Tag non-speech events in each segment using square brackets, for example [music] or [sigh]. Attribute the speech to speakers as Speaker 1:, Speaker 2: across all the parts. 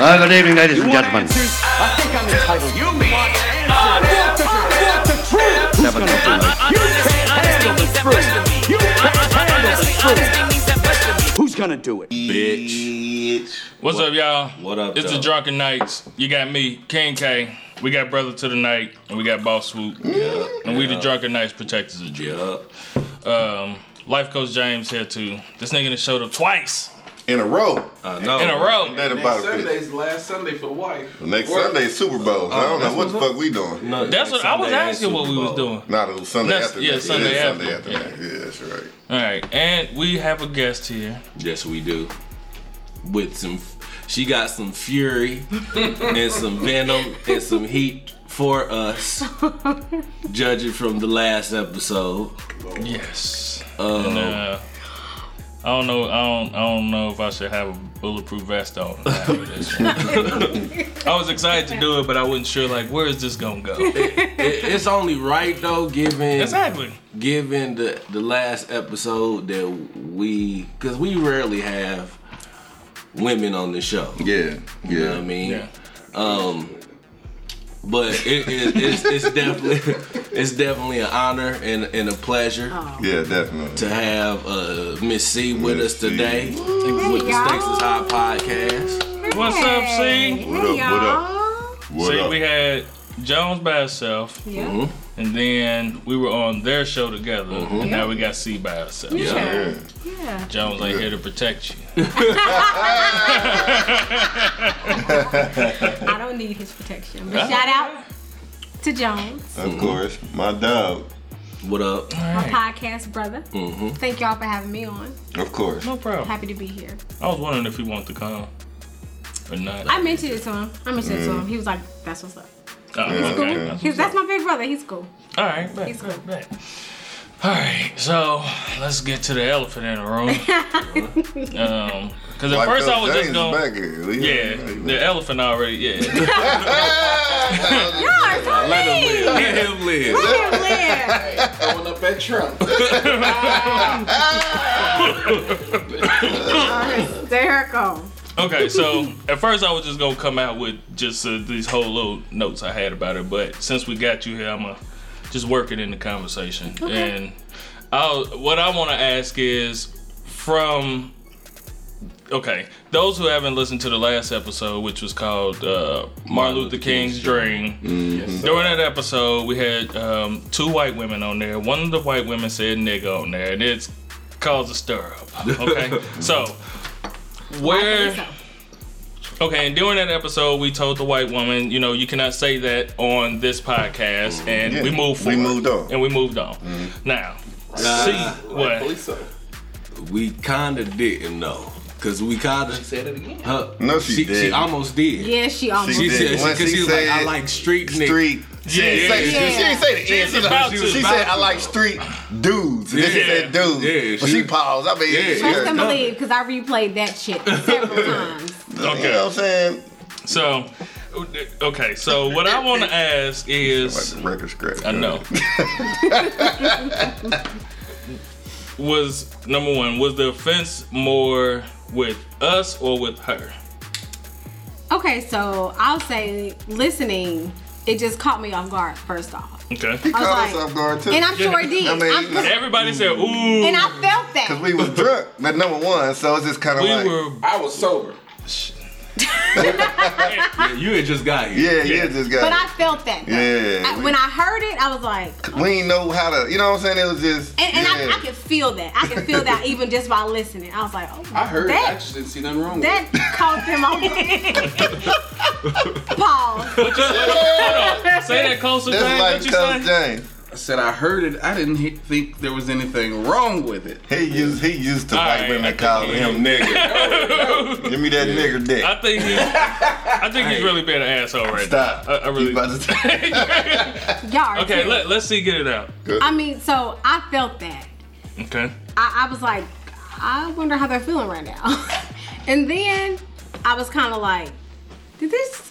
Speaker 1: Uh, good evening, ladies and gentlemen.
Speaker 2: I think I'm entitled. You want the, want the truth?
Speaker 1: Seven fifty-nine.
Speaker 2: You can't handle the truth. You can't handle the truth. Who's gonna do it?
Speaker 3: Bitch.
Speaker 4: What's up, y'all?
Speaker 3: what up,
Speaker 4: It's the
Speaker 3: though?
Speaker 4: Drunken Knights. You got me, King K. We got Brother to the Night, and we got Boss Swoop. And we the Drunken Knights, protectors of Jill.
Speaker 3: Yup.
Speaker 4: Um, Life Coach James here too. This nigga done showed up twice
Speaker 5: in a row.
Speaker 3: I know.
Speaker 4: in a row.
Speaker 5: That
Speaker 6: Next
Speaker 5: about it.
Speaker 6: Sunday's last Sunday for the wife.
Speaker 5: Next Sunday's Super Bowl. I don't know what the fuck we doing.
Speaker 3: No,
Speaker 4: That's what I was asking what we was doing.
Speaker 5: Not a Sunday
Speaker 4: Next-
Speaker 5: after.
Speaker 4: yeah,
Speaker 5: next.
Speaker 4: Sunday
Speaker 5: It is
Speaker 4: after,
Speaker 5: Sunday after.
Speaker 4: yeah.
Speaker 5: next. Yeah, that's right.
Speaker 4: All right, and we have a guest here.
Speaker 3: Yes, we do. With some, she got some
Speaker 4: [laughs]
Speaker 3: fury and some venom and some heat for us, judging from the last episode.
Speaker 4: Yes.
Speaker 3: Um,
Speaker 4: And, uh, I don't know. I don't. I don't know if I should have a bulletproof vest on. after
Speaker 3: [laughs]
Speaker 4: this. I was excited to do it, but I wasn't sure. Like, where is this gonna go?
Speaker 3: It, it's only right though, given
Speaker 4: Exactly.
Speaker 3: given the the last episode that we, because we rarely have women on the show.
Speaker 5: Yeah, yeah.
Speaker 3: You know what I mean?
Speaker 4: Yeah.
Speaker 3: Um, but it, it, it's, it's definitely it's definitely an honor and, and a pleasure
Speaker 5: Yeah, definitely.
Speaker 3: to have uh, Miss C with
Speaker 5: Miss
Speaker 3: us
Speaker 5: C.
Speaker 3: today with the
Speaker 7: y'all.
Speaker 3: Texas High Podcast.
Speaker 4: What's up, C?
Speaker 5: What up, what up? What
Speaker 4: See,
Speaker 5: up?
Speaker 4: we had Jones by herself,
Speaker 7: Yeah.
Speaker 4: and then we were on their show together, and now we got C by herself.
Speaker 7: Yeah.
Speaker 5: Mm-hmm. yeah.
Speaker 7: Yeah.
Speaker 4: Jones ain't here to protect you.
Speaker 7: I don't need his protection. But shout out to Jones,
Speaker 4: Mm-hmm.
Speaker 5: Of course. My dog.
Speaker 3: What up?
Speaker 7: my podcast brother. Thank y'all for having me on.
Speaker 5: Of course.
Speaker 4: No problem.
Speaker 7: Happy to be here.
Speaker 4: I was wondering if he wanted to come or not.
Speaker 7: I mentioned it to him. I mentioned it to him. He was like, that's what's up.
Speaker 4: Oh, okay. That's
Speaker 7: He's, that's my big brother. He's cool.
Speaker 4: All right, bet,
Speaker 7: He's
Speaker 4: bet, bet. All right, so let's get to the elephant in the room.
Speaker 7: [laughs]
Speaker 4: um, because at
Speaker 5: Like
Speaker 4: first I
Speaker 5: Coach
Speaker 4: was
Speaker 5: James
Speaker 4: just going,
Speaker 5: Back here. We-
Speaker 4: yeah, the elephant already, yeah.
Speaker 7: Y'all are so
Speaker 3: Let him live.
Speaker 7: mean.
Speaker 3: Let him live.
Speaker 7: Let him live.
Speaker 6: Throwing up that Trump.
Speaker 7: Hysterical.
Speaker 4: okay, so at first I was just gonna come out with just uh, these whole little notes I had about it, but since we got you here, I'm gonna just work it in the conversation. And I'll, what I want to ask is from okay those who haven't listened to the last episode, which was called uh, Martin Luther King's Dream. Mm-hmm. During that episode, we had um, two white women on there. One of the white women said "nigga" on there, and it's caused a stir up. [laughs] Okay, so where?
Speaker 7: So,
Speaker 4: Okay, and during that episode, we told the white woman, you know, you cannot say that on this podcast, and we
Speaker 5: Mm-hmm. Yeah,
Speaker 4: moved
Speaker 5: we
Speaker 4: forward.
Speaker 5: moved on. Mm-hmm.
Speaker 4: And we moved on. Now, see
Speaker 6: Believe
Speaker 4: what?
Speaker 6: so.
Speaker 3: We kinda didn't know. Cause we kinda
Speaker 6: Said it again.
Speaker 3: huh,
Speaker 5: No, she
Speaker 3: she,
Speaker 5: didn't.
Speaker 3: almost did.
Speaker 7: yeah, she almost.
Speaker 3: She
Speaker 5: She
Speaker 3: said
Speaker 5: did. Once
Speaker 3: because
Speaker 5: he
Speaker 3: she was like, I
Speaker 5: said
Speaker 3: like street niggas.
Speaker 5: Street. She didn't say,
Speaker 4: Yeah.
Speaker 5: she didn't say the
Speaker 4: She was
Speaker 5: N.
Speaker 4: about
Speaker 5: She,
Speaker 4: to.
Speaker 5: she said, I like street dudes. And then she
Speaker 4: Yeah.
Speaker 5: said dudes.
Speaker 3: Yeah,
Speaker 5: but
Speaker 3: she-
Speaker 5: she paused. I mean,
Speaker 3: Yeah.
Speaker 5: she
Speaker 7: Trust and
Speaker 5: heard,
Speaker 7: believe, because I replayed that shit several times.
Speaker 5: You know what I'm saying?
Speaker 4: So, okay, so what I want to ask
Speaker 5: Like
Speaker 4: is,
Speaker 5: the record scratch.
Speaker 4: I
Speaker 5: [laughs]
Speaker 4: know. was number one was the offense more with us or with her?
Speaker 7: Okay, so I'll say listening, it just caught me off guard, first off.
Speaker 4: Okay,
Speaker 5: [laughs]
Speaker 7: I
Speaker 5: Caught
Speaker 7: was
Speaker 5: us off
Speaker 7: like,
Speaker 5: guard too.
Speaker 7: and I'm sure it did.
Speaker 5: I mean,
Speaker 7: I'm-
Speaker 5: you know.
Speaker 4: everybody said, "Ooh,"
Speaker 7: and I felt that.
Speaker 5: [laughs] Cause we was drunk, but number one, so it's just kind of
Speaker 4: we
Speaker 5: like,
Speaker 4: were.
Speaker 6: I was sober.
Speaker 3: Yeah, you had just got here.
Speaker 5: yeah, yeah, just got.
Speaker 7: But I felt that. though.
Speaker 5: Yeah,
Speaker 7: I-
Speaker 5: we-
Speaker 7: when I heard it, I was like,
Speaker 5: we ain't know how to, you know what I'm saying? It was just,
Speaker 7: and, and
Speaker 5: yeah.
Speaker 7: I, I could feel that. I could feel that even just by listening. I was like, oh,
Speaker 6: I heard it. I
Speaker 7: that.
Speaker 6: just didn't see nothing wrong
Speaker 7: That caught him off.
Speaker 4: [laughs]
Speaker 7: Pause. [laughs]
Speaker 4: Say that closer, James.
Speaker 5: That's
Speaker 4: What
Speaker 5: like
Speaker 4: you
Speaker 5: Coach
Speaker 4: say?
Speaker 5: James.
Speaker 6: with it. I said I heard it. I didn't he- think there was anything wrong with it.
Speaker 5: He used he used to
Speaker 4: All
Speaker 5: white
Speaker 4: right, I
Speaker 5: women
Speaker 4: think
Speaker 5: calling
Speaker 4: he-
Speaker 5: him nigger.
Speaker 4: [laughs]
Speaker 5: Give me that nigger dick.
Speaker 4: I think he, I think he's really being an asshole right
Speaker 5: Stop.
Speaker 4: now. I, I
Speaker 5: You
Speaker 4: really. [laughs]
Speaker 5: about to-
Speaker 7: Yard.
Speaker 4: Okay, let, let's see, get it out.
Speaker 7: I mean, so I felt that.
Speaker 4: Okay.
Speaker 7: I, I was like, I wonder how they're feeling right now. [laughs] and then I was kind of like, did this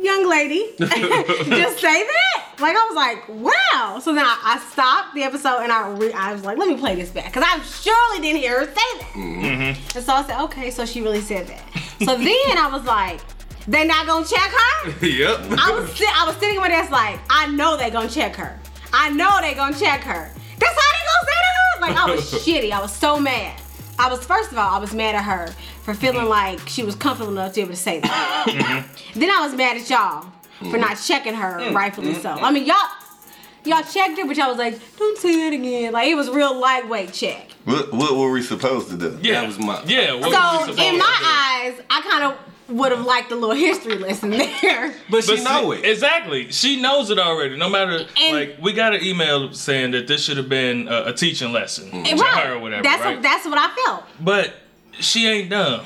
Speaker 7: young lady [laughs] just say that? Like, I was like, wow. So then I, I stopped the episode and I, re- I was like, let me play this back because I surely didn't hear her say that. And so I said, okay, so she really said that. So then I was like, They not gonna check her?
Speaker 4: yep.
Speaker 7: I was sit- I was sitting with that's like, I know they gonna check her. I know they gonna check her. That's how they gonna say to her. Like
Speaker 4: [laughs]
Speaker 7: I was shitty. I was so mad. I was first of all, I was mad at her for
Speaker 4: Mm-hmm.
Speaker 7: feeling like she was comfortable enough to be able to say that. then I was mad at y'all for not
Speaker 4: Mm-hmm.
Speaker 7: checking her, rightfully so. I mean y'all y'all checked her, but y'all was like, don't say it again. Like it was real lightweight check.
Speaker 5: What, what were we supposed to do?
Speaker 4: Yeah.
Speaker 3: That was my-
Speaker 4: Yeah. What
Speaker 7: So
Speaker 4: was
Speaker 7: in my eyes, I kind of would have liked a little history lesson [laughs] there.
Speaker 3: But she
Speaker 4: But
Speaker 3: know
Speaker 4: see-
Speaker 3: it.
Speaker 4: Exactly. She knows it already. No matter
Speaker 7: And-
Speaker 4: like we got an email saying that this should have been a, a teaching lesson to her or whatever.
Speaker 7: That's
Speaker 4: right?
Speaker 7: that's what I felt.
Speaker 4: but she ain't dumb.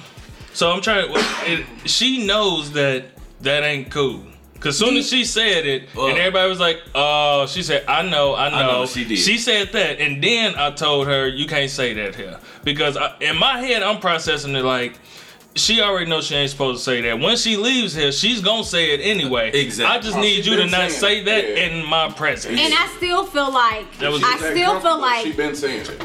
Speaker 4: So I'm trying. It, she knows that that ain't cool. Cause soon as she said it, and everybody was like, "Oh," she said, "I know, I know."
Speaker 3: know what she did.
Speaker 4: said that, and then I told her, "You can't say that here," because I, in my head I'm processing it like. She already knows she ain't supposed to say that. When she leaves here, she's gonna say it anyway.
Speaker 3: Exactly.
Speaker 4: I just
Speaker 6: Oh,
Speaker 4: need
Speaker 6: she
Speaker 4: you to
Speaker 6: been
Speaker 4: not say
Speaker 6: saying
Speaker 4: that
Speaker 6: it, yeah.
Speaker 4: in my presence.
Speaker 7: And I still feel like
Speaker 4: That was-
Speaker 7: I
Speaker 4: She's
Speaker 7: still feel
Speaker 6: she
Speaker 7: like
Speaker 6: been saying it.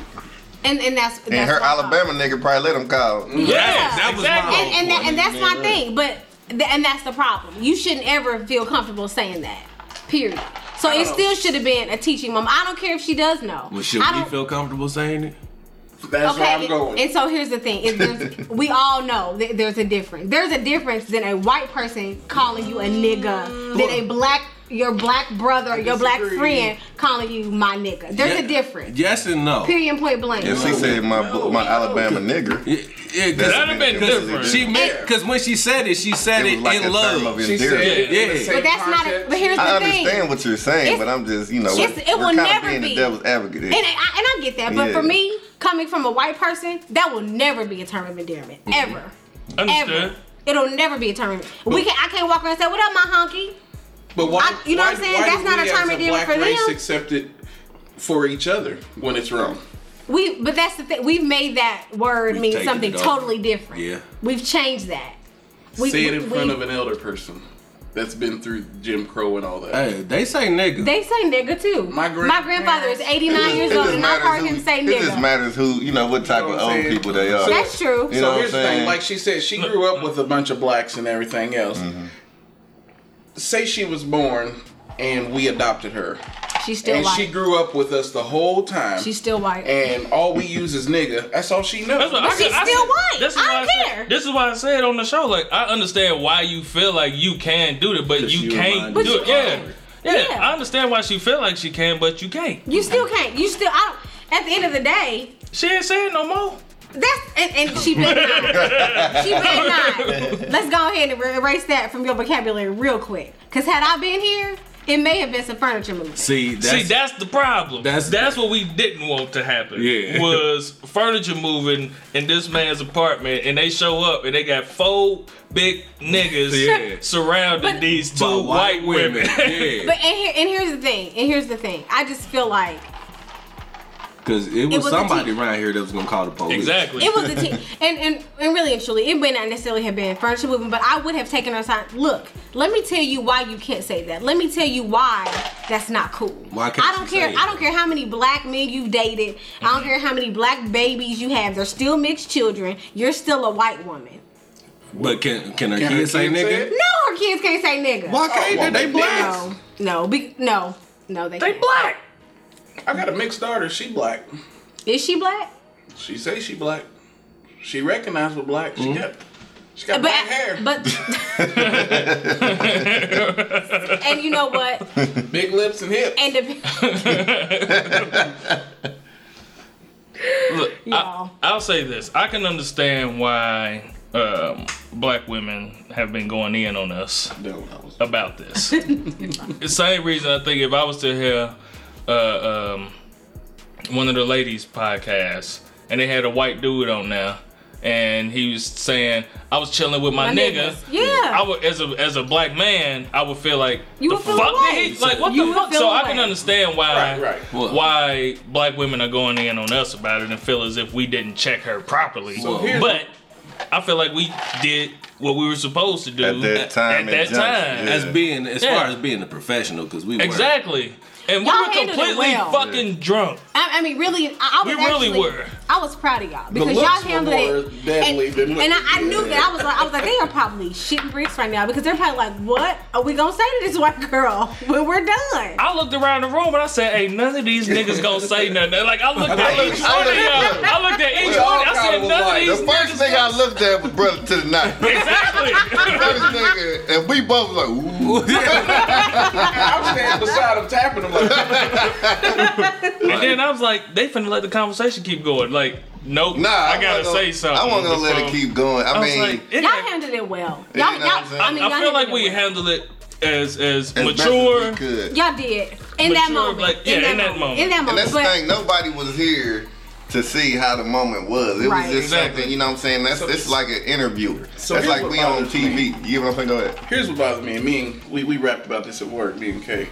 Speaker 7: and, and that's that's
Speaker 5: And her
Speaker 7: what I thought.
Speaker 5: Alabama nigga probably let him call.
Speaker 7: Yeah.
Speaker 3: that was my
Speaker 4: exactly.
Speaker 3: whole
Speaker 7: and and, that, and that's my thing, but th- and that's the problem. You shouldn't ever feel comfortable saying that. Period. So it
Speaker 6: Oh.
Speaker 7: still should have been a teaching moment. I don't care if she does know.
Speaker 3: Well, should
Speaker 7: I
Speaker 3: we
Speaker 7: don't,
Speaker 3: feel comfortable saying it?
Speaker 6: That's where I'm
Speaker 7: and-
Speaker 6: going.
Speaker 7: And so here's the thing: is there's- [laughs] we all know that there's a difference. There's a difference than a white person calling you a nigga than a black your black brother, your black
Speaker 6: disagree.
Speaker 7: friend calling you my nigga. There's
Speaker 3: Yeah.
Speaker 7: a difference.
Speaker 3: Yes and no.
Speaker 7: Period. Point blank.
Speaker 5: And she said, my, my Alabama nigga.
Speaker 3: Yeah, yeah, 'cause
Speaker 4: That'd have been different.
Speaker 3: she meant because when she said it, she said
Speaker 5: It
Speaker 3: it,
Speaker 5: was like a
Speaker 3: in
Speaker 5: term of
Speaker 3: love.
Speaker 6: she said
Speaker 5: endearment.
Speaker 6: it in the
Speaker 3: Yeah.
Speaker 6: same
Speaker 7: but that's not. A,
Speaker 6: context.
Speaker 7: but here's the
Speaker 5: I
Speaker 7: thing.
Speaker 5: understand what you're saying,
Speaker 7: It's-
Speaker 5: but I'm just, you know,
Speaker 7: it's- it will
Speaker 5: we're kinda
Speaker 7: never
Speaker 5: being
Speaker 7: be.
Speaker 5: the devil's advocate.
Speaker 7: And I, and I get that, but
Speaker 5: Yeah.
Speaker 7: for me, coming from a white person, that will never be a term of endearment,
Speaker 5: Mm-hmm.
Speaker 7: ever,
Speaker 4: Understood.
Speaker 7: ever. It'll never be a term. Of, we can. I can't walk around and say, "What up, my honky?"
Speaker 6: But why?
Speaker 7: I- you know
Speaker 6: why
Speaker 7: what I'm
Speaker 6: do-
Speaker 7: saying?
Speaker 6: why
Speaker 7: That's
Speaker 6: do
Speaker 7: not a
Speaker 6: we
Speaker 7: term
Speaker 6: as
Speaker 7: of dealing
Speaker 6: black
Speaker 7: for
Speaker 6: race
Speaker 7: them.
Speaker 6: accept it for each other when it's wrong.
Speaker 7: We, but that's the thing. We've made that word
Speaker 3: We've
Speaker 7: mean
Speaker 3: taken
Speaker 7: something
Speaker 3: it over.
Speaker 7: totally different.
Speaker 3: Yeah.
Speaker 7: We've changed that. We,
Speaker 6: Say it
Speaker 7: we-
Speaker 6: in front
Speaker 7: we-
Speaker 6: of an elder person that's been through Jim Crow and all that.
Speaker 3: Hey, they say nigga.
Speaker 7: They say nigga too.
Speaker 6: My grand-
Speaker 7: grandfather is 89 years
Speaker 5: It
Speaker 7: old,
Speaker 5: just
Speaker 7: and I've heard
Speaker 5: matters
Speaker 7: him
Speaker 5: who-
Speaker 7: say
Speaker 5: it just
Speaker 7: nigga.
Speaker 5: matters who, you know, what type
Speaker 6: You know
Speaker 5: of
Speaker 6: what I'm
Speaker 5: old
Speaker 6: saying?
Speaker 5: people they are.
Speaker 7: That's true.
Speaker 5: You
Speaker 6: so
Speaker 5: know what I'm
Speaker 6: here's the thing.
Speaker 5: saying?
Speaker 6: Like she said, she grew up with a bunch of blacks and everything else. Say she was born and we adopted her,
Speaker 7: She's still
Speaker 6: and
Speaker 7: white.
Speaker 6: she grew up with us the whole time.
Speaker 7: She's still white.
Speaker 6: and all we use is nigga. That's all she knows.
Speaker 4: That's what I
Speaker 7: But
Speaker 4: said-
Speaker 7: she's
Speaker 4: I
Speaker 7: still
Speaker 4: said-
Speaker 7: white.
Speaker 4: This is
Speaker 7: I
Speaker 4: why
Speaker 7: don't
Speaker 4: said-
Speaker 7: care.
Speaker 4: This is why I said on the show, like I understand why you feel like you can do it, but
Speaker 3: 'Cause
Speaker 4: you
Speaker 3: you
Speaker 4: can't
Speaker 3: remind
Speaker 4: do
Speaker 3: you
Speaker 4: it.
Speaker 3: of
Speaker 4: Yeah.
Speaker 3: her.
Speaker 4: yeah,
Speaker 7: Yeah.
Speaker 4: I understand why she feel like she can, but you can't.
Speaker 7: you still can't. You still. I don't, at the end of the day,
Speaker 4: She ain't saying no more.
Speaker 7: that's and, and she been not. she been not. Let's go ahead and erase that from your vocabulary real quick. Cause had I been here, it may have been some furniture moving.
Speaker 3: See, that's,
Speaker 4: See, that's the problem. That's
Speaker 3: that's-
Speaker 4: that's what we didn't want to happen.
Speaker 3: Yeah.
Speaker 4: was furniture moving in this man's apartment, and they show up and they got four big niggas
Speaker 3: Yeah.
Speaker 4: surrounding
Speaker 7: But-
Speaker 4: these
Speaker 3: by
Speaker 4: two white, women. [laughs]
Speaker 3: yeah,
Speaker 7: But and here and here's the thing. And here's the thing. I just feel like
Speaker 3: because it was
Speaker 7: was a
Speaker 3: somebody
Speaker 7: team.
Speaker 3: around here that was gonna call the police.
Speaker 4: exactly.
Speaker 7: it was a team, and, and and really and truly, it may not necessarily have been furniture moving, but I would have taken her side. Look, let me tell you why you can't say that. Let me tell you why that's not cool.
Speaker 3: Why can't
Speaker 7: I don't
Speaker 3: you
Speaker 7: care.
Speaker 3: say it?
Speaker 7: I don't care how many black men you've dated. I don't care how many black babies you have. They're still mixed children. You're still a white woman.
Speaker 3: But can can her
Speaker 6: Can her
Speaker 3: kids say
Speaker 6: kids say
Speaker 3: nigga?
Speaker 6: it?
Speaker 7: No, her kids can't say nigga.
Speaker 3: Why can't
Speaker 6: Oh, well,
Speaker 3: they?
Speaker 6: they
Speaker 3: They black.
Speaker 7: No, no, be, no, no. They
Speaker 4: they
Speaker 7: can't.
Speaker 4: black.
Speaker 6: I got a mixed daughter. She black.
Speaker 7: Is she black?
Speaker 6: She say she black. She recognized with black.
Speaker 3: Mm-hmm.
Speaker 6: She got she got
Speaker 7: But
Speaker 6: black hair.
Speaker 7: but.
Speaker 6: [laughs]
Speaker 7: and you know what?
Speaker 6: Big lips and hips.
Speaker 7: And dep-
Speaker 4: Look,
Speaker 7: Y'all.
Speaker 4: I, will say this: I can understand why um, black women have been going in on us
Speaker 6: No, I was-
Speaker 4: about this.
Speaker 7: [laughs]
Speaker 4: the same reason I think if I was to hear uh, um, one of the ladies' podcasts and they had a white dude on there, and he was saying, "I was chilling with my,
Speaker 7: My
Speaker 4: nigga."
Speaker 7: niggas. Yeah.
Speaker 4: I would, as a as a black man, I would feel like
Speaker 7: You
Speaker 4: the
Speaker 7: would feel
Speaker 4: fuck
Speaker 7: away.
Speaker 4: did he- [laughs] like what
Speaker 7: You
Speaker 4: the
Speaker 7: would
Speaker 4: fuck.
Speaker 7: feel
Speaker 4: So I can
Speaker 7: away.
Speaker 4: understand why
Speaker 6: Right, right.
Speaker 3: Well-
Speaker 4: why black women are going in on us about it and feel as if we didn't check her properly.
Speaker 6: here's-
Speaker 4: but I feel like we did what we were supposed to do
Speaker 5: At that time
Speaker 4: At that
Speaker 5: in Johnson,
Speaker 4: time.
Speaker 5: yeah.
Speaker 3: As being as
Speaker 4: Yeah.
Speaker 3: far as being a professional, because we were
Speaker 4: Exactly. And we
Speaker 7: Y'all
Speaker 4: were
Speaker 7: handled it
Speaker 4: completely
Speaker 7: well.
Speaker 4: fucking drunk.
Speaker 7: I, I mean, really, I, I
Speaker 4: We
Speaker 7: was
Speaker 4: really
Speaker 7: actually-
Speaker 4: were.
Speaker 7: I was proud of y'all because
Speaker 6: looks
Speaker 7: y'all
Speaker 6: were
Speaker 7: handled
Speaker 6: more
Speaker 7: it,
Speaker 6: deadly
Speaker 7: and,
Speaker 6: than what
Speaker 7: and I,
Speaker 6: you
Speaker 7: I
Speaker 6: did.
Speaker 7: knew that I was like, I was like, they are probably shitting bricks right now because they're probably like, what are we gonna say to this white girl when we're done?
Speaker 4: I looked around the room and I said, "Hey, none of these niggas gonna say nothing." Like I looked at each one of y'all. I looked at each
Speaker 5: We
Speaker 4: one.
Speaker 5: all
Speaker 4: I
Speaker 5: kinda
Speaker 4: said,
Speaker 5: was
Speaker 4: "None of
Speaker 5: like- [laughs]
Speaker 4: these
Speaker 5: The first
Speaker 4: niggas."
Speaker 5: thing I looked at was brother to
Speaker 4: [laughs]
Speaker 5: the night.
Speaker 4: exactly.
Speaker 5: First nigga, and we both was [laughs] like, ooh.
Speaker 6: I'm standing beside him, tapping him like, [laughs]
Speaker 4: and then I was like, "They finna let the conversation keep going." Like, nope.
Speaker 5: Nah,
Speaker 4: I,
Speaker 5: wasn't
Speaker 4: gotta
Speaker 5: gonna-
Speaker 4: say something.
Speaker 5: I wasn't gonna let it
Speaker 4: before-
Speaker 5: keep going. I,
Speaker 4: I was
Speaker 5: mean,
Speaker 4: like, it
Speaker 7: [laughs] y'all
Speaker 4: had-
Speaker 7: handled it well.
Speaker 5: Yeah,
Speaker 7: Y'all,
Speaker 5: you know what I'm
Speaker 7: y'all,
Speaker 5: saying?
Speaker 7: I mean, y'all
Speaker 4: I feel
Speaker 7: handled
Speaker 4: like
Speaker 7: it
Speaker 4: we
Speaker 7: well.
Speaker 4: handled it as as,
Speaker 5: as best as we
Speaker 4: mature.
Speaker 5: could.
Speaker 7: Y'all did in that
Speaker 4: Mature,
Speaker 7: moment.
Speaker 4: like, yeah, in that moment.
Speaker 7: In that
Speaker 5: And
Speaker 7: moment.
Speaker 5: that's the
Speaker 7: But
Speaker 5: thing. Nobody was here to see how the moment was. It
Speaker 7: Right.
Speaker 5: was just
Speaker 4: Exactly.
Speaker 5: something, you know what I'm saying? That's it's like an interviewer.
Speaker 6: So
Speaker 5: That's
Speaker 6: here's
Speaker 5: like
Speaker 6: what
Speaker 5: we on
Speaker 6: bothers me.
Speaker 5: TV. You get what I'm saying? Go ahead.
Speaker 6: here's what bothers me. And me and we, we rapped about this at work, me and Kay.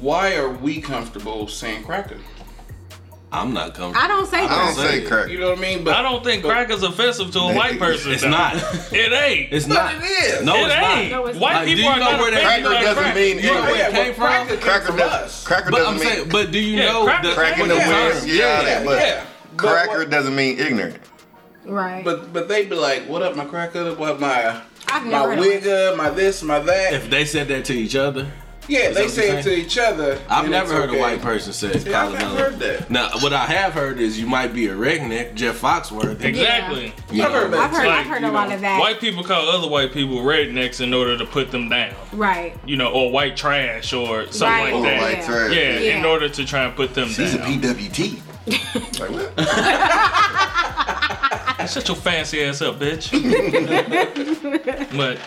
Speaker 6: Why are we comfortable saying cracker?
Speaker 3: I'm not comfortable.
Speaker 7: I don't say
Speaker 5: I don't
Speaker 7: that.
Speaker 5: say crack.
Speaker 6: You know what I mean?
Speaker 4: I don't think crack is offensive to a white person.
Speaker 3: It's
Speaker 4: though.
Speaker 3: not.
Speaker 4: It
Speaker 3: [laughs]
Speaker 4: ain't.
Speaker 3: It's not.
Speaker 6: it is.
Speaker 3: No,
Speaker 4: it
Speaker 3: it's not.
Speaker 4: ain't.
Speaker 7: No, it's
Speaker 4: White
Speaker 7: not.
Speaker 4: people
Speaker 3: Like, do
Speaker 4: are
Speaker 3: you know
Speaker 4: not
Speaker 3: where that
Speaker 4: offended
Speaker 5: Cracker
Speaker 4: by
Speaker 5: doesn't
Speaker 4: crack.
Speaker 5: mean
Speaker 3: You know where
Speaker 5: anything.
Speaker 3: it came from?
Speaker 6: Oh, Cracker came
Speaker 5: Cracker
Speaker 6: from
Speaker 5: doesn't,
Speaker 6: us.
Speaker 5: cracker
Speaker 3: But
Speaker 5: doesn't
Speaker 3: I'm
Speaker 5: mean
Speaker 3: saying, but do you
Speaker 4: Yeah,
Speaker 3: know
Speaker 4: crack-
Speaker 3: that
Speaker 4: crack
Speaker 5: cracking
Speaker 4: in
Speaker 5: the
Speaker 4: Yeah,
Speaker 5: wings.
Speaker 4: yeah,
Speaker 5: Yeah, all that, but
Speaker 6: yeah. But what-
Speaker 5: cracker doesn't mean ignorant.
Speaker 7: Right.
Speaker 6: But but they be like, what up, my cracker? What up, my
Speaker 7: I've
Speaker 6: my
Speaker 7: never heard of
Speaker 6: wig up, my this, my that?
Speaker 3: if they said that to each other,
Speaker 6: yeah, they
Speaker 3: what you're
Speaker 6: say it to each other.
Speaker 3: I've
Speaker 6: and
Speaker 3: never
Speaker 6: it's
Speaker 3: heard
Speaker 6: okay.
Speaker 3: a white person say it's
Speaker 6: Yeah, I've
Speaker 3: probably not.
Speaker 6: never heard that.
Speaker 3: Now, what I have heard is you might be a redneck, Jeff Foxworthy.
Speaker 4: Exactly.
Speaker 3: You
Speaker 6: I've
Speaker 3: know,
Speaker 6: heard that.
Speaker 7: I've heard,
Speaker 4: Like,
Speaker 7: I've heard
Speaker 4: you
Speaker 7: a
Speaker 4: know,
Speaker 7: lot of that.
Speaker 4: White people call other white people rednecks in order to put them down.
Speaker 7: right.
Speaker 4: You know, or white trash or something
Speaker 7: Right.
Speaker 5: Oh,
Speaker 4: like that.
Speaker 5: white
Speaker 7: Yeah.
Speaker 5: trash.
Speaker 4: Yeah,
Speaker 7: Yeah.
Speaker 4: in order to try and put them
Speaker 5: He's a
Speaker 4: down.
Speaker 5: PWT.
Speaker 4: [laughs]
Speaker 5: like what?
Speaker 4: Shut your fancy ass up, bitch. [laughs] but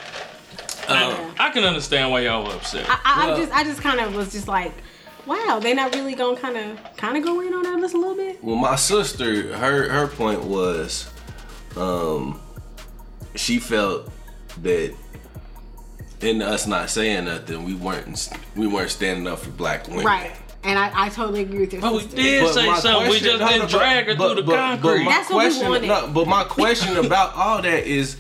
Speaker 4: uh, I can understand why y'all were upset.
Speaker 7: I, I, I'm just, I just kind of was just like, wow, they not really gonna kind of, kind of go in on us a little bit.
Speaker 3: Well, my sister, her her point was, um, she felt that in us not saying nothing, we weren't we weren't standing up for black women.
Speaker 7: Right. And I, I totally agree with your
Speaker 4: But we
Speaker 7: sister.
Speaker 4: Oh, did say
Speaker 3: my
Speaker 4: something. We
Speaker 3: question-
Speaker 4: just
Speaker 3: no,
Speaker 4: didn't
Speaker 3: no, but-
Speaker 4: drag her
Speaker 3: but-
Speaker 4: through the
Speaker 3: but- but
Speaker 4: concrete.
Speaker 3: my
Speaker 7: That's what we
Speaker 3: question-
Speaker 7: wanted.
Speaker 3: no, but my question about all that is,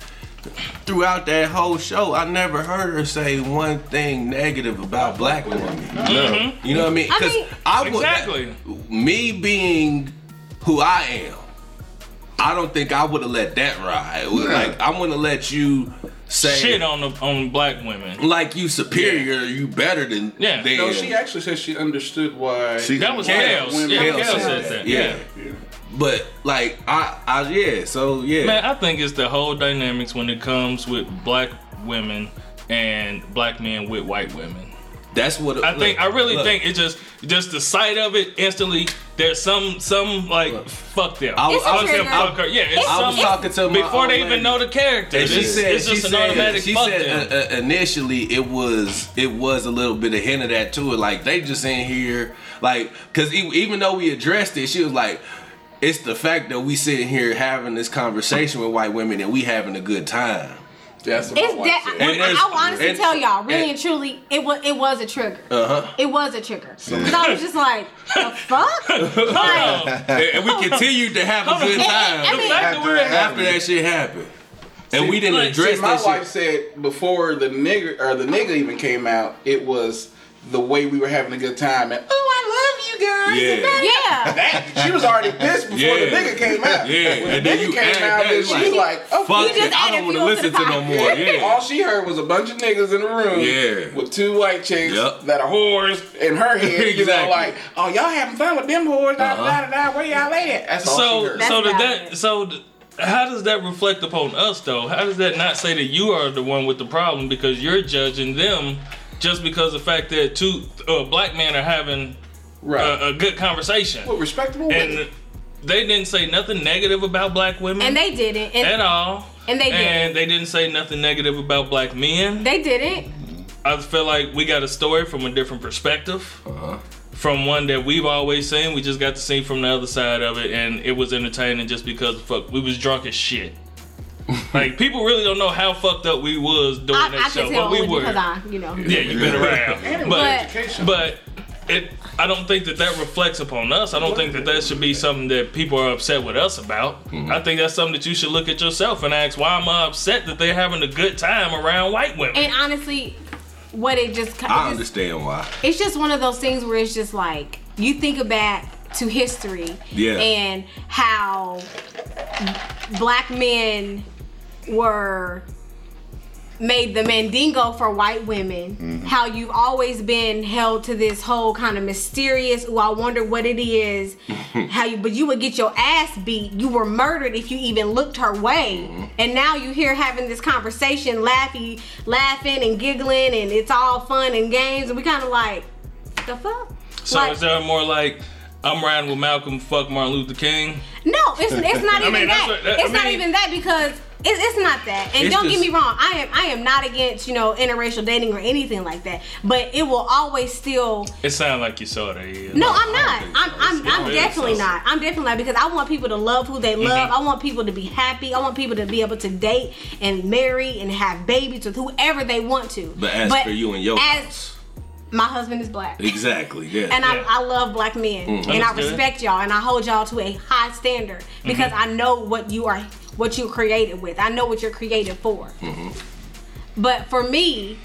Speaker 3: throughout that whole show, I never heard her say one thing negative about black women. You know what I mean?
Speaker 7: I
Speaker 3: 'Cause
Speaker 7: mean-
Speaker 3: would-
Speaker 4: Mm-hmm. exactly.
Speaker 3: me being who I am, I don't think I would have let that ride. Like I wouldn't let you say
Speaker 4: Shit on the on black women.
Speaker 3: like you superior, you better than
Speaker 4: Yeah.
Speaker 3: them.
Speaker 6: No, she actually said she understood why.
Speaker 5: She-
Speaker 4: That was
Speaker 5: Yeah,
Speaker 4: Kels.
Speaker 6: women-
Speaker 4: Yeah,
Speaker 3: Kels
Speaker 4: Kels
Speaker 3: said
Speaker 4: said that.
Speaker 3: yeah.
Speaker 4: Yeah.
Speaker 3: But like I, I yeah. So yeah,
Speaker 4: Man, I think it's the whole dynamics when it comes with black women and black men with white women.
Speaker 3: that's what
Speaker 4: I think I really
Speaker 3: look,
Speaker 4: think it just just the sight of it instantly. There's some some like fuck them.
Speaker 3: I,
Speaker 7: It's a
Speaker 3: I was,
Speaker 7: trigger.
Speaker 4: fuck her. Yeah, it's
Speaker 7: I
Speaker 4: some,
Speaker 3: I was talking to my
Speaker 4: before they
Speaker 3: old
Speaker 4: even
Speaker 3: lady.
Speaker 4: know the character.
Speaker 3: And
Speaker 4: It's,
Speaker 3: she said,
Speaker 4: it's
Speaker 3: she
Speaker 4: just an
Speaker 3: said,
Speaker 4: automatic
Speaker 3: she
Speaker 4: fuck
Speaker 3: said
Speaker 4: them.
Speaker 3: uh, uh, initially it was it was a little bit of hint of that to it. Like they just in here, like because even though we addressed it, she was like, "It's the fact that we sitting here having this conversation with white women and we having a good time."
Speaker 6: That's what
Speaker 7: It's
Speaker 6: my wife
Speaker 7: that
Speaker 6: said.
Speaker 7: I,
Speaker 3: And there's-
Speaker 7: I will honestly
Speaker 3: and-
Speaker 7: tell y'all, really
Speaker 3: and-
Speaker 7: and, truly, it was it was a trigger.
Speaker 3: Uh-huh.
Speaker 7: It was a trigger. Because I was just like, the
Speaker 4: [laughs]
Speaker 7: fuck? Like,
Speaker 4: Uh,
Speaker 3: and, and we continued to have a good
Speaker 7: it- it-
Speaker 3: time
Speaker 7: I mean,
Speaker 4: fact that we're
Speaker 3: after that shit happened, and we didn't
Speaker 4: like,
Speaker 3: address
Speaker 6: See, my
Speaker 3: that
Speaker 6: wife
Speaker 3: shit.
Speaker 6: said before the nigger or the nigga even came out, it was the way we were having a good time and oh I love you guys.
Speaker 3: Yeah.
Speaker 7: yeah.
Speaker 6: That, she was already pissed before
Speaker 3: Yeah.
Speaker 6: the nigga came out.
Speaker 3: Yeah,
Speaker 6: When
Speaker 3: and
Speaker 6: the
Speaker 3: then
Speaker 6: nigga
Speaker 3: you
Speaker 6: came
Speaker 3: add
Speaker 6: out,
Speaker 3: that,
Speaker 6: and she was
Speaker 3: like,
Speaker 6: like, "Oh,
Speaker 3: Fuck
Speaker 7: You just
Speaker 3: it, I
Speaker 7: added
Speaker 3: don't want to
Speaker 7: fuel to
Speaker 3: listen
Speaker 7: the
Speaker 3: to no
Speaker 7: fire.
Speaker 3: more. Yeah.
Speaker 6: All she heard was a bunch of niggas in the room
Speaker 3: Yeah.
Speaker 6: with two white chicks
Speaker 3: Yep.
Speaker 6: that are whores in her head. You
Speaker 3: [laughs]
Speaker 6: know,
Speaker 3: Exactly.
Speaker 6: like, oh, y'all having fun with them whores? Da,
Speaker 3: Uh-huh.
Speaker 6: da, da, da, where y'all at? That's
Speaker 3: uh,
Speaker 6: all she
Speaker 4: so
Speaker 6: heard.
Speaker 4: so
Speaker 7: That's
Speaker 4: did
Speaker 7: valid.
Speaker 4: that so th- how does that reflect upon us though? How does that not say that you are the one with the problem because you're judging them just because the fact that two uh, black men are having
Speaker 6: right.
Speaker 3: uh,
Speaker 4: a, a good conversation
Speaker 6: With respectable women.
Speaker 4: and they didn't say nothing negative about black women
Speaker 7: And they didn't.
Speaker 4: at
Speaker 7: And
Speaker 4: all.
Speaker 7: And they didn't.
Speaker 4: And they didn't say nothing negative about black men.
Speaker 7: they didn't.
Speaker 4: I feel like we got a story from a different perspective. From one that we've always seen, we just got to see from the other side of it, and it was entertaining just because fuck, we was drunk as shit. like people really don't know how fucked up we was doing
Speaker 7: I,
Speaker 4: that
Speaker 7: I
Speaker 4: show,
Speaker 7: can
Speaker 4: but
Speaker 7: tell
Speaker 4: we
Speaker 7: only
Speaker 4: were.
Speaker 7: because I, you know.
Speaker 4: yeah, you've been
Speaker 7: [laughs]
Speaker 4: around, but
Speaker 6: Education.
Speaker 4: but it. I don't think that that reflects upon us. I don't think that that should be something that people are upset with us about. I think that's something that you should look at yourself and ask, why am I upset that they're having a good time around white women?
Speaker 7: And honestly, what it just, it
Speaker 3: I
Speaker 7: just
Speaker 3: understand why.
Speaker 7: it's just one of those things where it's just like you think about to history
Speaker 3: Yeah.
Speaker 7: and how black men were made the mandingo for white women how you've always been held to this whole kind of mysterious oh i wonder what it is how you but you would get your ass beat you were murdered if you even looked her way and now you here having this conversation laughing laughing and giggling and it's all fun and games and we kind of like the fuck
Speaker 4: So
Speaker 7: Like-
Speaker 4: is there more like I'm riding with Malcolm, fuck Martin Luther King?
Speaker 7: No, it's, it's not
Speaker 4: I
Speaker 7: even
Speaker 4: mean, that's
Speaker 7: that.
Speaker 4: what- that- I
Speaker 7: it's not
Speaker 4: mean-
Speaker 7: even that because it's, it's not that. And
Speaker 4: It's
Speaker 7: don't
Speaker 4: just-
Speaker 7: get me wrong, I am I am not against you know interracial dating or anything like that. But it will always still.
Speaker 4: It sounds like you saw that. Yeah.
Speaker 7: No, I'm not.
Speaker 3: think so.
Speaker 7: I'm I'm,
Speaker 4: It's-
Speaker 7: I'm
Speaker 4: it's-
Speaker 7: definitely not. I'm definitely not because I want people to love who they love. I want people to be happy. I want people to be able to date and marry and have babies with whoever they want to.
Speaker 3: But as for you and your
Speaker 7: as-
Speaker 3: house.
Speaker 7: my husband is black.
Speaker 3: Exactly, yeah.
Speaker 7: and
Speaker 4: Yeah. Mm,
Speaker 7: I, I love black men and I
Speaker 4: Understood. Mm-hmm.
Speaker 7: respect y'all and I hold y'all to a high standard because I know what you are what you created with I know what you're created for
Speaker 4: Mm-hmm.
Speaker 7: but for me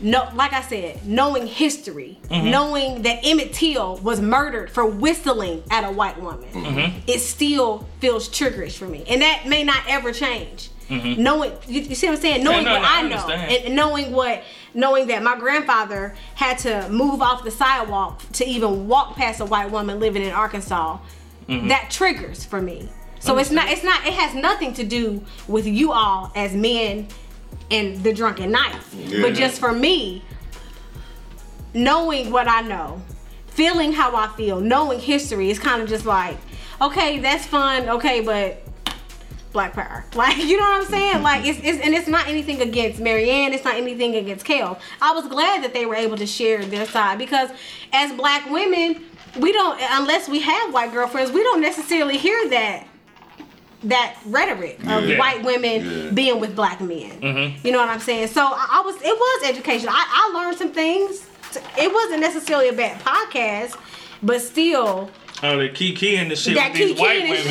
Speaker 7: no like I said knowing history
Speaker 4: Mm-hmm.
Speaker 7: knowing that Emmett Till was murdered for whistling at a white woman
Speaker 4: Mm-hmm.
Speaker 7: it still feels triggerish for me and that may not ever change Knowing, you, you see what I'm saying? Knowing
Speaker 4: Mm-hmm. no, no,
Speaker 7: what
Speaker 4: I
Speaker 7: I, know,
Speaker 4: understand.
Speaker 7: and, and knowing what knowing that my grandfather had to move off the sidewalk to even walk past a white woman living in Arkansas, that triggers for me. So it's not it's not it has nothing to do with you all as men and the drunken nights. But just for me, knowing what I know, feeling how I feel, knowing history is kind of just like, okay, that's fun, okay, but black power. [laughs] Like, you know what I'm saying? Like, it's, it's and it's not anything against Marianne. It's not anything against Kel. I was glad that they were able to share their side because, as black women, we don't unless we have white girlfriends, we don't necessarily hear that that rhetoric of
Speaker 5: Yeah.
Speaker 7: white women
Speaker 5: Yeah. Mm-hmm.
Speaker 7: being with black men. You know what I'm saying? So I, I was it was educational. I, I learned some things. It wasn't necessarily a bad podcast, but still
Speaker 4: Oh, the key key and the shit
Speaker 7: That
Speaker 4: with these
Speaker 7: key key
Speaker 4: white
Speaker 7: and
Speaker 4: women
Speaker 7: the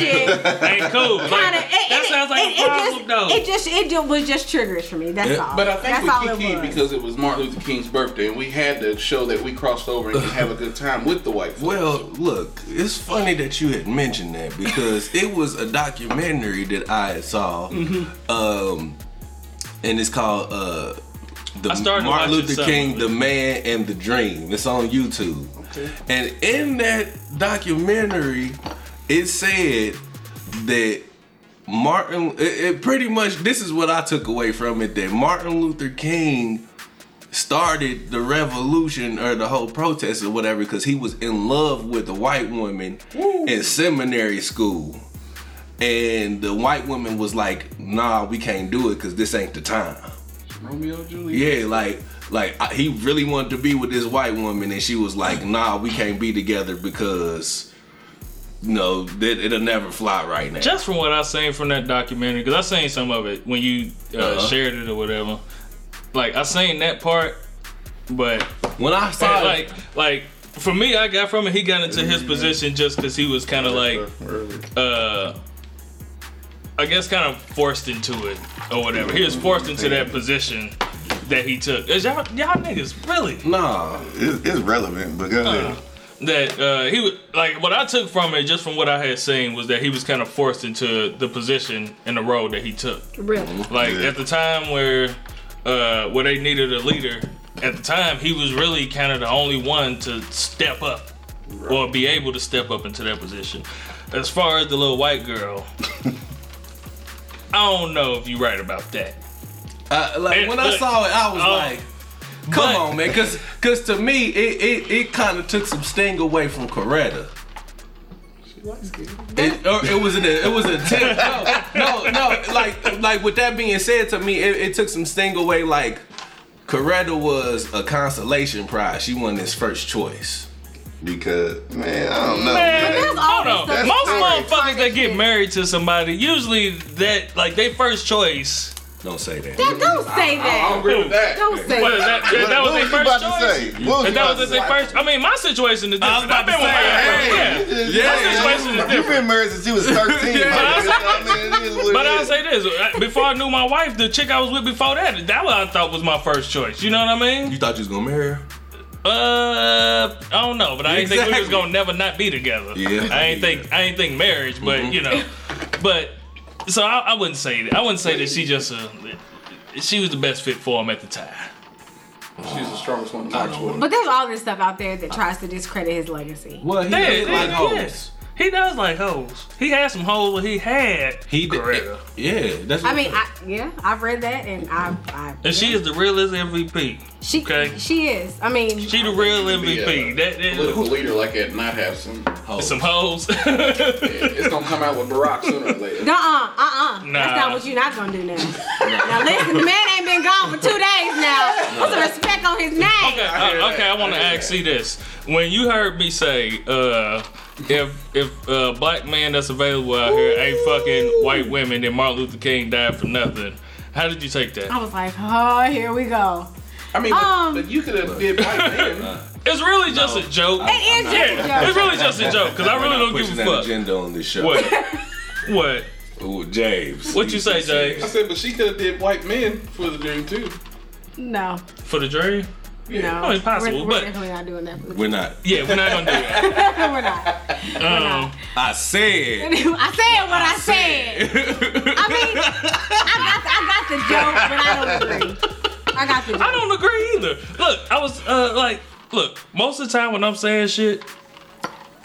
Speaker 4: [laughs]
Speaker 7: shit.
Speaker 4: ain't cool. Like,
Speaker 7: kind of.
Speaker 4: that sounds like a problem though.
Speaker 7: It just it just was just triggers for me. That's
Speaker 3: Yeah.
Speaker 7: all.
Speaker 6: But I think
Speaker 7: that's all
Speaker 6: with Kiki
Speaker 7: it was.
Speaker 6: because it was Martin Luther King's birthday, and we had to show that we crossed over and could have a good time with the white folks.
Speaker 3: Well, look, it's funny that you had mentioned that because it was a documentary that I had saw, um, and it's called uh, the
Speaker 4: I started
Speaker 3: Martin
Speaker 4: to watch it
Speaker 3: Luther
Speaker 4: somewhere.
Speaker 3: King, The Man and the Dream. It's on YouTube, and in that documentary, it said that Martin. It, it pretty much this is what I took away from it that Martin Luther King started the revolution or the whole protest or whatever because he was in love with a white woman in seminary school. And the white woman was like, nah, we can't do it because this ain't the time.
Speaker 6: Romeo and Juliet.
Speaker 3: Yeah, like like I, he really wanted to be with this white woman, and she was like, "Nah, we can't be together because no, that it'll never fly right now."
Speaker 4: just from what I seen from that documentary, because I seen some of it when you uh,
Speaker 3: Uh-huh.
Speaker 4: shared it or whatever. Like I seen that part, but
Speaker 3: when I saw it,
Speaker 4: like like for me, I got from it. He got into his position just because he was kind of like, uh, I guess, kind of forced into it or whatever. He was forced into that position that he took. Is y'all y'all niggas really?
Speaker 3: nah,
Speaker 5: It's, it's relevant, but go ahead.
Speaker 4: that uh, he was like what I took from it, just from what I had seen, was that he was kind of forced into the position and the role that he took.
Speaker 7: Really.
Speaker 4: Like
Speaker 5: Yeah.
Speaker 4: at the time where uh, where they needed a leader, at the time he was really kind of the only one to step up or be able to step up into that position. As far as the little white girl, I don't know if you're right about that.
Speaker 3: I, like
Speaker 4: Man,
Speaker 3: when I
Speaker 4: look,
Speaker 3: saw it, I was
Speaker 4: uh,
Speaker 3: like, "Come
Speaker 4: but-
Speaker 3: on, man," because because to me, it it, it kind of took some sting away from Coretta. It, or it was an it was an attempt. No, no, no. Like like with that being said, to me, it, it took some sting away. Like Coretta was a consolation prize. She won his first choice.
Speaker 5: Because man, I don't know.
Speaker 4: Man,
Speaker 5: Man.
Speaker 7: that's all
Speaker 4: Hold
Speaker 7: this
Speaker 4: on.
Speaker 7: stuff
Speaker 4: Most
Speaker 7: is target-
Speaker 4: motherfuckers that
Speaker 7: target
Speaker 4: get
Speaker 7: shit.
Speaker 4: married to somebody, usually that like they first choice.
Speaker 3: Don't say that.
Speaker 7: Don't don't say
Speaker 6: I
Speaker 7: that.
Speaker 6: agree with that.
Speaker 7: Don't say
Speaker 4: What is
Speaker 7: that.
Speaker 4: that? That, that was
Speaker 5: what
Speaker 4: their
Speaker 5: was you
Speaker 4: first
Speaker 5: about to
Speaker 4: choice.
Speaker 5: say? What was
Speaker 4: If
Speaker 5: you
Speaker 4: that
Speaker 5: about
Speaker 4: was
Speaker 5: to
Speaker 4: their
Speaker 5: say?
Speaker 4: first. I mean, my situation
Speaker 3: I was
Speaker 4: is different.
Speaker 3: about
Speaker 4: I've been
Speaker 3: to
Speaker 4: with
Speaker 3: say,
Speaker 4: my
Speaker 3: hey.
Speaker 4: girl. Yeah. My situation
Speaker 5: Yeah,
Speaker 4: is
Speaker 5: You've
Speaker 4: different.
Speaker 5: been married since
Speaker 4: [laughs]
Speaker 5: you was 13.
Speaker 3: Yeah.
Speaker 4: But I'll say this: uh, before I knew my wife, the chick I was with before that, that what I thought was my first choice. You know what I mean?
Speaker 3: You thought you was gonna marry her?
Speaker 4: Uh, I don't know, but I didn't think we was
Speaker 3: Exactly.
Speaker 4: gonna never not be together.
Speaker 3: Yeah. Mm-hmm.
Speaker 4: I ain't think I ain't think marriage, but you know, but so I, I wouldn't say that. I wouldn't say that she just uh, she was the best fit for him at the time.
Speaker 6: She's the strongest one to watch with.
Speaker 7: But there's all this stuff out there that tries to discredit his legacy.
Speaker 3: Well, he
Speaker 4: Yeah,
Speaker 3: does like
Speaker 4: yeah,
Speaker 3: hoes.
Speaker 4: yeah. He does like hoes. He had some hoes where he had
Speaker 3: He did.
Speaker 4: Coretta.
Speaker 3: Yeah, that's. What
Speaker 7: I mean, I, yeah, I've read that, and I, I
Speaker 4: And she is the realest MVP.
Speaker 7: she,
Speaker 4: okay.
Speaker 7: she is. I mean,
Speaker 4: She the real
Speaker 6: be
Speaker 4: MVP.
Speaker 6: a
Speaker 4: That, that
Speaker 6: Political leader like that not have some.
Speaker 3: hoes.
Speaker 4: some hoes. [laughs]
Speaker 6: It's gonna come out with Barack sooner or later.
Speaker 7: uh, uh, uh, uh. That's
Speaker 4: Nah.
Speaker 7: not what you're not gonna
Speaker 4: [laughs]
Speaker 7: do now. now listen, the man ain't been gone for two days now. Put some respect on his name.
Speaker 4: okay, I, okay, I want to ask you this. When you heard me say, uh, if if uh, black man that's available out here ain't fucking white women, then Martin Luther King died for nothing. How did you take that?
Speaker 7: I was like, oh, here we go.
Speaker 6: I mean, but-
Speaker 7: Um,
Speaker 6: but you could have did
Speaker 3: [laughs]
Speaker 6: white man.
Speaker 4: It's really just a joke.
Speaker 7: It is just
Speaker 4: Yeah,
Speaker 7: a
Speaker 4: it's
Speaker 7: joke.
Speaker 4: really just a joke because I
Speaker 3: We're
Speaker 4: really
Speaker 3: not
Speaker 4: don't
Speaker 3: pushing
Speaker 4: give a
Speaker 3: that
Speaker 4: fuck.
Speaker 3: agenda on this show.
Speaker 4: What? What?
Speaker 3: Ooh, James.
Speaker 4: What you say,
Speaker 3: said-
Speaker 6: I
Speaker 4: James?
Speaker 6: said, but she could have did white men for the dream too.
Speaker 7: No,
Speaker 4: For the dream?
Speaker 7: no,
Speaker 4: Oh, it's possible,
Speaker 7: We're, we're
Speaker 4: but-
Speaker 7: definitely not doing that. [laughs] For the
Speaker 3: We're not.
Speaker 4: Yeah, we're not gonna do that.
Speaker 7: we're not.
Speaker 4: Um,
Speaker 3: I said.
Speaker 7: I said what I said. I mean, I got the, I got the joke, but I don't agree. I got the joke.
Speaker 4: I don't agree either. Look, I was uh, like, look, most of the time when I'm saying shit,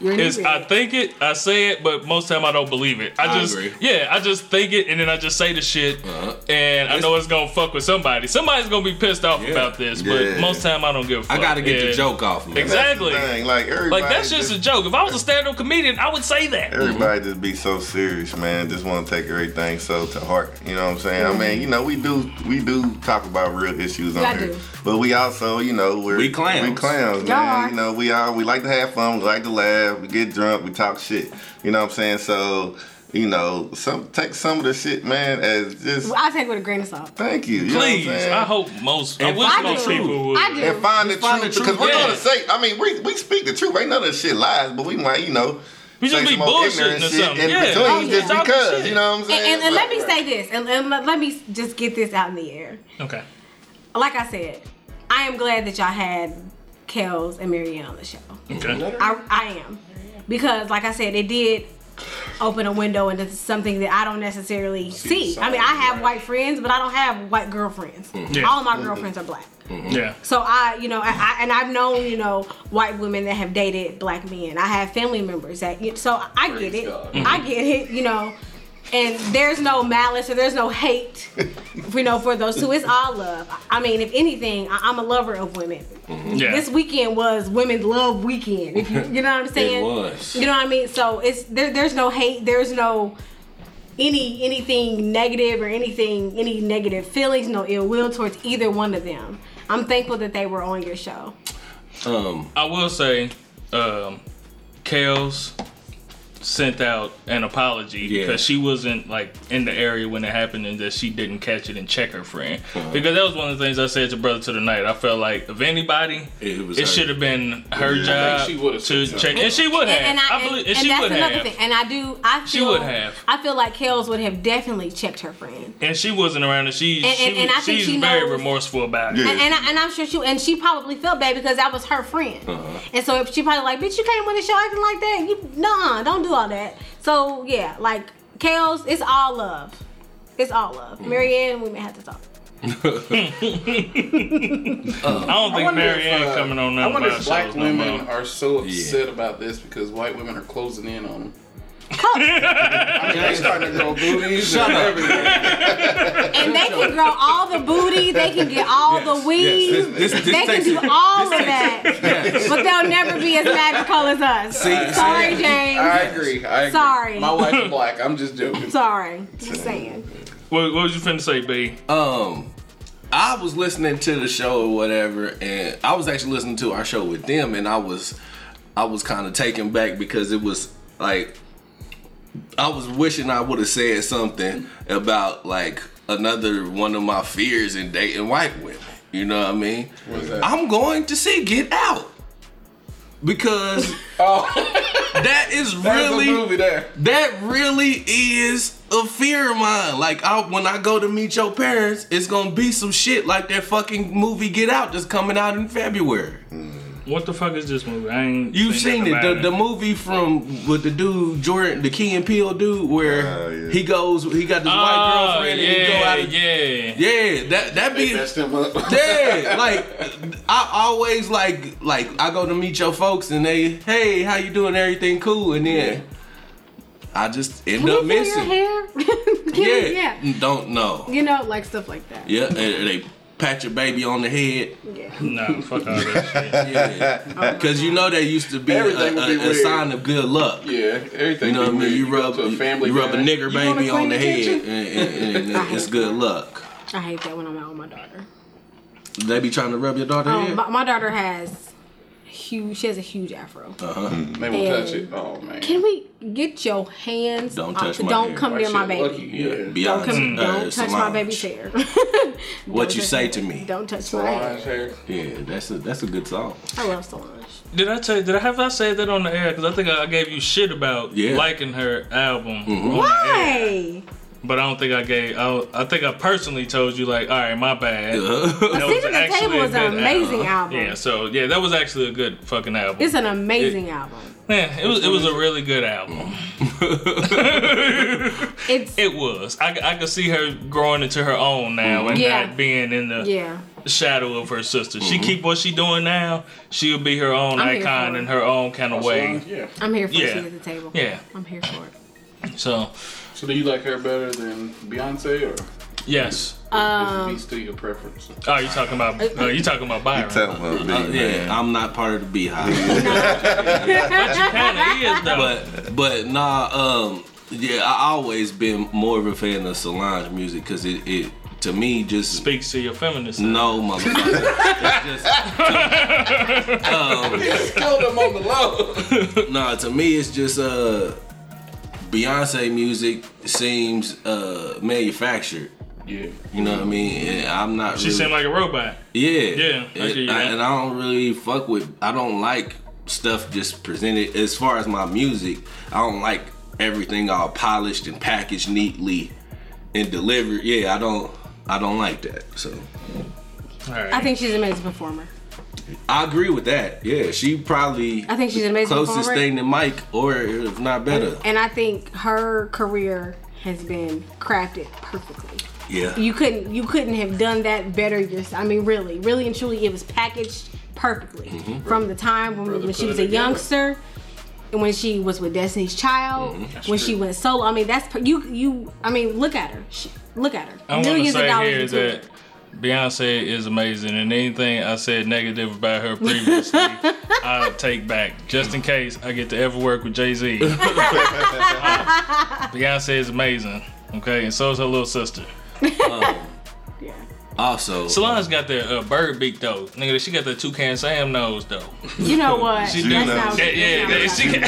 Speaker 7: You're an
Speaker 4: is
Speaker 7: idiot.
Speaker 4: I think it, I say it, but most time I don't believe it. I
Speaker 3: I
Speaker 4: just,
Speaker 3: agree.
Speaker 4: yeah, I just think it, and then I just say the shit,
Speaker 3: Uh-huh.
Speaker 4: and I
Speaker 3: It's-
Speaker 4: know it's gonna fuck with somebody. Somebody's gonna be pissed off
Speaker 3: Yeah.
Speaker 4: about this,
Speaker 5: Yeah.
Speaker 4: but most time I don't give a fuck.
Speaker 3: I gotta get the
Speaker 4: And-
Speaker 3: joke off, man.
Speaker 4: Exactly.
Speaker 5: Dang, like everybody.
Speaker 4: Like that's just a joke. If I was a stand-up comedian, I would say that.
Speaker 7: Mm-hmm.
Speaker 5: Everybody just be so serious, man. Just want to take everything so to heart. You know what I'm saying? I mean, you know, we do we do talk about real issues on
Speaker 7: Mm-hmm. Yeah, I
Speaker 5: here,
Speaker 7: do.
Speaker 5: but we also, you know, we're
Speaker 3: We clowns.
Speaker 5: We clowns,
Speaker 7: Y'all
Speaker 5: man.
Speaker 7: are.
Speaker 5: You know, we all we like to have fun. We like to laugh. We get drunk. We talk shit. You know what I'm saying? So, you know, some take some of the shit, man, as just
Speaker 7: I take it with a grain of salt.
Speaker 5: thank you. you know what I'm
Speaker 4: Please,
Speaker 5: saying?
Speaker 4: I hope most. I
Speaker 3: And
Speaker 4: wish
Speaker 7: I
Speaker 4: most
Speaker 7: do.
Speaker 4: people would.
Speaker 7: I do.
Speaker 5: and find the
Speaker 3: Find
Speaker 5: truth
Speaker 3: the
Speaker 5: because we're
Speaker 4: truth,
Speaker 5: gonna
Speaker 4: yeah.
Speaker 5: say. I mean, we, we speak the truth. Ain't none of this shit lies, but we might, you know,
Speaker 4: We just
Speaker 5: say
Speaker 4: be
Speaker 5: some old
Speaker 4: bullshitting
Speaker 5: ignorant
Speaker 4: or
Speaker 5: shit
Speaker 4: something.
Speaker 5: in
Speaker 4: Yeah.
Speaker 5: between
Speaker 7: Oh, yeah.
Speaker 5: just
Speaker 4: Talking
Speaker 5: because.
Speaker 4: shit.
Speaker 5: You know what I'm
Speaker 7: And,
Speaker 5: saying?
Speaker 7: and, and let
Speaker 5: But-
Speaker 7: me say this, and, and let, let me just get this out in the air.
Speaker 4: Okay.
Speaker 7: Like I said, I am glad that y'all had Kels and Marianne on the show.
Speaker 4: Okay.
Speaker 7: I, I am. Because, like I said, it did open a window into something that I don't necessarily see. I mean, I have white friends, but I don't have white girlfriends.
Speaker 4: Yeah.
Speaker 7: All my girlfriends are black.
Speaker 4: Yeah.
Speaker 7: So I, you know, I, I, and I've known, you know, white women that have dated black men. I have family members that, so I get it. I get it, you know. And there's no malice or there's no hate, you know, for those two. It's all love. I mean, if anything, I, I'm a lover of women.
Speaker 4: Yeah.
Speaker 7: This weekend was Women's Love Weekend. If you, you know
Speaker 4: [laughs]
Speaker 7: what I'm saying?
Speaker 3: was.
Speaker 7: You know what I mean? So it's there. There's no hate. There's no any anything negative or anything any negative feelings. No ill will towards either one of them. I'm thankful that they were on your show.
Speaker 3: Um,
Speaker 4: I will say, um, Kels sent out an apology
Speaker 3: Yeah.
Speaker 4: because she wasn't like in the area when it happened and that she didn't catch it and check her friend.
Speaker 6: Uh-huh.
Speaker 4: Because that was one of the things I said to Brother to the Night. I felt like if anybody,
Speaker 3: It was
Speaker 4: it
Speaker 3: her. [laughs]
Speaker 4: should have been her job
Speaker 6: she would've
Speaker 4: to
Speaker 6: said
Speaker 4: check, and she would have.
Speaker 7: And, and I,
Speaker 4: I believe, and,
Speaker 7: and, and
Speaker 4: she
Speaker 7: that's
Speaker 4: would
Speaker 7: another
Speaker 4: have.
Speaker 7: thing. And I do. I feel,
Speaker 4: She would have.
Speaker 7: I feel like Kels would have definitely checked her friend.
Speaker 4: And she wasn't around, and she,
Speaker 7: And-
Speaker 4: she
Speaker 7: and- and I think
Speaker 4: she's
Speaker 7: she
Speaker 4: very
Speaker 7: knows-
Speaker 4: remorseful about it.
Speaker 5: Yeah.
Speaker 7: And, and, I, and I'm sure she and she probably felt bad because that was her friend,
Speaker 3: Uh-huh.
Speaker 7: and so if she probably like, bitch, you came on the show acting like that. You nah, don't do all that. So yeah, like Kels, it's all love. It's all love.
Speaker 3: Mm-hmm.
Speaker 7: Marianne, we may have
Speaker 3: [laughs]
Speaker 7: to talk.
Speaker 4: I don't think Mary Ann
Speaker 6: uh,
Speaker 4: coming on
Speaker 6: I
Speaker 4: none of
Speaker 6: wonder
Speaker 4: our
Speaker 6: if black
Speaker 4: shows no
Speaker 6: women
Speaker 4: more.
Speaker 6: are so upset about this because white women are closing in on them. [laughs] I mean, they starting to grow booties and everything.
Speaker 7: And they can grow all the booty, they can get all the weed,
Speaker 3: yes, this- this- this
Speaker 7: they can
Speaker 3: takes
Speaker 7: do
Speaker 3: it.
Speaker 7: all of that, but they'll never be as magical as us. Sorry, James.
Speaker 6: I agree. I agree.
Speaker 7: Sorry.
Speaker 6: My wife's black. I'm just joking.
Speaker 7: Sorry, just saying.
Speaker 4: What, what was you finna say, B?
Speaker 3: um, I was listening to the show or whatever, and I was actually listening to our show with them, and I was, I was kind of taken back because it was like, I was wishing I would have said something about like another one of my fears in dating white women. You know what I mean?
Speaker 6: that?
Speaker 3: I'm going to see Get Out because that is
Speaker 6: There's
Speaker 3: really
Speaker 6: a movie there.
Speaker 3: that really is a fear of mine. Like, I, when I go to meet your parents, it's gonna be some shit like that fucking movie Get Out that's coming out in February.
Speaker 4: What the fuck is this movie? I ain't
Speaker 3: You've seen
Speaker 4: nothing
Speaker 3: it, the,
Speaker 4: about
Speaker 3: the movie from with the dude Jordan, the Key and Peele dude, where
Speaker 5: Oh, yeah.
Speaker 3: he goes, he got this white
Speaker 4: Oh,
Speaker 3: girlfriend,
Speaker 4: yeah,
Speaker 3: and he go out, and, yeah.
Speaker 4: yeah.
Speaker 3: that that be
Speaker 6: They messed him up.
Speaker 3: yeah, like I always like like I go to meet your folks, and they, hey, how you doing? Everything cool, and then I just end
Speaker 7: Can
Speaker 3: up
Speaker 7: you feel your
Speaker 3: missing.
Speaker 7: hair? [laughs] Can yeah. yeah.
Speaker 3: don't know.
Speaker 7: You know, like stuff like that.
Speaker 3: Yeah, and they pat your baby on the head.
Speaker 7: Yeah.
Speaker 4: Nah, fuck all that shit.
Speaker 3: Yeah, because you know that used to be a,
Speaker 6: Everything would
Speaker 3: a-
Speaker 6: be
Speaker 3: a
Speaker 6: weird.
Speaker 3: sign of good luck.
Speaker 6: Yeah, everything.
Speaker 3: You know what I
Speaker 6: be
Speaker 3: mean?
Speaker 6: weird.
Speaker 3: You
Speaker 6: go
Speaker 3: rub,
Speaker 6: to a
Speaker 3: you,
Speaker 6: family.
Speaker 3: you rub a
Speaker 6: dinner.
Speaker 3: nigger
Speaker 6: wanna
Speaker 3: baby
Speaker 6: clean
Speaker 3: on the head,
Speaker 6: kitchen?
Speaker 3: and, and- and- and it's good luck.
Speaker 7: I hate that when I'm out with my daughter.
Speaker 3: They be trying to rub your daughter
Speaker 7: Um,
Speaker 3: head.
Speaker 7: my, my daughter has huge. She has a huge afro.
Speaker 3: Uh,
Speaker 6: They won't touch it. Oh man.
Speaker 7: Can we get your hands?
Speaker 3: Don't
Speaker 7: off-
Speaker 3: touch my
Speaker 7: don't
Speaker 3: hair.
Speaker 7: come
Speaker 6: Why
Speaker 7: near
Speaker 6: she
Speaker 7: my baby.
Speaker 6: lucky?
Speaker 3: yeah,
Speaker 6: Yeah.
Speaker 7: Don't
Speaker 3: Beyonce,
Speaker 7: come.
Speaker 3: uh,
Speaker 7: Don't touch my
Speaker 3: Solange. [laughs]
Speaker 7: baby's hair.
Speaker 3: What
Speaker 7: Don't
Speaker 3: you
Speaker 7: touch
Speaker 3: say
Speaker 7: my-
Speaker 3: to me?
Speaker 7: Don't touch my
Speaker 6: Blonde
Speaker 7: hair.
Speaker 6: hair.
Speaker 3: Yeah, that's a that's a good song.
Speaker 7: I love Solange.
Speaker 4: [laughs] Did I tell you? Did I have I said that on the air? Because I think I gave you shit about
Speaker 3: Yeah. Mm-hmm.
Speaker 4: liking her album. on the air.
Speaker 7: Why?
Speaker 4: But I don't think I gave. I, I think I personally told you like, all right, my bad.
Speaker 3: Uh, [laughs]
Speaker 4: That
Speaker 7: Seat at the Table
Speaker 4: a
Speaker 7: is an
Speaker 4: good
Speaker 7: amazing
Speaker 4: album.
Speaker 7: album.
Speaker 4: Yeah, so yeah, that was actually a good fucking album.
Speaker 7: It's an amazing album.
Speaker 4: Man, it was it was a really good album.
Speaker 3: Mm-hmm.
Speaker 7: It's
Speaker 4: [laughs] It was. I, I could see her growing into her own
Speaker 3: Mm-hmm.
Speaker 4: now and
Speaker 7: Yeah.
Speaker 4: not being in the
Speaker 7: yeah.
Speaker 4: shadow of her sister. She keep what she doing now. She'll be her own
Speaker 7: I'm here
Speaker 4: icon
Speaker 7: for
Speaker 4: in
Speaker 7: it.
Speaker 4: her own kind of way.
Speaker 6: Yeah.
Speaker 7: I'm here for
Speaker 4: Yeah.
Speaker 7: Seat at the Table.
Speaker 4: Yeah.
Speaker 7: I'm here for it.
Speaker 4: So
Speaker 6: So do you like her better than Beyonce, or
Speaker 4: yes.
Speaker 6: is B still your preference?
Speaker 4: Oh, you talking about uh, you talking about [laughs] Byron?
Speaker 5: [laughs] Tell him, man.
Speaker 3: yeah, I'm not part of the
Speaker 7: [laughs]
Speaker 3: beehive,
Speaker 4: Kinda is though.
Speaker 3: but but nah, um, yeah, I always been more of a fan of Solange music because it, it to me just
Speaker 4: speaks to your feminist. side.
Speaker 3: no motherfucker. it's just,
Speaker 6: Killed him on the low.
Speaker 3: Um, Nah, to me it's just uh Beyonce music seems uh manufactured.
Speaker 6: Yeah.
Speaker 3: You know what I mean? And I'm not
Speaker 4: She
Speaker 3: really
Speaker 4: seemed like a robot.
Speaker 3: Yeah.
Speaker 4: Yeah, I
Speaker 3: And-
Speaker 4: get you.
Speaker 3: I- and I don't really fuck with I don't like stuff just presented as far as my music, I don't like everything all polished and packaged neatly and delivered. Yeah, I don't I don't like that. So
Speaker 4: All right.
Speaker 7: I think she's an amazing performer.
Speaker 3: I agree with that. Yeah, she probably
Speaker 7: I think she's an amazing
Speaker 3: closest
Speaker 7: performer.
Speaker 3: thing to Mike or if not better.
Speaker 7: And I think her career has been crafted perfectly.
Speaker 3: Yeah.
Speaker 7: You couldn't you couldn't have done that better yourself. I mean, really, really and truly, it was packaged perfectly from the time when, when she
Speaker 6: put
Speaker 7: was
Speaker 6: it
Speaker 7: a
Speaker 6: together.
Speaker 7: youngster, and when she was with Destiny's Child,
Speaker 4: Mm-hmm.
Speaker 7: when she went solo. I mean, that's per- you you. I mean, look at her. She, look at her.
Speaker 4: I want to say here
Speaker 7: into
Speaker 4: that Beyonce is amazing, and anything I said negative about her previously,
Speaker 7: [laughs]
Speaker 4: I'll take back just in case I get to ever work with Jay
Speaker 7: [laughs]
Speaker 4: Z. Beyonce is amazing, okay, and so is her little sister.
Speaker 7: it. Yeah.
Speaker 3: Also,
Speaker 4: Solange got that uh, bird beak though, nigga. She got that toucan Sam nose though. [laughs]
Speaker 7: You know what?
Speaker 4: She
Speaker 7: That's
Speaker 5: do.
Speaker 7: not-
Speaker 4: Yeah, yeah,
Speaker 7: that's not
Speaker 4: yeah,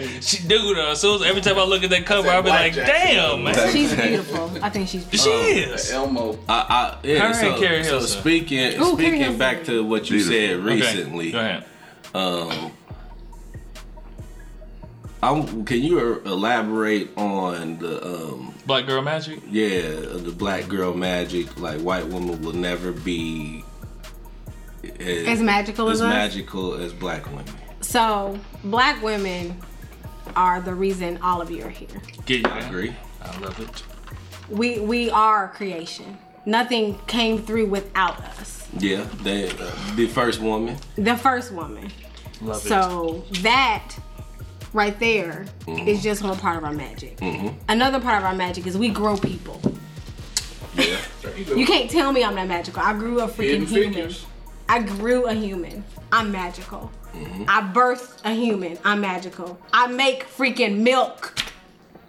Speaker 7: what
Speaker 3: [laughs]
Speaker 4: she, got- [laughs] she do though. So every time I look at that cover, I be like, damn, man,
Speaker 7: I- She's beautiful. I think she's beautiful.
Speaker 4: [laughs] she
Speaker 3: Oh,
Speaker 4: is.
Speaker 6: Elmo.
Speaker 3: I, I yeah.
Speaker 4: Her
Speaker 3: so,
Speaker 4: and Carrie
Speaker 3: so
Speaker 4: Hilson.
Speaker 3: speaking,
Speaker 7: Ooh, Carrie
Speaker 3: speaking
Speaker 7: Hilson.
Speaker 3: back to what you
Speaker 5: Beautiful.
Speaker 3: said
Speaker 4: Okay,
Speaker 3: recently,
Speaker 4: go ahead.
Speaker 3: I'm, can you elaborate on the um,
Speaker 4: Black girl magic.
Speaker 3: yeah the black girl magic? Like white woman will never be as,
Speaker 7: As magical as,
Speaker 3: as
Speaker 7: us.
Speaker 3: magical as black women.
Speaker 7: So, black women are the reason all of you are here.
Speaker 4: Get you.
Speaker 3: I agree.
Speaker 4: I love it.
Speaker 7: We we are creation. Nothing came through without us.
Speaker 3: Yeah, they, uh, the first woman.
Speaker 7: The first woman.
Speaker 4: Love it.
Speaker 7: So that right there is
Speaker 4: Mm-hmm.
Speaker 7: just one part of our magic. Another part of our magic is we grow people.
Speaker 3: Yeah,
Speaker 7: You can't tell me I'm not magical. I grew a freaking
Speaker 6: Hidden
Speaker 7: human.
Speaker 6: figures.
Speaker 7: I grew a human. I'm magical.
Speaker 4: Mm-hmm.
Speaker 7: I birthed a human. I'm magical. I make freaking milk.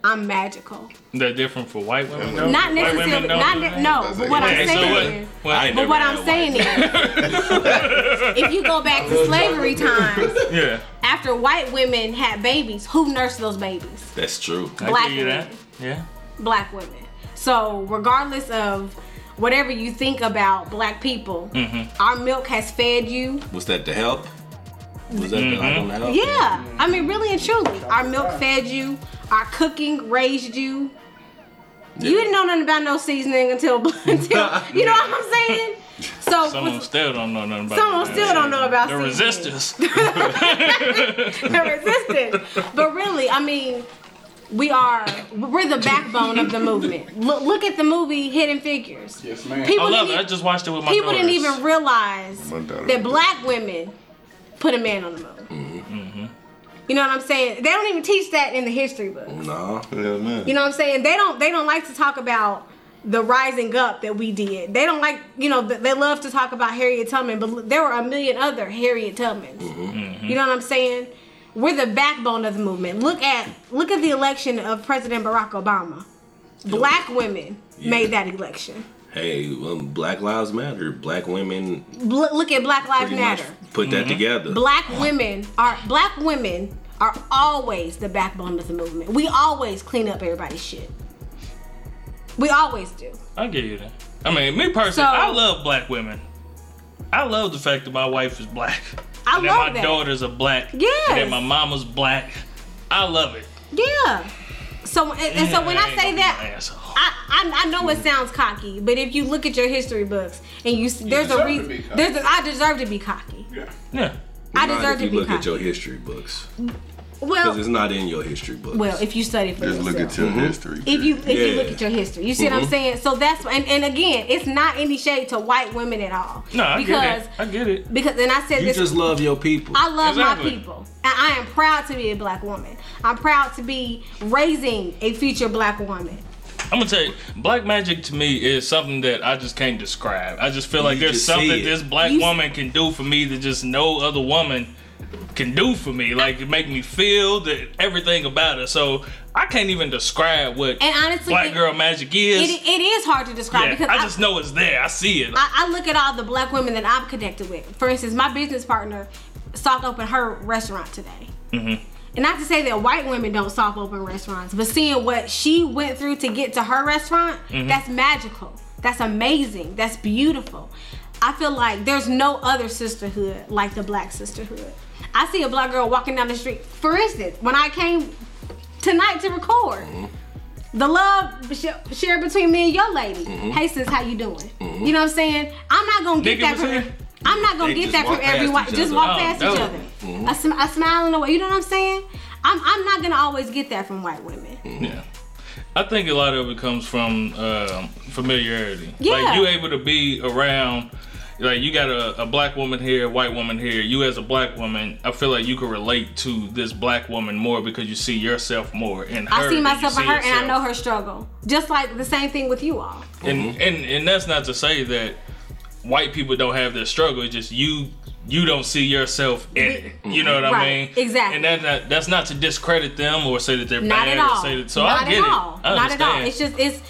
Speaker 7: I'm magical.
Speaker 4: They're different for white women, though. White
Speaker 7: Not necessarily.
Speaker 4: women don't
Speaker 7: not
Speaker 4: do
Speaker 7: ne-
Speaker 4: that?
Speaker 7: no. But what
Speaker 4: Okay,
Speaker 7: I'm
Speaker 4: so
Speaker 7: saying
Speaker 4: what?
Speaker 7: is.
Speaker 4: what
Speaker 3: I ain't
Speaker 7: But
Speaker 3: never
Speaker 7: what
Speaker 3: had
Speaker 7: I'm
Speaker 3: a
Speaker 7: saying is, if you go back
Speaker 4: [laughs]
Speaker 7: to slavery times,
Speaker 4: yeah,
Speaker 7: after white women had babies, who nursed those babies?
Speaker 3: that's true.
Speaker 4: I
Speaker 7: Black
Speaker 4: give you that.
Speaker 7: women.
Speaker 4: Yeah.
Speaker 7: Black women. So, regardless of whatever you think about black people, our milk has fed you.
Speaker 3: Was that the help? Was that the, I don't know.
Speaker 7: Yeah, I mean, really and truly, our milk fed you, our cooking raised you. [laughs] You didn't know nothing about no seasoning until until you know what I'm saying. So
Speaker 4: Someone still don't know nothing about
Speaker 7: Someone
Speaker 4: that.
Speaker 7: still don't know about
Speaker 4: the
Speaker 7: CP. [laughs]
Speaker 4: resistors.
Speaker 7: they're [laughs] resistant. But really, I mean, we are we're the backbone of the movement. Look, look at the movie Hidden Figures.
Speaker 6: Yes, ma'am.
Speaker 7: People
Speaker 4: I love it.
Speaker 7: didn't
Speaker 4: I
Speaker 7: e-
Speaker 4: just watched it with my
Speaker 7: people didn't
Speaker 4: daughters.
Speaker 7: even realize
Speaker 5: My daughter
Speaker 7: that
Speaker 5: did.
Speaker 7: black women put a man on the moon.
Speaker 4: Mm-hmm.
Speaker 7: You know what I'm saying? They don't even teach that in the history book.
Speaker 3: No.
Speaker 5: Yeah, man.
Speaker 7: You know what I'm saying? They don't they don't like to talk about the rising up that we did. They don't like, you know, th- they love to talk about Harriet Tubman, but l- there were a million other Harriet Tubmans.
Speaker 3: Mm-hmm.
Speaker 7: You know what I'm saying? We're the backbone of the movement. Look at look at the election of President Barack Obama. Black women made that election.
Speaker 3: Hey, um, Black Lives Matter. Black women
Speaker 7: Bl- look at Black Lives
Speaker 3: pretty
Speaker 7: Matter.
Speaker 3: much put that together.
Speaker 7: Black women are black women are always the backbone of the movement. We always clean up everybody's shit. We always do.
Speaker 4: I get you that. I mean, me personally,
Speaker 7: So-
Speaker 4: I love black women. I love the fact that my wife is black.
Speaker 7: I
Speaker 4: and
Speaker 7: love
Speaker 4: that my
Speaker 7: that.
Speaker 4: daughters are black.
Speaker 7: Yes.
Speaker 4: And that my mama's black. I love it.
Speaker 7: Yeah. So and, and so when I
Speaker 4: ain't gonna
Speaker 7: say
Speaker 4: be no
Speaker 7: that,
Speaker 4: asshole.
Speaker 7: I, I I know it sounds cocky, but if you look at your history books and you see there's a
Speaker 6: deserve to be
Speaker 7: reason
Speaker 6: cocky.
Speaker 7: there's a, I deserve to be cocky.
Speaker 4: yeah.
Speaker 7: I
Speaker 3: Not
Speaker 7: deserve
Speaker 3: if
Speaker 7: to
Speaker 3: you
Speaker 7: be
Speaker 3: look at your
Speaker 7: cocky.
Speaker 3: history books, because
Speaker 7: Well,
Speaker 3: it's not in your history books. Mm-hmm.
Speaker 7: well, if you study for
Speaker 5: Just
Speaker 7: yourself.
Speaker 5: look at your history.
Speaker 7: if you if you look
Speaker 3: Yeah.
Speaker 7: at your history, you see what I'm saying. So that's and, and again, it's not any shade to white women at all.
Speaker 4: No, I
Speaker 7: because
Speaker 4: get it. I get it.
Speaker 7: because and I said
Speaker 3: you
Speaker 7: this
Speaker 3: just love your people.
Speaker 7: I love
Speaker 4: Exactly.
Speaker 7: my people. And I am proud to be a black woman. I'm proud to be raising a future black woman.
Speaker 4: I'm gonna tell you, black magic to me is something that I just can't describe. I just feel like
Speaker 3: You
Speaker 4: there's
Speaker 3: just see
Speaker 4: something
Speaker 3: it.
Speaker 4: this black
Speaker 7: You s-
Speaker 4: woman can do for me that just no other woman can do for me. Like it make me feel that everything about her. So I can't even describe what
Speaker 7: And honestly,
Speaker 4: black
Speaker 7: it-
Speaker 4: girl magic is.
Speaker 7: It, it is hard to describe
Speaker 4: yeah,
Speaker 7: because
Speaker 4: I just know it's there. I see it.
Speaker 7: I, I look at all the black women that I've connected with. For instance, my business partner soft opened her restaurant today. And not to say that white women don't soft open restaurants, but seeing what she went through to get to her restaurant,
Speaker 3: Mm-hmm.
Speaker 7: that's magical. That's amazing. That's beautiful. I feel like there's no other sisterhood like the black sisterhood. I see a black girl walking down the street. For instance, when I came tonight to record,
Speaker 3: Mm-hmm.
Speaker 7: the love sh- shared between me and your lady. Hey sis, how you doing?
Speaker 3: Mm-hmm.
Speaker 7: You know what I'm saying? I'm not gonna get
Speaker 4: Nigga
Speaker 7: that
Speaker 4: was
Speaker 7: from.
Speaker 4: here.
Speaker 7: I'm not gonna
Speaker 3: They
Speaker 7: get
Speaker 3: just
Speaker 7: that from
Speaker 3: walk past
Speaker 7: every
Speaker 3: each
Speaker 7: white. Just
Speaker 3: other.
Speaker 7: walk
Speaker 4: Oh,
Speaker 7: past each
Speaker 4: dope.
Speaker 7: other. A, sm- a smile and a way. You know what I'm saying? I'm I'm not gonna always get that from white women.
Speaker 4: Yeah. I think a lot of it comes from um, familiarity.
Speaker 7: Yeah.
Speaker 4: Like you able to be around, like you got a, a black woman here, a white woman here. You as a black woman, I feel like you can relate to this black woman more because you see yourself more in her.
Speaker 7: I see
Speaker 4: than you
Speaker 7: myself in
Speaker 4: see
Speaker 7: her and I
Speaker 4: yourself.
Speaker 7: know her struggle. Just like the same thing with you all.
Speaker 3: Mm-hmm.
Speaker 4: And and and that's not to say that white people don't have their struggle. It's just you you don't see yourself in it. You know what I
Speaker 7: Right,
Speaker 4: mean?
Speaker 7: exactly.
Speaker 4: And that's not that's not to discredit them or say that they're
Speaker 7: Not
Speaker 4: bad
Speaker 7: at
Speaker 4: or
Speaker 7: all.
Speaker 4: say that so
Speaker 7: not
Speaker 4: I get
Speaker 7: at
Speaker 4: it.
Speaker 7: all.
Speaker 4: I
Speaker 7: not at all.
Speaker 4: understand.
Speaker 7: It's just it's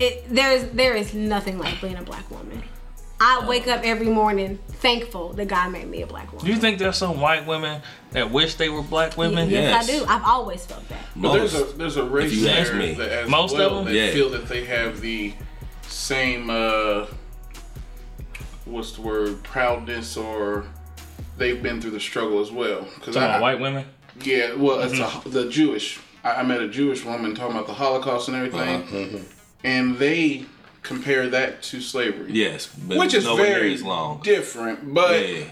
Speaker 7: it. There's there is nothing like being a black woman.
Speaker 4: Oh.
Speaker 7: I wake up every morning thankful that God made me a black woman.
Speaker 4: Do you think there's some white women that wish they were black women?
Speaker 3: Yes.
Speaker 7: Yes, I do. I've always felt that.
Speaker 6: But
Speaker 3: Most.
Speaker 6: there's a there's a race
Speaker 3: you ask
Speaker 6: there
Speaker 3: me.
Speaker 6: that as
Speaker 4: Most of
Speaker 6: well
Speaker 4: them?
Speaker 6: that
Speaker 3: Yeah.
Speaker 6: feel that they have the same uh, what's the word proudness or they've been through the struggle as well. Because
Speaker 4: Talking about white women?
Speaker 6: yeah, well, it's
Speaker 3: Mm-hmm.
Speaker 6: a, the Jewish. I, I met a Jewish woman talking about the Holocaust and everything, and they compare that to slavery.
Speaker 3: yes, but
Speaker 6: which is
Speaker 3: nowhere near
Speaker 6: very
Speaker 3: as long.
Speaker 6: different. But
Speaker 3: Yeah.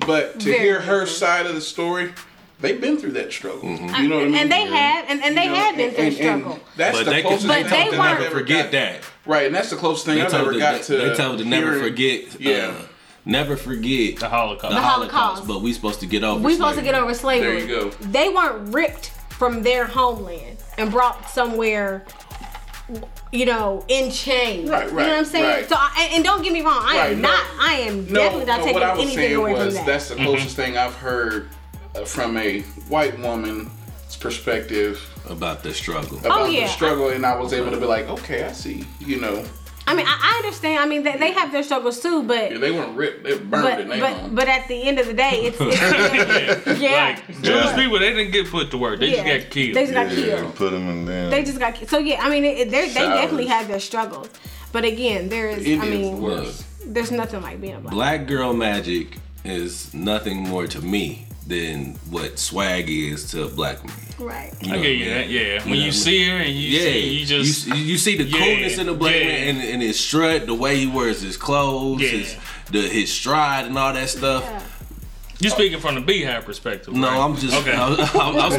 Speaker 6: but to
Speaker 7: Very
Speaker 6: hear her
Speaker 7: different.
Speaker 6: side of the story, they've been through that struggle.
Speaker 3: Mm-hmm.
Speaker 6: You know what I mean?
Speaker 7: And they have, and, and they
Speaker 6: You know,
Speaker 7: have been
Speaker 6: and-
Speaker 7: through
Speaker 6: and- and
Speaker 7: struggle.
Speaker 6: That's
Speaker 3: But
Speaker 6: the
Speaker 3: they
Speaker 6: closest
Speaker 3: can, they
Speaker 7: But
Speaker 6: thing
Speaker 7: they
Speaker 3: told to
Speaker 7: weren't-
Speaker 3: never forget that.
Speaker 6: Right, and that's the closest thing
Speaker 3: They
Speaker 6: I've
Speaker 3: told
Speaker 6: ever
Speaker 3: to,
Speaker 6: got to.
Speaker 3: they, they told to never
Speaker 6: hearing-
Speaker 3: forget.
Speaker 6: Yeah.
Speaker 3: Uh, never forget uh,
Speaker 4: The Holocaust. [laughs]
Speaker 7: The Holocaust.
Speaker 3: But we supposed to get over.
Speaker 7: We're supposed to
Speaker 3: slavery.
Speaker 7: get over slavery.
Speaker 6: There you go.
Speaker 7: They weren't ripped from their homeland and brought somewhere, you know, in chains.
Speaker 6: Right,
Speaker 7: You know
Speaker 6: right,
Speaker 7: what I'm saying?
Speaker 6: right.
Speaker 7: So, I, and- and don't get me wrong, I
Speaker 6: Right,
Speaker 7: am
Speaker 6: no.
Speaker 7: not. I am definitely not taking
Speaker 6: what I was
Speaker 7: anything
Speaker 6: saying
Speaker 7: away
Speaker 6: was,
Speaker 7: from that.
Speaker 6: That's the
Speaker 3: Mm-hmm.
Speaker 6: closest thing I've heard uh, from a white woman's perspective
Speaker 3: about the struggle.
Speaker 6: about
Speaker 7: Oh, yeah.
Speaker 6: the struggle, and I was able to be like, okay, I see. You know,
Speaker 7: I mean, I, I understand. I mean, they, they have their struggles too, but.
Speaker 6: yeah, they weren't ripped, they were burned
Speaker 7: But,
Speaker 6: in their
Speaker 7: but
Speaker 6: home.
Speaker 7: but at the end of the day, it's,
Speaker 6: [laughs]
Speaker 7: [laughs] it's yeah,
Speaker 4: Like, Jewish people, they didn't get put to work. They
Speaker 7: yeah.
Speaker 4: just got killed.
Speaker 7: They just got
Speaker 5: Yeah,
Speaker 7: killed.
Speaker 5: put them in there.
Speaker 7: They just got ki- so yeah. I mean, it, it- they're- they
Speaker 5: Showers.
Speaker 7: definitely have their struggles, but again, there is. I
Speaker 6: Indians
Speaker 7: mean,
Speaker 6: were.
Speaker 7: there's nothing like being a black.
Speaker 3: Black girl magic is nothing more to me than what swag is to a black man.
Speaker 7: Right.
Speaker 3: You
Speaker 4: I
Speaker 3: know
Speaker 4: get
Speaker 3: what
Speaker 4: you
Speaker 3: I
Speaker 4: that.
Speaker 3: mean?
Speaker 4: Yeah,
Speaker 3: You
Speaker 4: when
Speaker 3: know
Speaker 4: you
Speaker 3: what I
Speaker 4: see her and you see, you just
Speaker 3: you, see the
Speaker 4: Yeah,
Speaker 3: coolness in the black
Speaker 4: yeah.
Speaker 3: man and, and his strut, the way he wears his clothes,
Speaker 4: Yeah.
Speaker 3: his the his stride and all that stuff.
Speaker 7: Yeah.
Speaker 4: you speaking from the beehive perspective.
Speaker 3: No,
Speaker 4: right?
Speaker 3: I'm just
Speaker 4: Okay.
Speaker 3: I'm, I'm-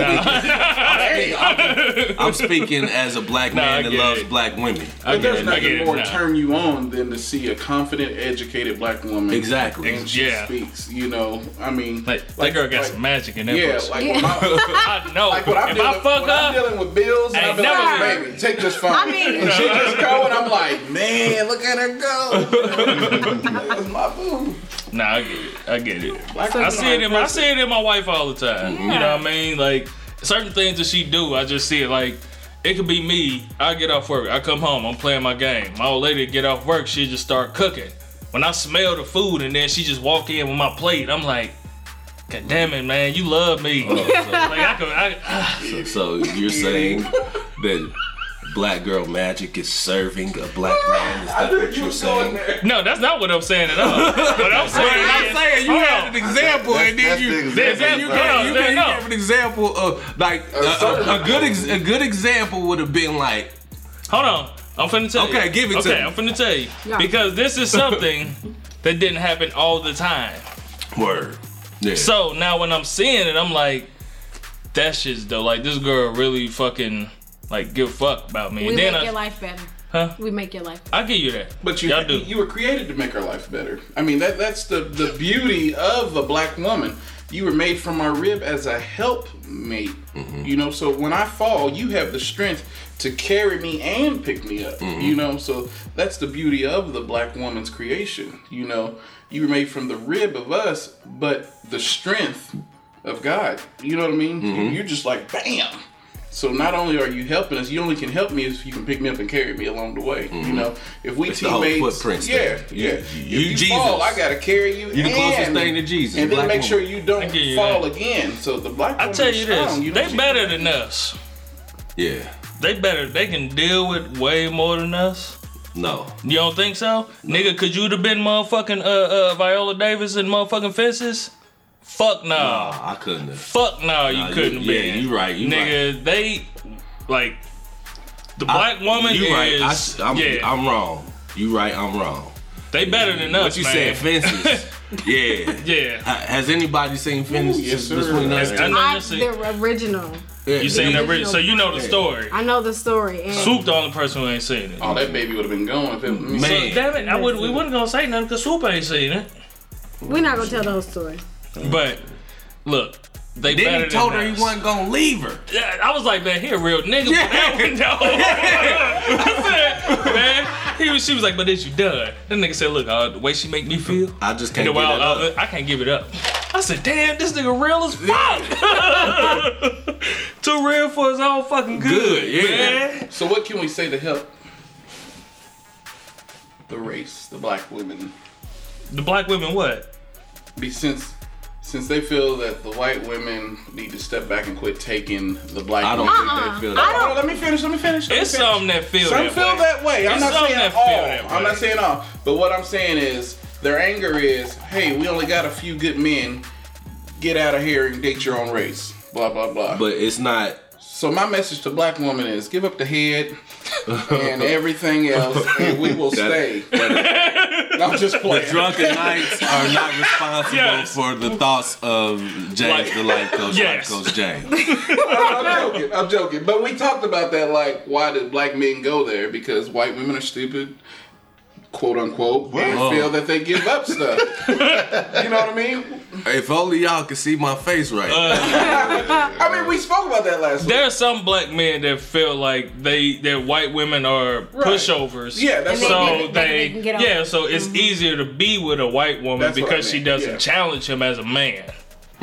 Speaker 4: [laughs]
Speaker 3: I'm speaking, I'm speaking as a black
Speaker 4: Nah, I
Speaker 3: man that
Speaker 4: get
Speaker 3: loves
Speaker 4: it.
Speaker 3: black women.
Speaker 4: I
Speaker 6: But
Speaker 4: get
Speaker 6: there's
Speaker 4: it. I get
Speaker 6: nothing
Speaker 4: it.
Speaker 6: more
Speaker 4: Nah.
Speaker 6: turn you on than to see a confident, educated black woman.
Speaker 3: Exactly.
Speaker 6: And she
Speaker 4: Yeah.
Speaker 6: speaks. You know, I mean,
Speaker 4: Like, that girl got some magic in that
Speaker 6: Yeah,
Speaker 4: pussy.
Speaker 6: like when my-
Speaker 4: I know. [laughs]
Speaker 6: like
Speaker 4: if
Speaker 6: when I'm, dealing,
Speaker 4: I fuck
Speaker 6: when I'm
Speaker 4: up,
Speaker 6: dealing with bills, and
Speaker 4: I
Speaker 6: I'm
Speaker 4: ain't
Speaker 6: like,
Speaker 7: never-
Speaker 6: baby, take this phone.
Speaker 7: I mean-
Speaker 6: and she just go, and I'm like, man, look at her go. That's my boo.
Speaker 4: nah, I get it. I get it.
Speaker 6: Black
Speaker 4: I
Speaker 6: women
Speaker 4: see
Speaker 6: are
Speaker 4: it in my, I see it in my wife all the time. You know what I mean? Like certain things that she do, I just see it. Like it could be me. I get off work. I come home. I'm playing my game. My old lady get off work. She just start cooking. When I smell the food and then she just walk in with my plate, I'm like, God damn it, man, you love me. [laughs] like I could, I,
Speaker 3: So, so you're saying that black girl magic is serving a black man? Is that
Speaker 4: [laughs]
Speaker 3: what you're saying?
Speaker 4: no, that's not what I'm saying
Speaker 3: [laughs]
Speaker 4: at all. What I'm saying, is, hold on.
Speaker 3: example,
Speaker 5: That's- that's the example,
Speaker 4: then you
Speaker 5: bro.
Speaker 4: got-
Speaker 3: you
Speaker 4: No,
Speaker 3: can
Speaker 4: no.
Speaker 3: give an example of like a,
Speaker 6: certain-
Speaker 3: a, a good ex, a good example would have been like
Speaker 4: Hold on. I'm finna tell you.
Speaker 3: Okay, give it to
Speaker 4: Okay,
Speaker 3: me.
Speaker 4: I'm finna tell you.
Speaker 7: Yeah.
Speaker 4: Because
Speaker 3: [laughs]
Speaker 4: this is something that didn't happen all the time.
Speaker 3: word. Yeah.
Speaker 4: So now when I'm seeing it, I'm like, that shit's dope. Like this girl really fucking like give a fuck about me.
Speaker 7: We
Speaker 4: and
Speaker 7: make
Speaker 4: then
Speaker 7: your
Speaker 4: I,
Speaker 7: life better.
Speaker 4: Huh?
Speaker 7: We make your life.
Speaker 4: I give you that.
Speaker 6: But you,
Speaker 4: Y'all do.
Speaker 6: you were created to make our life better. I mean, that that's the, the beauty of a black woman. You were made from our rib as a helpmate.
Speaker 4: Mm-hmm.
Speaker 6: You know, so when I fall, you have the strength to carry me and pick me up.
Speaker 4: Mm-hmm.
Speaker 6: You know, so that's the beauty of the black woman's creation. You know, you were made from the rib of us, but the strength of God. You know what I mean?
Speaker 3: Mm-hmm.
Speaker 6: You're just like, bam. So not only are you helping us, you only can help me if you can pick me up and carry me along the way. You know, if we
Speaker 3: Mm-hmm. the whole
Speaker 6: teammates,
Speaker 3: footprint
Speaker 6: yeah,
Speaker 3: thing.
Speaker 6: yeah.
Speaker 3: You-
Speaker 6: If
Speaker 3: you
Speaker 6: you
Speaker 3: Jesus.
Speaker 6: fall, I gotta carry you.
Speaker 3: You the closest
Speaker 6: and-
Speaker 3: thing to Jesus,
Speaker 6: and then
Speaker 3: black
Speaker 6: make sure
Speaker 3: woman.
Speaker 6: you
Speaker 4: I
Speaker 6: don't
Speaker 4: get you
Speaker 6: fall
Speaker 4: that.
Speaker 6: again. So the black
Speaker 4: I
Speaker 6: woman
Speaker 4: tell
Speaker 6: is
Speaker 4: you this,
Speaker 6: strong, you know,
Speaker 4: they
Speaker 6: she-
Speaker 4: better than us.
Speaker 3: yeah.
Speaker 4: They better. They can deal with way more than us.
Speaker 3: No.
Speaker 4: You don't think so, nigga? Could you have been motherfucking uh, uh, Viola Davis and motherfucking Fences? Fuck no.
Speaker 3: Oh, I couldn't have.
Speaker 4: Fuck no, you
Speaker 3: Nah, you-
Speaker 4: couldn't be.
Speaker 3: yeah, you right, you
Speaker 4: nigga, they like the black woman
Speaker 3: you right. I,
Speaker 4: is.
Speaker 3: am
Speaker 4: yeah,
Speaker 3: I'm wrong. You right. I'm wrong.
Speaker 4: they better than us.
Speaker 3: What you
Speaker 4: man.
Speaker 3: said, fences? yeah.
Speaker 4: [laughs] Yeah,
Speaker 3: Ha- Has anybody seen fences
Speaker 6: yes, sir.
Speaker 3: between us?
Speaker 4: I
Speaker 3: and-
Speaker 4: know
Speaker 7: I,
Speaker 4: you see.
Speaker 7: the original.
Speaker 3: Yeah.
Speaker 4: You seen
Speaker 7: the
Speaker 4: that, really- so you know the story.
Speaker 7: I know the story. And
Speaker 4: Swoop, the only person who ain't seen it.
Speaker 6: Oh, that baby would have been gone if it was
Speaker 3: Man.
Speaker 6: me.
Speaker 4: So, damn it, I would. We wasn't gonna say nothing because Swoop ain't seen it.
Speaker 7: We're not gonna tell the whole story.
Speaker 4: But look, they
Speaker 3: Then
Speaker 4: better
Speaker 3: he told
Speaker 4: than
Speaker 3: her he
Speaker 4: us.
Speaker 3: wasn't gonna leave
Speaker 4: [laughs]
Speaker 3: her.
Speaker 4: Yeah, I was like, man, he a real nigga. Yeah. That one, no. [laughs] I said, man, he was. She was like, but is you done? That nigga said, look, uh, the way she make me feel.
Speaker 3: I just
Speaker 4: In
Speaker 3: can't
Speaker 4: the
Speaker 3: get
Speaker 4: wild,
Speaker 3: that up.
Speaker 4: I- I can't give it up. I said, damn, this nigga real as fuck. [laughs] Too real for his own fucking good.
Speaker 3: Good, yeah.
Speaker 4: Man.
Speaker 6: So what can we say to help the race, the black women?
Speaker 4: The black women what?
Speaker 6: Be since since they feel that the white women need to step back and quit taking the black.
Speaker 3: I don't
Speaker 6: women.
Speaker 3: think they feel
Speaker 6: Uh-uh. I
Speaker 3: that.
Speaker 6: don't. Let me finish. Let me finish. Let me
Speaker 4: It's
Speaker 6: finish.
Speaker 4: something that feel
Speaker 6: Some
Speaker 4: that
Speaker 6: feel
Speaker 4: way.
Speaker 6: that way. I'm
Speaker 4: It's
Speaker 6: not
Speaker 4: some
Speaker 6: saying
Speaker 4: that feel that
Speaker 6: all.
Speaker 4: way.
Speaker 6: I'm not saying all. But what I'm saying is their anger is, hey, we only got a few good men. Get out of here and date your own race. Blah blah blah.
Speaker 3: But it's not.
Speaker 6: so my message to black women is give up the
Speaker 3: [laughs]
Speaker 6: head and everything else, and [laughs] we will stay. I'm just playing.
Speaker 4: [laughs]
Speaker 3: Drunken nights are not responsible
Speaker 4: Yes.
Speaker 3: for the thoughts of James,
Speaker 4: Like-
Speaker 3: the life coach,
Speaker 4: Yes.
Speaker 3: life coach James.
Speaker 6: I'm joking. I'm joking. But we talked about that. Like, why did black men go there? Because white women are stupid, quote unquote, and
Speaker 3: Whoa.
Speaker 4: Oh.
Speaker 6: feel that they give up stuff.
Speaker 4: [laughs]
Speaker 6: you know what I mean?
Speaker 3: If only y'all could see my face right.
Speaker 4: Uh,
Speaker 3: now.
Speaker 6: I mean, we spoke about that last week.
Speaker 4: There are some black men that feel like they that white women are pushovers.
Speaker 6: Yeah, that's
Speaker 7: And
Speaker 6: what I
Speaker 4: so
Speaker 7: mean. They
Speaker 4: they,
Speaker 7: can get on. Mm-hmm.
Speaker 4: yeah, so it's easier to be with a white woman
Speaker 6: That's what I
Speaker 4: because she
Speaker 6: meant,
Speaker 4: doesn't
Speaker 6: yeah.
Speaker 4: challenge him as a man.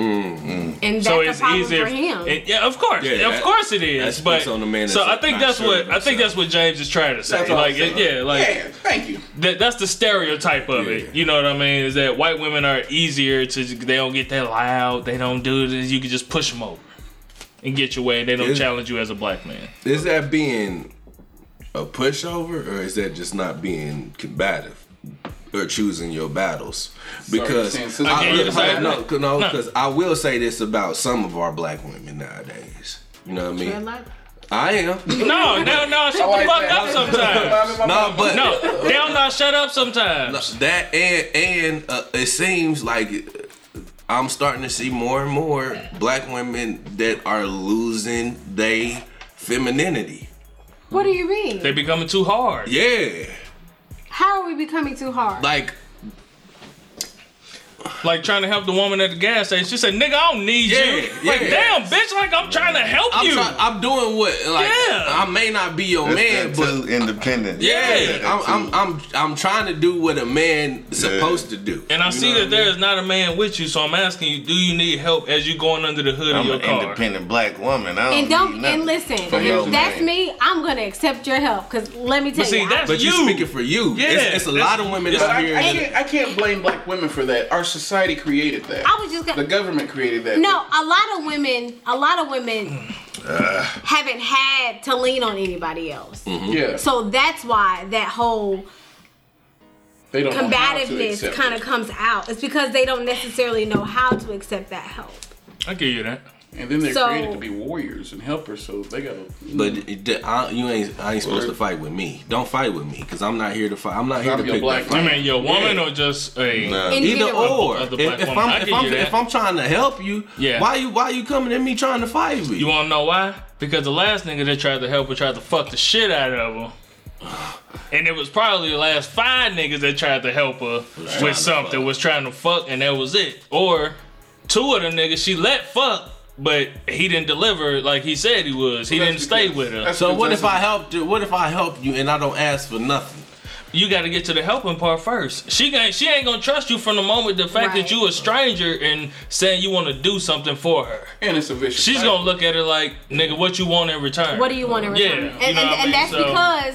Speaker 7: And that's
Speaker 4: so
Speaker 7: a
Speaker 4: it's
Speaker 7: problem
Speaker 4: easier
Speaker 7: for him.
Speaker 4: it- yeah, of course,
Speaker 3: Yeah,
Speaker 4: of
Speaker 3: that-
Speaker 4: course it
Speaker 3: that
Speaker 4: is.
Speaker 3: speaks
Speaker 4: But
Speaker 3: on the man
Speaker 4: so
Speaker 3: that's
Speaker 4: I think
Speaker 3: not
Speaker 4: that's
Speaker 3: sure
Speaker 4: what
Speaker 3: of
Speaker 4: I think that's what James is trying to say.
Speaker 6: That's what I'm
Speaker 4: like,
Speaker 6: saying.
Speaker 4: it- yeah, like
Speaker 6: yeah, thank you.
Speaker 4: that, that's the stereotype of
Speaker 3: Yeah.
Speaker 4: it. You know what I mean? Is that white women are easier to they don't get that loud, they don't do this. You can just push them over and get your way. and They don't
Speaker 3: Is-
Speaker 4: challenge you as a black man.
Speaker 3: Is that being a pushover or is that just not being combative? or choosing your battles
Speaker 6: Sorry,
Speaker 3: because
Speaker 6: saying sister-
Speaker 3: I,
Speaker 4: Again,
Speaker 3: look,
Speaker 4: you say
Speaker 3: I- no, 'cause- no, 'cause I will say this about some of our black women nowadays. You know what I mean? I am.
Speaker 4: [laughs] No, no, no, shut the fuck up sometimes.
Speaker 3: no, but
Speaker 4: No, they don't not shut up sometimes.
Speaker 3: that and and uh, it seems like I'm starting to see more and more black women that are losing they femininity.
Speaker 7: What do you mean?
Speaker 4: They becoming too hard.
Speaker 3: Yeah,
Speaker 7: How are we becoming too hard?
Speaker 3: like
Speaker 4: Like trying to help the woman at the gas station. She said, nigga, I don't need you.
Speaker 3: Yeah,
Speaker 4: Like,
Speaker 3: yeah.
Speaker 4: damn, bitch, like I'm trying to help
Speaker 3: I'm,
Speaker 4: you.
Speaker 3: try- I'm doing what like
Speaker 4: Yeah.
Speaker 3: I may not be
Speaker 4: Oh,
Speaker 3: your man,
Speaker 5: That's
Speaker 3: but
Speaker 5: too independent.
Speaker 3: Yeah,
Speaker 5: that
Speaker 3: I'm,
Speaker 5: too.
Speaker 3: I'm, I'm, I'm trying to do what a man supposed to do.
Speaker 4: and I see
Speaker 5: know
Speaker 4: that there is not a man with you, so I'm asking you, do you need help as you going under the hood
Speaker 5: I'm
Speaker 4: of your
Speaker 5: an
Speaker 4: car?
Speaker 5: independent black woman. I don't
Speaker 7: and don't
Speaker 5: need nothing
Speaker 7: and listen,
Speaker 5: from no
Speaker 7: if that's
Speaker 5: man.
Speaker 7: me, I'm gonna accept your help. Cause let me tell
Speaker 4: see,
Speaker 7: you, I-
Speaker 4: that's-
Speaker 3: But you
Speaker 4: You.
Speaker 3: speaking for you.
Speaker 4: Yeah,
Speaker 3: it's, it's a lot of women
Speaker 4: it's-
Speaker 3: out
Speaker 6: I, I,
Speaker 3: here. that-
Speaker 6: can't, I can't blame black women for that. Our society created that.
Speaker 7: I was just gonna
Speaker 6: the government created that.
Speaker 7: No, a lot of women, a lot of women haven't had to lean on anybody else.
Speaker 6: Yeah.
Speaker 7: So that's why that whole
Speaker 6: they don't know how to
Speaker 7: combativeness
Speaker 6: accept
Speaker 7: kind
Speaker 6: it.
Speaker 7: of comes out. It's because they don't necessarily know how to accept that help.
Speaker 4: I give you that.
Speaker 6: And then they're
Speaker 7: So-
Speaker 6: created to be warriors and helpers, so they gotta.
Speaker 3: But it- it- I, you ain't, I ain't supposed to fight with me. Don't fight with me, cause I'm not here to fight. I'm not here
Speaker 6: I'm
Speaker 3: to
Speaker 6: your
Speaker 3: pick
Speaker 6: black
Speaker 3: black
Speaker 4: I
Speaker 6: man.
Speaker 3: fight.
Speaker 4: mean, your woman or just a
Speaker 5: Nah.
Speaker 7: In
Speaker 3: Either
Speaker 7: general.
Speaker 3: or.
Speaker 4: Of
Speaker 3: If,
Speaker 4: the black
Speaker 3: if
Speaker 4: woman. I
Speaker 3: I'm, if
Speaker 4: get
Speaker 3: I'm,
Speaker 4: you that.
Speaker 3: if I'm trying to help you,
Speaker 4: Yeah.
Speaker 3: why you, why you coming at me trying to fight me?
Speaker 4: You wanna know why? Because the last nigga that tried to help her tried to fuck the shit out of her. And it was probably the last five niggas that tried to help her
Speaker 3: trying
Speaker 4: with
Speaker 3: to
Speaker 4: something,
Speaker 3: fuck.
Speaker 4: was trying to fuck, and that was it. Or two of them niggas she let fuck, but he didn't deliver like he said he was. He
Speaker 6: Well,
Speaker 4: didn't
Speaker 6: that's
Speaker 4: stay
Speaker 6: because-
Speaker 4: with her.
Speaker 6: that's
Speaker 3: so what if
Speaker 6: that's-
Speaker 3: I helped? you- What if I help you and I don't ask for nothing?
Speaker 4: You gotta get to the helping part first. She ain't she ain't gonna trust you from the moment the fact
Speaker 7: Right.
Speaker 4: that you a stranger and saying you wanna do something for her.
Speaker 6: And it's a vicious.
Speaker 4: She's
Speaker 6: cycle.
Speaker 4: gonna look at it like, nigga, what you want in return?
Speaker 7: What do you want in
Speaker 4: Yeah,
Speaker 7: return?
Speaker 4: you
Speaker 7: and,
Speaker 4: know
Speaker 7: and,
Speaker 4: what I mean?
Speaker 7: and that's
Speaker 4: So-
Speaker 7: because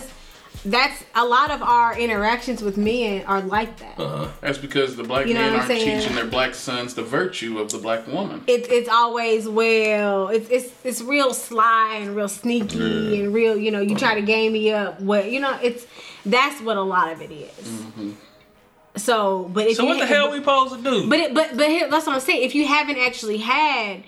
Speaker 7: that's a lot of our interactions with men are like that.
Speaker 4: Uh-huh.
Speaker 6: That's because the black
Speaker 7: You know
Speaker 6: men
Speaker 7: what
Speaker 6: aren't
Speaker 7: I'm saying?
Speaker 6: teaching their black sons the virtue of the black woman.
Speaker 7: It's it's always well. It's it's it's real sly and real sneaky and real. You know, you try to game me up. What you know? It's that's what a lot of it is. So, but if
Speaker 4: Mm-hmm. So
Speaker 7: you
Speaker 4: what the
Speaker 7: ha-
Speaker 4: hell we supposed to do?
Speaker 7: But it, but but here, that's what I'm saying. If you haven't actually had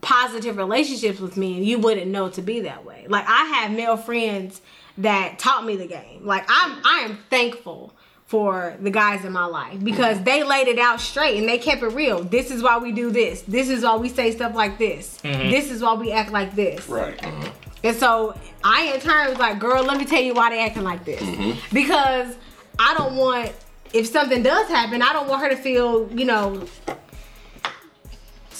Speaker 7: positive relationships with men, you wouldn't know to be that way. Like I have male friends that taught me the game. Like I'm I am thankful for the guys in my life because they laid it out straight and they kept it real. This is why we do this. This is why we say stuff like this. This is why we act like this.
Speaker 6: Right.
Speaker 7: And so I in turn was like, girl, let me tell you why they acting like this. Because I don't want if something does happen, I don't want her to feel, you know,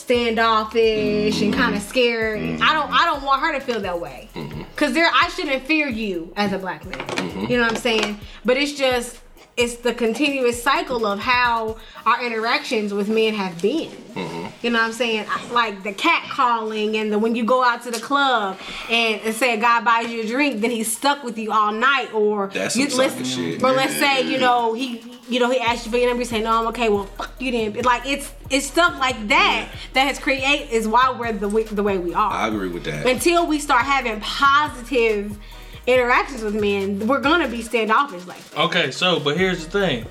Speaker 7: standoffish and kind
Speaker 3: Mm-hmm.
Speaker 7: of scared. I don't I don't want her to feel that way. Cause there I shouldn't fear you as a black man.
Speaker 3: Mm-hmm.
Speaker 7: You know what I'm saying? But it's just it's the continuous cycle of how our interactions with men have been.
Speaker 3: Mm-hmm.
Speaker 7: You know what I'm saying? I- Like the cat calling and the when you go out to the club and, and say a guy buys you a drink, then he's stuck with you all night or
Speaker 3: That's
Speaker 7: you
Speaker 3: some sucker shit.
Speaker 7: Or let's say, you know, he you know, he asks you for your number, you say, No, I'm okay, well fuck you then. But, Like it's it's stuff like that that has create is why we're the way, the way we are
Speaker 3: I agree with that.
Speaker 7: until we start having positive interactions with men, we're gonna be standoffish like that.
Speaker 4: Okay, so but here's the thing.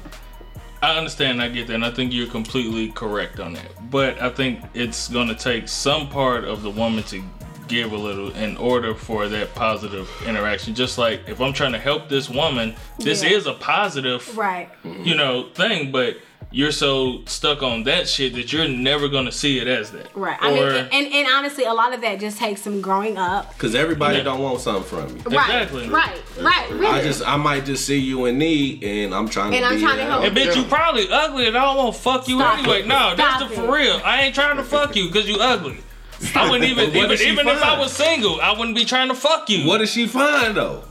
Speaker 4: I understand, I get that, and I think you're completely correct on that. But I think it's gonna take some part of the woman to give a little in order for that positive interaction. Just like if I'm trying to help this woman, this
Speaker 7: Yeah.
Speaker 4: is a positive
Speaker 7: Right.
Speaker 3: Mm-hmm.
Speaker 4: you know, thing, but you're so stuck on that shit that you're never gonna see it as that.
Speaker 7: Right.
Speaker 4: Or,
Speaker 7: I mean and, and honestly a lot of that just takes some growing up.
Speaker 3: Cause everybody
Speaker 4: Yeah.
Speaker 3: don't want something from you.
Speaker 4: Exactly.
Speaker 7: Right. Right. Right. Really.
Speaker 3: I just, I might just see you in need, and I'm trying
Speaker 7: And
Speaker 3: to.
Speaker 7: I'm
Speaker 3: be
Speaker 7: trying to
Speaker 3: that.
Speaker 7: help.
Speaker 4: And bitch, you probably ugly and I don't want to fuck you
Speaker 7: Stop
Speaker 4: anyway.
Speaker 7: it.
Speaker 4: No, that's
Speaker 7: Stop
Speaker 4: the
Speaker 7: it.
Speaker 4: for real. I ain't trying to fuck you because you ugly. I wouldn't even,
Speaker 3: But what
Speaker 4: even,
Speaker 3: if she
Speaker 4: even if I
Speaker 3: fine?
Speaker 4: was single, I wouldn't be trying to fuck you.
Speaker 3: What does she find though?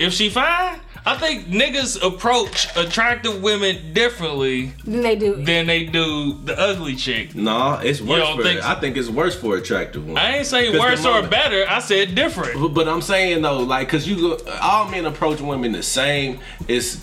Speaker 4: If she fine, I think niggas approach attractive women differently
Speaker 7: then they do.
Speaker 4: than they do the ugly chick.
Speaker 3: Nah, it's worse
Speaker 4: don't
Speaker 3: for.
Speaker 4: think so?
Speaker 3: I think it's worse for attractive women.
Speaker 4: I ain't saying
Speaker 3: 'Cause the
Speaker 4: worse or
Speaker 3: moment-
Speaker 4: better, I said different.
Speaker 3: But, but I'm saying though, like, cause you go, all men approach women the same. It's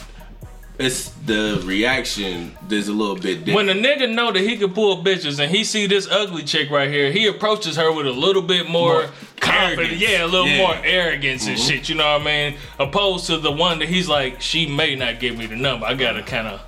Speaker 3: It's the reaction that's a little bit different.
Speaker 4: When a nigga know that he can pull bitches and he see this ugly chick right here, he approaches her with a little bit more,
Speaker 3: More
Speaker 4: confidence.
Speaker 3: arrogance.
Speaker 4: Yeah, a little
Speaker 3: Yeah. Mm-hmm.
Speaker 4: more arrogance and shit, you know what I mean? Opposed to the one that he's like, she may not give me the number. I gotta kinda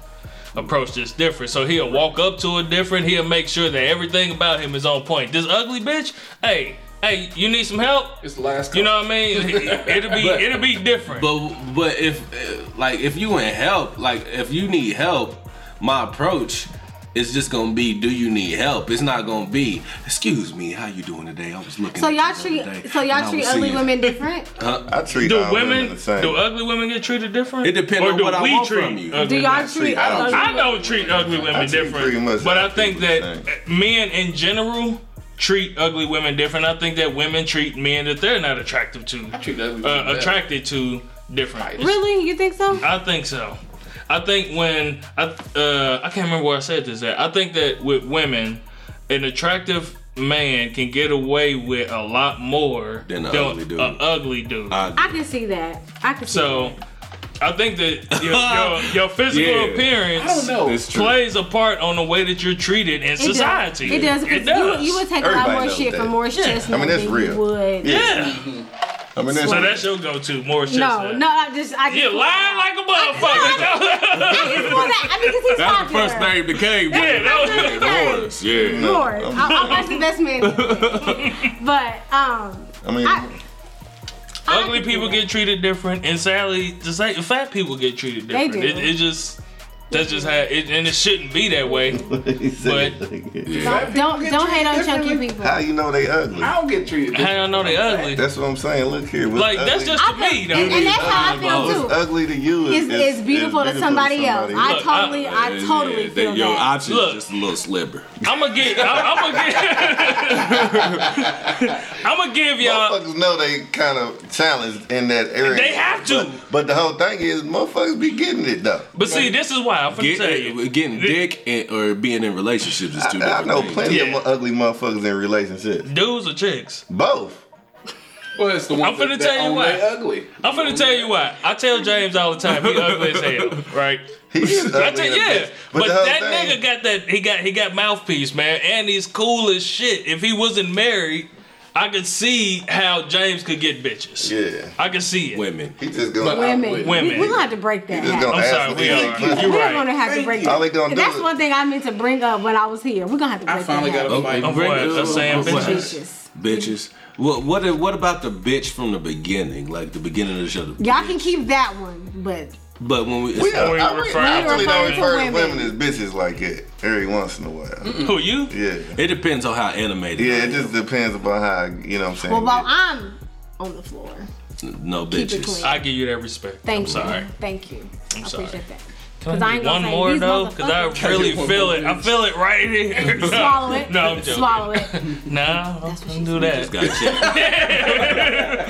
Speaker 4: approach this different. So he'll walk up to it different. He'll make sure that everything about him is on point. This ugly bitch, hey, hey, you need some help?
Speaker 6: It's the last.
Speaker 4: You know what
Speaker 3: [laughs]
Speaker 4: I mean? It'll be it'll be different.
Speaker 3: But but if uh, like if you in help, like if you need help, my approach is just gonna be, do you need help? It's not gonna be, excuse me, how you doing today? I was looking.
Speaker 7: So
Speaker 3: at
Speaker 7: y'all
Speaker 3: you the other day,
Speaker 7: treat so
Speaker 3: and
Speaker 7: y'all
Speaker 3: I
Speaker 7: treat
Speaker 3: was
Speaker 7: ugly
Speaker 3: seeing-"
Speaker 7: women different.
Speaker 5: I treat
Speaker 4: do
Speaker 5: all
Speaker 4: women
Speaker 5: the same.
Speaker 4: do ugly women get treated different?
Speaker 3: It depends
Speaker 4: Or
Speaker 3: on
Speaker 4: do
Speaker 3: what I
Speaker 4: we
Speaker 3: want
Speaker 4: treat
Speaker 3: from you.
Speaker 4: ugly
Speaker 7: Do y'all
Speaker 4: women?
Speaker 7: treat
Speaker 5: I don't
Speaker 7: ugly?
Speaker 4: I don't treat ugly women
Speaker 5: I treat
Speaker 4: different,
Speaker 5: pretty much
Speaker 4: but I
Speaker 5: ugly
Speaker 4: think that
Speaker 5: people the
Speaker 4: men in general treat ugly women different. I think that women treat men that they're not attractive to,
Speaker 6: I treat ugly women
Speaker 4: uh,
Speaker 6: better.
Speaker 4: attracted to different.
Speaker 7: Really, you think so?
Speaker 4: I think so. I think when I uh, I can't remember where I said this at. I think that with women, an attractive man can get away with a lot more
Speaker 3: Than a ugly dude.
Speaker 4: a ugly dude.
Speaker 3: I-
Speaker 7: I can see that. I can see.
Speaker 4: so I think that
Speaker 5: [laughs]
Speaker 4: your, your, your physical
Speaker 3: Yeah.
Speaker 4: appearance
Speaker 6: I don't know.
Speaker 5: It's true.
Speaker 4: plays a part on the way that you're treated in
Speaker 7: that. It
Speaker 4: society.
Speaker 7: Does. It does. 'cause
Speaker 4: It does.
Speaker 7: You, you would take a lot
Speaker 5: Everybody
Speaker 7: more
Speaker 5: knows
Speaker 7: shit
Speaker 5: that.
Speaker 7: from Morris
Speaker 4: Yeah.
Speaker 7: Chestnut.
Speaker 5: I mean, that's
Speaker 7: than
Speaker 5: real.
Speaker 7: You would.
Speaker 4: yeah.
Speaker 5: I mean, that's,
Speaker 4: So that's your go-to, more shit.
Speaker 7: No, no, I just I just
Speaker 4: You lying like a motherfucker. [laughs]
Speaker 7: I just want that. I mean, because
Speaker 3: That's
Speaker 7: he's
Speaker 3: the
Speaker 7: popular.
Speaker 3: first name that came.
Speaker 4: yeah,
Speaker 3: Yeah,
Speaker 4: that was-
Speaker 3: Morris. Yeah.
Speaker 7: Lord, I, I watch the best man. but um,
Speaker 5: I mean, [laughs]
Speaker 7: I-
Speaker 4: [laughs]
Speaker 7: I
Speaker 4: ugly
Speaker 7: can
Speaker 4: people
Speaker 7: see
Speaker 4: get treated different, and sadly, just like fat people get treated
Speaker 7: They
Speaker 4: different. It,
Speaker 7: do.
Speaker 4: it just that's just how, it, and it shouldn't be that way.
Speaker 5: he said [laughs]
Speaker 4: But-
Speaker 5: it.
Speaker 7: that. don't don't hate on chunky
Speaker 6: differently.
Speaker 7: people.
Speaker 5: how you know they ugly?
Speaker 6: I don't get treated.
Speaker 4: How y'all
Speaker 6: different.
Speaker 4: know they ugly?
Speaker 5: That's what I'm saying. Look here, what's
Speaker 4: Like that's
Speaker 5: ugly-
Speaker 4: just
Speaker 7: I
Speaker 4: to
Speaker 7: feel-
Speaker 4: me though.
Speaker 7: and, and that's how I feel
Speaker 5: What's
Speaker 7: too.
Speaker 5: ugly to you is,
Speaker 7: It's,
Speaker 5: is-
Speaker 7: it's
Speaker 5: is
Speaker 7: beautiful to somebody else. I
Speaker 4: Look, I-
Speaker 7: totally, I,
Speaker 3: Yeah,
Speaker 7: totally
Speaker 3: yeah,
Speaker 7: feel
Speaker 3: Your
Speaker 7: that.
Speaker 3: options
Speaker 4: Look.
Speaker 3: just a little sliver.
Speaker 4: I'm gonna get. I'm gonna get. [laughs] I'm gonna give y'all.
Speaker 5: Motherfuckers know they kind of challenged in that area.
Speaker 4: They have to.
Speaker 5: But, but the whole thing is, motherfuckers be getting it though.
Speaker 4: But see, this is why I'm gonna
Speaker 3: Get,
Speaker 4: tell
Speaker 5: uh,
Speaker 4: you.
Speaker 3: getting dick and, or being in relationships is two
Speaker 5: I, I
Speaker 3: different
Speaker 5: know
Speaker 3: things.
Speaker 5: plenty
Speaker 4: Yeah.
Speaker 5: of ugly motherfuckers in relationships.
Speaker 4: Dudes or chicks?
Speaker 5: Both.
Speaker 6: Well, it's the ones
Speaker 4: I'm finna
Speaker 6: that,
Speaker 4: tell
Speaker 6: that
Speaker 4: you
Speaker 6: own
Speaker 4: what.
Speaker 6: they ugly.
Speaker 4: I'm gonna tell you why. I tell James all the time he ugly as
Speaker 5: [laughs]
Speaker 4: hell, right?
Speaker 5: He is ugly
Speaker 4: I tell,
Speaker 5: in a
Speaker 4: yeah,
Speaker 5: bitch.
Speaker 4: but,
Speaker 5: the whole
Speaker 4: that
Speaker 5: thing-
Speaker 4: nigga got that. He got he got mouthpiece, man, and he's cool as shit. If he wasn't married, I could see how James could get bitches.
Speaker 5: Yeah.
Speaker 4: I could see it.
Speaker 3: Women.
Speaker 5: He just
Speaker 6: But
Speaker 5: gonna.
Speaker 6: I
Speaker 7: Women,
Speaker 6: would.
Speaker 4: Women.
Speaker 7: We, we're gonna have to break that.
Speaker 5: He just [laughs]
Speaker 7: habit.
Speaker 5: gonna
Speaker 4: I'm
Speaker 5: ask
Speaker 4: sorry,
Speaker 5: for
Speaker 4: we
Speaker 5: these
Speaker 4: are.
Speaker 5: pussy.
Speaker 4: You're
Speaker 7: We're
Speaker 4: right.
Speaker 7: gonna have to break
Speaker 5: All
Speaker 7: that.
Speaker 5: they gonna do
Speaker 7: That's
Speaker 5: is-
Speaker 7: one thing I meant to bring up when I was here. We're gonna have to break
Speaker 6: I finally
Speaker 7: that.
Speaker 6: got a
Speaker 3: Oh,
Speaker 6: fight.
Speaker 3: oh,
Speaker 4: What?
Speaker 3: Right.
Speaker 4: I'm saying
Speaker 3: What?
Speaker 4: bitches.
Speaker 7: [laughs] Vicious.
Speaker 3: Bitches. What what what about the bitch from the beginning? Like the beginning of the show. the
Speaker 7: Y'all can keep that one, but
Speaker 3: But when we,
Speaker 5: We, are,
Speaker 4: we
Speaker 5: I, re-
Speaker 4: refer-
Speaker 5: I really don't
Speaker 7: We refer to
Speaker 5: refer to women as
Speaker 7: women.
Speaker 5: bitches like that every once in a while.
Speaker 4: Who you?
Speaker 5: Yeah.
Speaker 3: it depends on how animated.
Speaker 5: Yeah,
Speaker 3: I
Speaker 5: it
Speaker 3: am.
Speaker 5: just depends upon how, you know what I'm saying?
Speaker 7: well, while I'm on the floor,
Speaker 3: no
Speaker 7: keep it
Speaker 3: bitches.
Speaker 7: clean.
Speaker 4: I give you that respect.
Speaker 7: Thank
Speaker 4: I'm
Speaker 7: you.
Speaker 4: sorry.
Speaker 7: Thank you. i
Speaker 4: sorry.
Speaker 7: appreciate that.
Speaker 4: Can
Speaker 7: 'Cause I
Speaker 4: I
Speaker 7: ain't
Speaker 4: do
Speaker 7: gonna
Speaker 4: one
Speaker 7: say,
Speaker 4: more
Speaker 7: these
Speaker 4: though? Cause I
Speaker 7: motherfuckers-
Speaker 4: really
Speaker 6: Can I get
Speaker 4: feel
Speaker 6: one
Speaker 4: it.
Speaker 6: more,
Speaker 4: I feel it right here.
Speaker 7: And swallow it.
Speaker 4: No, I'm joking.
Speaker 7: Swallow it.
Speaker 4: No, don't do
Speaker 3: Just
Speaker 4: that.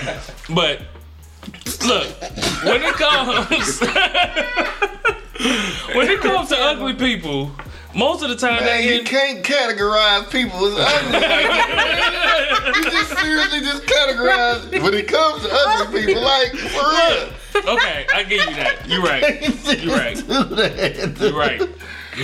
Speaker 3: gotta check.
Speaker 4: [laughs] But look, when it comes [laughs] when it comes to ugly people, most of the time
Speaker 5: Man,
Speaker 4: they
Speaker 5: you can't categorize people as ugly. like that, man. [laughs] you just
Speaker 7: [laughs]
Speaker 5: seriously just categorize when it comes to ugly people. Like for real,
Speaker 4: okay, I give you that. You're right. You're right. [laughs] You're right.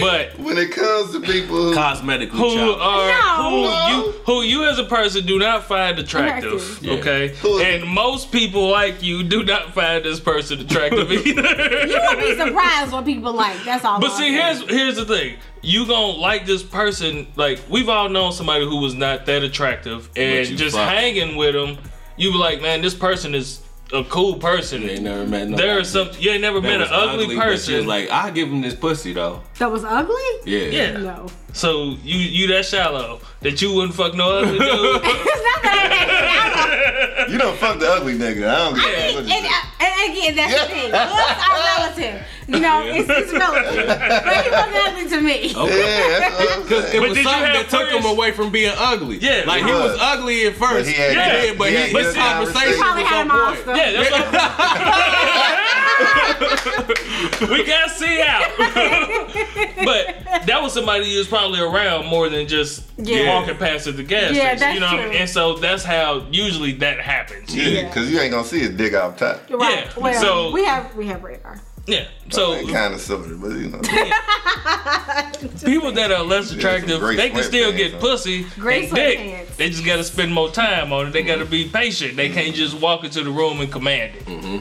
Speaker 4: But
Speaker 5: when it comes to people, who,
Speaker 3: Cosmetically
Speaker 4: who
Speaker 3: challenged.
Speaker 4: are
Speaker 7: No.
Speaker 4: who you who you as a person do not find attractive,
Speaker 7: Attractive.
Speaker 3: Yeah.
Speaker 4: okay?
Speaker 5: Who-
Speaker 4: And most people like you do not find this person attractive either.
Speaker 7: You would be surprised what people like. That's all.
Speaker 4: But
Speaker 7: I'm
Speaker 4: see,
Speaker 7: saying.
Speaker 4: here's here's the thing. You gonna like this person? Like we've all known somebody who was not that attractive, and
Speaker 3: you
Speaker 4: just
Speaker 3: fuck.
Speaker 4: hanging with them, you be like, man, this person is a cool
Speaker 3: You ain't
Speaker 4: person.
Speaker 3: never met nobody.
Speaker 4: There are some you ain't never
Speaker 3: that
Speaker 4: met
Speaker 3: was
Speaker 4: an ugly,
Speaker 3: but she was
Speaker 4: person.
Speaker 3: like I give him this pussy though.
Speaker 7: that was ugly.
Speaker 3: Yeah.
Speaker 4: yeah.
Speaker 7: No. [laughs]
Speaker 4: So you you that shallow that you wouldn't fuck no
Speaker 3: [laughs]
Speaker 4: ugly dude.
Speaker 7: It's not that
Speaker 5: you don't fuck the ugly nigga. I don't give
Speaker 7: bad.
Speaker 5: a
Speaker 7: And,
Speaker 5: fuck.
Speaker 7: and, uh, and again, that's the thing. Looks are relative. You know, it's, it's relative. But he wasn't ugly to me.
Speaker 5: yeah, that's what I'm
Speaker 3: It
Speaker 5: saying.
Speaker 3: was
Speaker 4: did you
Speaker 3: something
Speaker 4: have
Speaker 3: that took him
Speaker 4: friends-
Speaker 3: away from being ugly.
Speaker 4: Yeah,
Speaker 3: like he
Speaker 5: but-
Speaker 3: was ugly at first.
Speaker 5: he had-
Speaker 4: Yeah.
Speaker 3: yeah, but
Speaker 5: he
Speaker 3: he,
Speaker 5: had
Speaker 3: his
Speaker 5: good
Speaker 3: conversation
Speaker 5: conversation.
Speaker 7: Probably
Speaker 3: was
Speaker 7: had
Speaker 3: on
Speaker 7: him all
Speaker 3: point.
Speaker 7: stuff.
Speaker 4: yeah, that's what we gotta see out. [laughs] but that was somebody you was probably around more than just
Speaker 7: Yeah.
Speaker 4: walking past at the gas
Speaker 7: Yeah,
Speaker 4: station.
Speaker 7: that's
Speaker 4: You know, what I mean?
Speaker 7: true.
Speaker 4: and so that's how usually that happens.
Speaker 5: Yeah, because you ain't gonna see his dick off top.
Speaker 7: Right.
Speaker 4: Yeah,
Speaker 7: Well,
Speaker 4: so-
Speaker 7: we have we have radar.
Speaker 4: Yeah. So
Speaker 5: kind of similar, but
Speaker 4: [laughs]
Speaker 5: you know,
Speaker 4: people that are less attractive,
Speaker 5: great
Speaker 4: they can still
Speaker 5: sweatpants,
Speaker 4: get
Speaker 5: huh?
Speaker 4: pussy
Speaker 7: Great
Speaker 4: and dick.
Speaker 7: sweatpants.
Speaker 4: They just gotta spend more time on it. They gotta be patient. They can't just walk into the room and command it.
Speaker 5: Mm-hmm.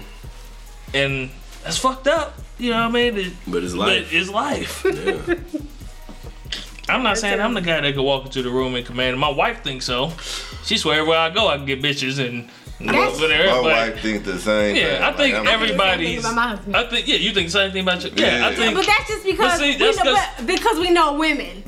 Speaker 4: And that's fucked up. You know what I mean? It-
Speaker 3: But it's
Speaker 4: but
Speaker 3: life.
Speaker 4: it's life.
Speaker 3: Yeah.
Speaker 4: I'm not saying I'm the guy that could walk into the room and command. it. My wife thinks so. She swear wherever I go, I can get bitches and
Speaker 7: That's-
Speaker 4: whatever.
Speaker 5: my
Speaker 4: but-
Speaker 5: wife think the same. thing.
Speaker 4: Yeah, I
Speaker 5: Like,
Speaker 4: think
Speaker 5: I'm like,
Speaker 4: everybody's.
Speaker 7: Same thing about mine.
Speaker 4: I think yeah, you think the same thing about your. Yeah, I
Speaker 5: Yeah.
Speaker 4: think
Speaker 7: But that's just because
Speaker 4: see,
Speaker 7: we
Speaker 4: that's
Speaker 7: know,
Speaker 4: 'cause-
Speaker 7: but because we know women.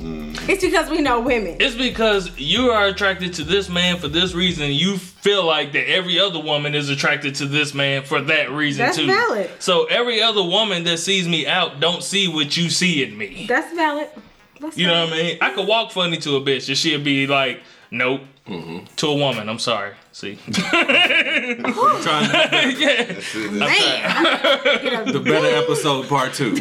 Speaker 7: It's because we know women.
Speaker 4: it's because you are attracted to this man for this reason. and You feel like that every other woman is attracted to this man for that reason
Speaker 7: That's
Speaker 4: too.
Speaker 7: valid.
Speaker 4: So every other woman that sees me out don't see what you see in me.
Speaker 7: That's valid. That's
Speaker 4: You know
Speaker 7: valid.
Speaker 4: what I mean? I could walk funny to a bitch and she'd be like, nope.
Speaker 3: Mm-hmm.
Speaker 4: To a woman, I'm sorry. See, [laughs]
Speaker 3: Trying to make
Speaker 4: yeah,
Speaker 3: the better episode part two.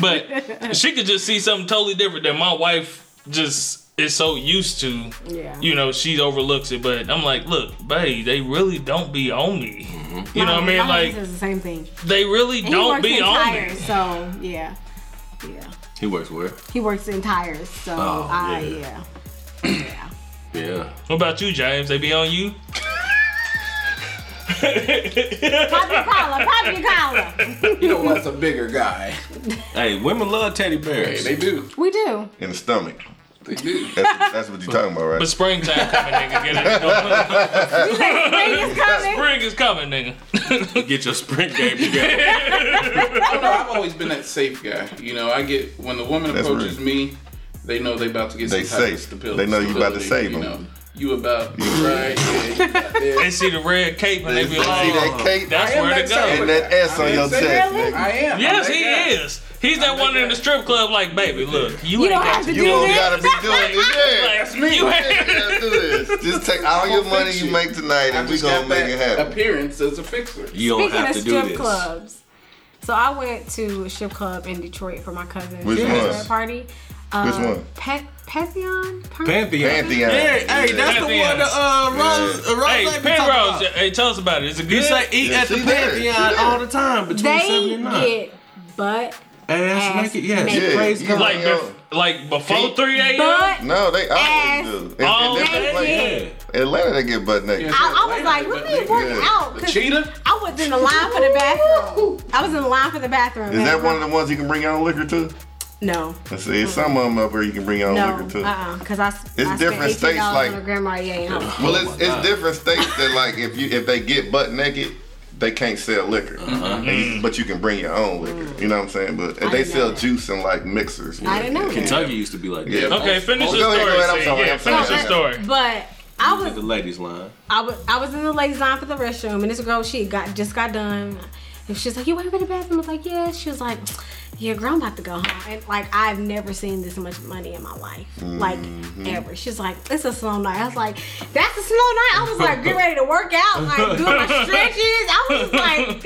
Speaker 4: but she could just see something totally different that my wife just is so used to.
Speaker 7: Yeah.
Speaker 4: you know, she overlooks it, but I'm like, look, babe, they really don't be on me.
Speaker 3: Mm-hmm.
Speaker 4: You know what I
Speaker 7: My
Speaker 4: mean?
Speaker 7: husband
Speaker 4: Like,
Speaker 7: says the same thing.
Speaker 4: they really
Speaker 7: And he
Speaker 4: don't
Speaker 7: works
Speaker 4: be
Speaker 7: in
Speaker 4: on
Speaker 7: tires,
Speaker 4: me.
Speaker 7: so yeah, yeah.
Speaker 3: He works where?
Speaker 7: He works in tires, so
Speaker 3: Oh,
Speaker 7: I
Speaker 3: yeah.
Speaker 7: yeah. yeah.
Speaker 3: Yeah.
Speaker 4: What about you, James? They be on you?
Speaker 7: Pop your collar, pop your collar.
Speaker 6: You know what's a bigger guy?
Speaker 3: Hey, women love teddy
Speaker 6: Hey,
Speaker 3: bears.
Speaker 6: they do.
Speaker 4: [laughs]
Speaker 7: We do.
Speaker 5: in the stomach.
Speaker 6: They do.
Speaker 5: That's, that's what you're talking about, right?
Speaker 4: But springtime coming, nigga.
Speaker 3: [laughs]
Speaker 4: Get it.
Speaker 7: You say spring is coming.
Speaker 4: Spring is coming, nigga.
Speaker 3: Get your sprint game together.
Speaker 6: I know, I've always been that safe guy. You know, I get when the woman
Speaker 5: That's
Speaker 6: approaches
Speaker 5: real.
Speaker 6: me, they know they about to get some
Speaker 5: They
Speaker 6: type of
Speaker 5: safe.
Speaker 6: stabil-
Speaker 5: They know you about to
Speaker 6: stability,
Speaker 5: save
Speaker 6: you
Speaker 5: 'em.
Speaker 6: know. You about right? Yeah, you
Speaker 4: [laughs]
Speaker 6: about
Speaker 4: they
Speaker 6: there.
Speaker 4: see the red cape and they
Speaker 5: You
Speaker 4: be
Speaker 5: see that
Speaker 4: like,
Speaker 5: cape
Speaker 4: Oh, that's
Speaker 6: I am
Speaker 4: where
Speaker 6: that
Speaker 4: to go.
Speaker 5: and that S on
Speaker 6: I
Speaker 5: your
Speaker 6: didn't say
Speaker 5: chest,
Speaker 7: really?
Speaker 5: nigga.
Speaker 6: I am. I'm
Speaker 4: Yes,
Speaker 6: that
Speaker 4: he
Speaker 6: guy.
Speaker 4: is. He's that one in the strip club, like, baby, look, you,
Speaker 7: You
Speaker 4: ain't
Speaker 7: don't
Speaker 4: got
Speaker 7: have to
Speaker 5: You
Speaker 7: do
Speaker 5: don't
Speaker 7: this.
Speaker 5: gotta be doing this. Yeah.
Speaker 4: Like, you
Speaker 5: You
Speaker 4: ain't-
Speaker 5: ain't gotta do this. Just take all your money you make tonight
Speaker 6: I
Speaker 5: and [laughs] we
Speaker 6: just
Speaker 5: gonna
Speaker 6: got
Speaker 5: make it
Speaker 6: that
Speaker 5: happen.
Speaker 6: appearance as a fixer.
Speaker 3: You don't
Speaker 7: Speaking
Speaker 3: have
Speaker 7: of
Speaker 3: to do
Speaker 7: strip
Speaker 3: this.
Speaker 7: clubs, so I went to a strip club in Detroit for my cousin's
Speaker 5: Which one?
Speaker 7: bachelorette party. Uh,
Speaker 5: Which one?
Speaker 7: Pe- Pantheon? Pan-
Speaker 3: Pantheon.
Speaker 5: Pantheon.
Speaker 3: Hey, hey, that's the
Speaker 4: Pantheon.
Speaker 3: one that uh, Rose, uh, Rose
Speaker 4: Hey,
Speaker 3: like been talking
Speaker 4: Penrose,
Speaker 3: about.
Speaker 4: hey, tell us about it. Is it good?
Speaker 3: You say eat
Speaker 5: Yeah,
Speaker 3: at the
Speaker 5: she there. She
Speaker 3: Pantheon
Speaker 5: there.
Speaker 3: all the time between seven
Speaker 7: they
Speaker 3: and nine.
Speaker 7: get butt ass
Speaker 3: Ass naked, yes.
Speaker 7: naked.
Speaker 5: Yeah,
Speaker 3: Praise
Speaker 5: you
Speaker 3: God.
Speaker 4: like,
Speaker 5: know.
Speaker 4: bef- like before 3 a.m.?
Speaker 7: butt.
Speaker 5: No, they
Speaker 7: Ass.
Speaker 5: always do. In- in
Speaker 4: All
Speaker 5: different places.
Speaker 7: naked.
Speaker 3: Oh, Yeah.
Speaker 5: Atlanta, they get butt naked.
Speaker 6: Yeah.
Speaker 7: I, I was like, let me work
Speaker 5: Yeah.
Speaker 7: out.
Speaker 6: The
Speaker 7: 'cause
Speaker 6: cheetah?
Speaker 7: I was in the line for the bathroom. I was in the line for the bathroom.
Speaker 5: Is that one of the ones you can bring your own liquor to?
Speaker 7: No.
Speaker 5: Let's see,
Speaker 3: Hmm.
Speaker 5: it's some of them up where you can bring your own
Speaker 7: No,
Speaker 5: liquor to.
Speaker 7: uh-uh, because I, it's I
Speaker 5: different
Speaker 7: spent
Speaker 5: states,
Speaker 7: $18
Speaker 5: like-
Speaker 7: on a grandma yeah, ain't home.
Speaker 4: Oh
Speaker 5: Well, it's, it's different states that like if you if they get butt naked, they can't sell liquor,
Speaker 4: Uh-huh.
Speaker 5: And you- but you can bring your own liquor. You know what I'm saying? But and
Speaker 7: I
Speaker 5: they
Speaker 7: didn't
Speaker 5: sell
Speaker 7: know that.
Speaker 5: juice and like mixers.
Speaker 7: I didn't know that.
Speaker 3: Kentucky used to be like that.
Speaker 5: Yeah.
Speaker 4: Okay, finish
Speaker 5: Oh,
Speaker 4: the
Speaker 5: go ahead,
Speaker 4: story.
Speaker 5: go ahead. I'm
Speaker 4: Sid.
Speaker 5: sorry,
Speaker 4: yeah,
Speaker 5: I'm
Speaker 4: finish
Speaker 5: sorry.
Speaker 4: the story.
Speaker 7: But I was
Speaker 3: The ladies line.
Speaker 7: I was I was in the ladies' line for the restroom, and this girl she got just got done. And she's like, "You want to go to the bathroom?" I was like, "Yeah." She was like, "Yeah, girl, I'm about to go home." And like, I've never seen this much money in my life, like ever. She's like, "It's a slow night." I was like, "That's a slow night." I was like, get ready to work out, like doing my stretches." I was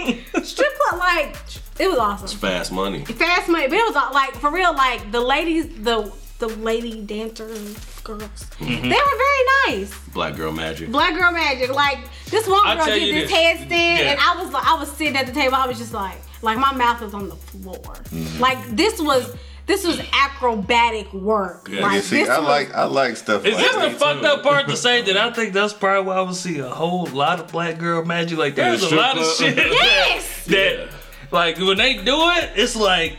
Speaker 7: just like, strip club, like it was awesome.
Speaker 3: Fast money.
Speaker 7: Fast money, but it was all- like for real, like the ladies, the the lady dancers, girls,
Speaker 4: Mm-hmm.
Speaker 7: they were very nice.
Speaker 3: Black girl magic.
Speaker 7: Black girl magic. Like this one
Speaker 4: I'll
Speaker 7: girl
Speaker 4: tell
Speaker 7: did
Speaker 4: you
Speaker 7: this,
Speaker 4: this.
Speaker 7: headstand,
Speaker 4: Yeah.
Speaker 7: and I was like, I was sitting at the table. I was just like, like my mouth was on the floor.
Speaker 5: Mm-hmm.
Speaker 7: Like this was this was acrobatic work.
Speaker 3: Yeah,
Speaker 7: like
Speaker 5: You see,
Speaker 7: this
Speaker 5: I
Speaker 7: was,
Speaker 5: like I like stuff
Speaker 4: Is
Speaker 5: like
Speaker 4: this the
Speaker 5: that.
Speaker 4: fucked up part to say that I think that's probably why we see a whole lot of black girl magic? Like, there's a
Speaker 3: strip
Speaker 4: lot of
Speaker 3: club.
Speaker 4: shit that,
Speaker 7: Yes!
Speaker 4: [laughs] that, like, when they do it, it's like,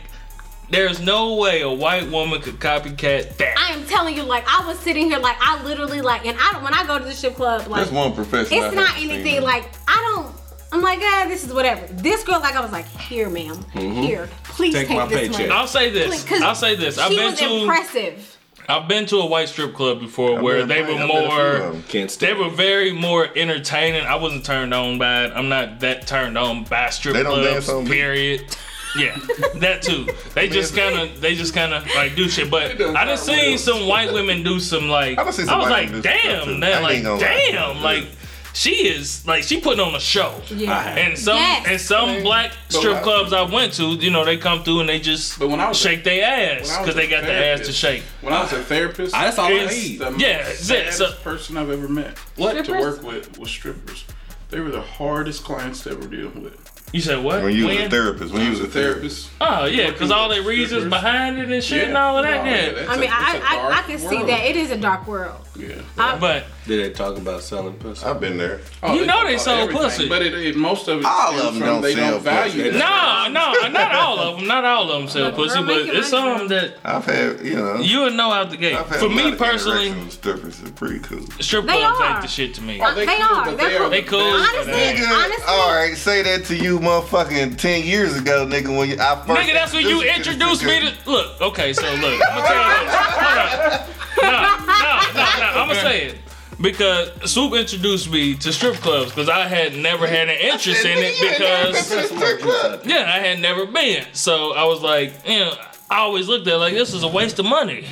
Speaker 4: there's no way a white woman could copycat that.
Speaker 7: I am telling you, like I was sitting here, like I literally like, and I don't when I go to the strip club, like
Speaker 5: That's one profession. I
Speaker 7: it's not
Speaker 5: haven't seen.
Speaker 7: anything like I don't. I'm like, ah, this is whatever. This girl, like, I was like, here, madam here, please
Speaker 3: Take
Speaker 7: take,
Speaker 3: my
Speaker 7: this
Speaker 3: paycheck.
Speaker 7: money.
Speaker 4: I'll say this.
Speaker 7: Because
Speaker 4: I'll say this. I've
Speaker 7: she
Speaker 4: been
Speaker 7: was
Speaker 4: to
Speaker 7: impressive.
Speaker 4: I've been to a white strip club before
Speaker 5: I've
Speaker 4: where
Speaker 5: been-
Speaker 4: they
Speaker 5: I've
Speaker 4: were
Speaker 5: been to a few
Speaker 4: more.
Speaker 5: of 'em.
Speaker 3: Can't stay.
Speaker 4: They were very more entertaining. I wasn't turned on by it. I'm not that turned on by strip
Speaker 5: They don't
Speaker 4: clubs.
Speaker 5: dance on beat.
Speaker 4: period. Yeah, that too.
Speaker 5: [laughs]
Speaker 4: They just kind of, they just kind of like do shit. But
Speaker 6: done
Speaker 4: I done
Speaker 6: found
Speaker 4: seen some white women do some like. I
Speaker 5: I done
Speaker 4: was
Speaker 5: seen some white
Speaker 4: like,
Speaker 5: women do some stuff,
Speaker 4: damn,
Speaker 5: too.
Speaker 4: that
Speaker 5: I
Speaker 4: like,
Speaker 5: ain't gonna lie.
Speaker 4: damn, like she is like she putting on a show.
Speaker 7: Yeah.
Speaker 4: And some
Speaker 7: Yes.
Speaker 4: and some black strip
Speaker 5: I-
Speaker 4: clubs I went to, you know, they come through and they just
Speaker 6: But when I was a-
Speaker 4: shake their ass
Speaker 6: when I was
Speaker 4: because
Speaker 6: a
Speaker 4: they got their ass to
Speaker 6: therapist-
Speaker 4: shake. Ah,
Speaker 6: When I was a therapist,
Speaker 3: That's all I
Speaker 4: It's-
Speaker 3: need.
Speaker 6: the
Speaker 4: Yeah,
Speaker 6: most
Speaker 4: that's it.
Speaker 6: saddest
Speaker 4: So-
Speaker 6: person I've ever met. What to
Speaker 7: Strippers?
Speaker 6: work with was strippers. They were the hardest clients to ever deal with.
Speaker 4: You said what?
Speaker 5: When you was a
Speaker 4: When?
Speaker 5: therapist. When you was a therapist.
Speaker 6: therapist.
Speaker 4: Oh yeah, because all the reasons behind it and shit and all of that.
Speaker 6: No,
Speaker 4: Yeah.
Speaker 6: that's
Speaker 7: I
Speaker 6: a-
Speaker 7: mean,
Speaker 6: that's
Speaker 7: I,
Speaker 6: a
Speaker 7: I, I
Speaker 6: dark
Speaker 7: can see
Speaker 6: world.
Speaker 7: that it is a dark world.
Speaker 6: Yeah.
Speaker 7: I-
Speaker 4: But
Speaker 3: Did they talk about selling pussy?
Speaker 5: I've been there.
Speaker 6: Oh,
Speaker 4: Ah, You
Speaker 6: they
Speaker 4: know
Speaker 6: talk
Speaker 4: they
Speaker 6: about
Speaker 4: sold
Speaker 6: everything,
Speaker 4: pussy.
Speaker 6: but it, it most of it
Speaker 5: All
Speaker 6: stems
Speaker 5: of 'em
Speaker 6: from
Speaker 5: don't
Speaker 6: they
Speaker 5: sell
Speaker 6: don't value
Speaker 5: pussy.
Speaker 6: that.
Speaker 4: no,
Speaker 5: [laughs]
Speaker 4: no, not all of them. Not all of them sell
Speaker 7: Look,
Speaker 4: pussy,
Speaker 7: girl,
Speaker 4: but
Speaker 7: make it
Speaker 4: it's
Speaker 7: like
Speaker 4: something that
Speaker 5: I've had, you know.
Speaker 4: you would know out the gate.
Speaker 5: I've had
Speaker 4: For
Speaker 5: a lot
Speaker 4: me
Speaker 5: of
Speaker 4: personally,
Speaker 5: interactions with strippers is pretty cool.
Speaker 4: strip
Speaker 7: They
Speaker 4: clubs ain't
Speaker 7: are.
Speaker 4: the shit to me.
Speaker 6: Oh,
Speaker 7: They are.
Speaker 6: but
Speaker 7: They're cool.
Speaker 4: They
Speaker 6: the
Speaker 4: cool.
Speaker 6: best.
Speaker 7: Honestly,
Speaker 4: Nigga,
Speaker 7: honestly,
Speaker 5: all right, say that to you, motherfucking ten years ago, nigga. When you, I first
Speaker 4: Nigga, that's when you
Speaker 5: introduced this
Speaker 4: introduced me to. Look, okay, so look, I'm gonna tell you. this. Hold on. No, no, no, no. I'm gonna say it because Swoop introduced me to strip clubs because I had never had an interest in it
Speaker 5: Nigga, you ain't never been
Speaker 4: because
Speaker 5: to the strip club.
Speaker 4: yeah, I had never been. So I was like, you know, I always looked at it like this is a waste of money.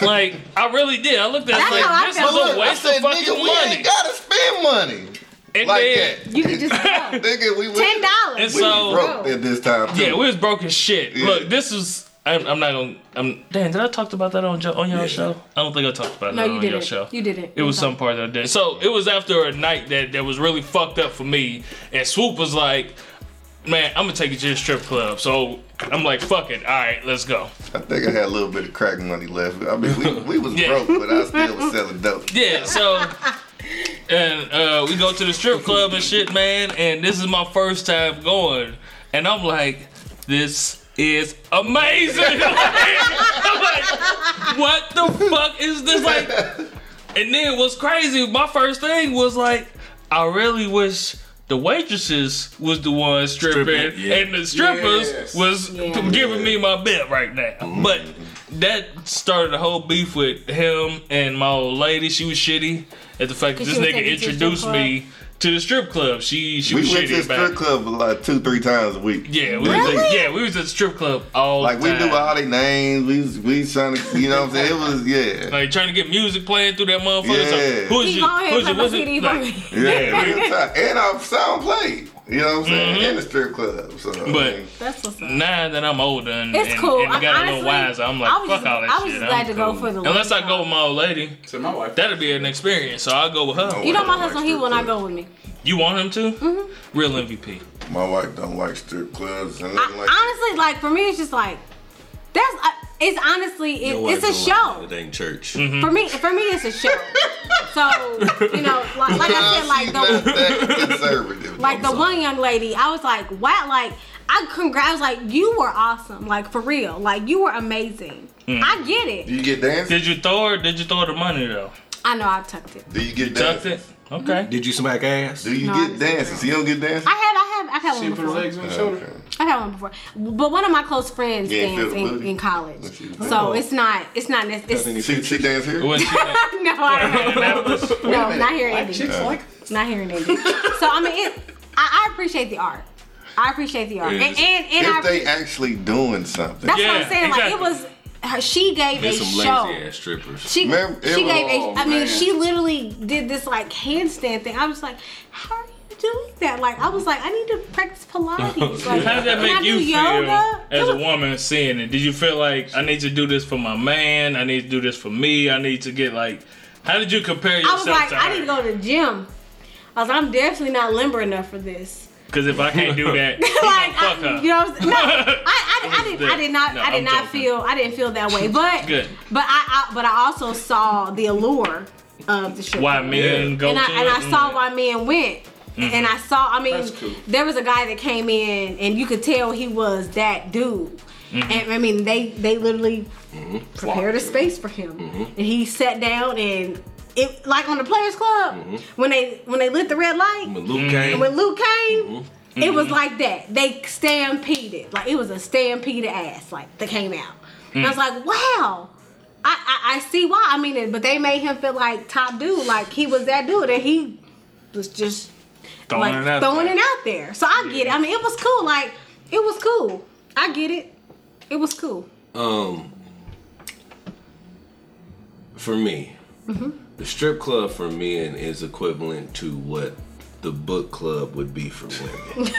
Speaker 4: Like I really did. I looked at
Speaker 7: That's
Speaker 4: it
Speaker 7: how I
Speaker 4: like this
Speaker 7: felt.
Speaker 5: But
Speaker 4: is
Speaker 5: look,
Speaker 4: a
Speaker 5: I
Speaker 4: waste of
Speaker 5: said, nigga,
Speaker 4: fucking
Speaker 5: we
Speaker 4: money.
Speaker 5: ain't gotta spend money
Speaker 4: And
Speaker 5: like
Speaker 4: then-
Speaker 5: that.
Speaker 7: you can just go.
Speaker 5: Nigga, we
Speaker 7: Ten
Speaker 5: went
Speaker 4: And
Speaker 7: dollars.
Speaker 4: so
Speaker 5: broke at this time. Too.
Speaker 4: Yeah, we was broke as shit.
Speaker 5: Yeah.
Speaker 4: Look, this was. I'm, I'm not gonna. I'm, damn, did I talk about that on jo- on your show? I don't think I talked about
Speaker 7: No,
Speaker 4: that
Speaker 7: you
Speaker 4: on your show.
Speaker 7: didn't. You didn't.
Speaker 4: It was some part that I did. So it was after a night that that was really fucked up for me, and Swoop was like, "Man, I'm gonna take you to the strip club." So I'm like, "Fuck it, all right, let's go."
Speaker 5: I think I had a little bit of crack money left. I mean, we, we was
Speaker 4: Yeah.
Speaker 5: broke, but I still was
Speaker 4: [laughs]
Speaker 5: selling dope.
Speaker 4: Yeah, so and uh, we go to the strip club and shit, man. And this is my first time going, and I'm like, this is amazing. [laughs] I'm like, what the fuck is this? Like, and then what's crazy? My first thing was like, I really wish. The waitresses was the ones stripping,
Speaker 3: Stripping, yeah.
Speaker 4: and the strippers
Speaker 6: Yes.
Speaker 4: was
Speaker 7: Yeah.
Speaker 4: p- giving me my bet right now. But that started a whole beef with him and my old lady. She was shitty at the fact that
Speaker 7: 'Cause
Speaker 4: this
Speaker 7: she was
Speaker 4: nigga
Speaker 7: taking you to the
Speaker 4: introduced
Speaker 7: strip
Speaker 4: me to the strip club. She she
Speaker 5: We
Speaker 4: was
Speaker 5: went to the
Speaker 4: shitty about
Speaker 5: strip
Speaker 4: it.
Speaker 5: club like two, three times a week.
Speaker 4: Yeah, we was at,
Speaker 7: Really?
Speaker 4: yeah, we was at the strip club all
Speaker 5: Like we
Speaker 4: time.
Speaker 5: knew all their names. We was, we was trying to, you know what I'm saying? It was yeah,
Speaker 4: Like trying to get music playing through that motherfucker.
Speaker 5: Yeah.
Speaker 4: So who's
Speaker 7: He
Speaker 4: you?
Speaker 7: go ahead
Speaker 4: Who's you?
Speaker 7: and play my
Speaker 4: What's
Speaker 7: CD
Speaker 4: it?
Speaker 7: for
Speaker 4: Like,
Speaker 7: me.
Speaker 5: yeah.
Speaker 4: Yeah. Mm-hmm.
Speaker 5: real time. And our sound played. You know what I'm saying? In the strip club. So
Speaker 4: But-
Speaker 5: I mean,
Speaker 7: That's what's up.
Speaker 4: now that I'm older and,
Speaker 7: It's
Speaker 4: and-
Speaker 7: cool.
Speaker 4: and
Speaker 7: I-
Speaker 4: got a
Speaker 7: honestly,
Speaker 4: little wiser, I'm like,
Speaker 7: I was
Speaker 4: fuck
Speaker 7: just-
Speaker 4: all that
Speaker 7: I was
Speaker 4: shit.
Speaker 7: just glad
Speaker 4: I'm
Speaker 7: to go
Speaker 4: cool.
Speaker 7: for the
Speaker 4: Unless I
Speaker 7: lifestyle.
Speaker 4: go with my old lady,
Speaker 6: So my wife.
Speaker 4: that'd be an experience. So I'll go with her.
Speaker 7: You know
Speaker 5: I
Speaker 7: my
Speaker 5: don't
Speaker 7: husband,
Speaker 5: like
Speaker 7: he will not
Speaker 5: strip
Speaker 7: go with me.
Speaker 4: You, want him to? Mm-hmm. Real MVP.
Speaker 5: clubs. My wife don't like strip clubs and
Speaker 7: I,
Speaker 5: nothing like.
Speaker 7: honestly, like for me, it's just like that's. Uh, it's honestly, it,
Speaker 3: Your
Speaker 7: it's a
Speaker 3: wife don't like
Speaker 7: show
Speaker 3: It It ain't church.
Speaker 4: Mm-hmm.
Speaker 7: for me. For me, it's a show. so you know, like, like I said, like the
Speaker 5: That
Speaker 7: [laughs]
Speaker 5: conservative.
Speaker 7: like the one young lady, I was like, wow, like I congrat, I was like, you were awesome, like for real, like you were amazing.
Speaker 5: Mm.
Speaker 7: I get it.
Speaker 5: Do you get dancing?
Speaker 4: Did you throw her? Did you throw the money though?
Speaker 7: I know I tucked it.
Speaker 5: Do you get
Speaker 4: Tucked
Speaker 5: dancing?
Speaker 4: it. Okay.
Speaker 3: Did you smack ass?
Speaker 5: Do you
Speaker 7: No, I
Speaker 5: get
Speaker 7: just-
Speaker 5: dances? You don't get Oh, dances?
Speaker 7: I have, I have, I've had
Speaker 6: See
Speaker 7: one
Speaker 6: if her
Speaker 7: before.
Speaker 6: legs on the shoulder.
Speaker 7: I've had one before, but one of my close friends
Speaker 5: You ain't feel
Speaker 7: danced
Speaker 5: the
Speaker 7: in,
Speaker 5: booty?
Speaker 7: in college,
Speaker 5: What you-
Speaker 7: so it's not, it's not, nec- it's, no,
Speaker 5: She, she dance here?
Speaker 4: Was she like,
Speaker 7: [laughs] I
Speaker 5: [laughs]
Speaker 4: Indianapolis?
Speaker 7: don't. no, not here,
Speaker 6: Black
Speaker 7: Andy.
Speaker 6: chicks like
Speaker 7: not hearing it. so I mean, it, I, I appreciate the art. I appreciate the art,
Speaker 3: Yeah,
Speaker 7: and and, and I,
Speaker 5: If they actually doing something.
Speaker 7: that's what
Speaker 4: Yeah,
Speaker 7: I'm saying. Like it
Speaker 4: exactly.
Speaker 7: was, her, she gave
Speaker 3: And
Speaker 7: a
Speaker 3: some
Speaker 7: show.
Speaker 3: lazy ass strippers.
Speaker 7: She
Speaker 5: Man, it
Speaker 7: she
Speaker 5: was-
Speaker 7: gave a.
Speaker 6: oh,
Speaker 7: I mean,
Speaker 6: man.
Speaker 7: she literally did this like handstand thing. I was like, how are you doing that? Like I was like, I need to practice Pilates. Like,
Speaker 4: [laughs] How does that
Speaker 7: can I
Speaker 4: make
Speaker 7: do
Speaker 4: you
Speaker 7: yoga?
Speaker 4: feel as
Speaker 7: It
Speaker 4: a
Speaker 7: was-
Speaker 4: woman seeing it? Did you feel like I need to do this for my man? I need to do this for me. I need to get like. How did you compare
Speaker 7: I
Speaker 4: yourself
Speaker 7: was like,
Speaker 4: to
Speaker 7: I need to go to the gym. I was like, I'm definitely not limber enough for this. [laughs]
Speaker 4: Because if I can't [laughs] do that, you
Speaker 7: like,
Speaker 4: gonna fuck
Speaker 7: I,
Speaker 4: her.
Speaker 7: you know, what I'm saying?
Speaker 4: [laughs]
Speaker 7: no, I, I, I,
Speaker 4: It was
Speaker 7: did, I did not,
Speaker 4: No,
Speaker 7: I did
Speaker 4: I'm
Speaker 7: not
Speaker 4: joking.
Speaker 7: feel, I didn't feel that way. But,
Speaker 4: Good.
Speaker 7: but I, I, but I also saw the allure of the strip
Speaker 4: Why
Speaker 7: club.
Speaker 4: men go
Speaker 7: and
Speaker 4: to
Speaker 7: I, and
Speaker 4: it?
Speaker 7: I saw why men went. And I saw, I mean,
Speaker 6: That's cool.
Speaker 7: there was a guy that came in, and you could tell he was that dude. And I mean, they they literally prepared a space for him, and he sat down and it like on the Players Club when they when they lit the red light.
Speaker 3: When
Speaker 4: Mm-hmm.
Speaker 3: Luke came,
Speaker 7: And when Luke came,
Speaker 3: Mm-hmm.
Speaker 7: it was like that. They stampeded. Like it was a stampeded ass. Like that came out. And I was
Speaker 3: Mm.
Speaker 7: like, wow. I, I, I see why. I mean, but they made him feel like top dude. Like he was that dude, and he was just
Speaker 4: Throwing
Speaker 7: like
Speaker 4: it out
Speaker 7: throwing
Speaker 4: there.
Speaker 7: it out there. So I get it. I mean, it was cool. Like it was cool. I get it. It was cool.
Speaker 3: um, for me,
Speaker 7: Mm-hmm.
Speaker 3: the strip club for men is equivalent to what the book club would be for
Speaker 7: [laughs]
Speaker 3: women.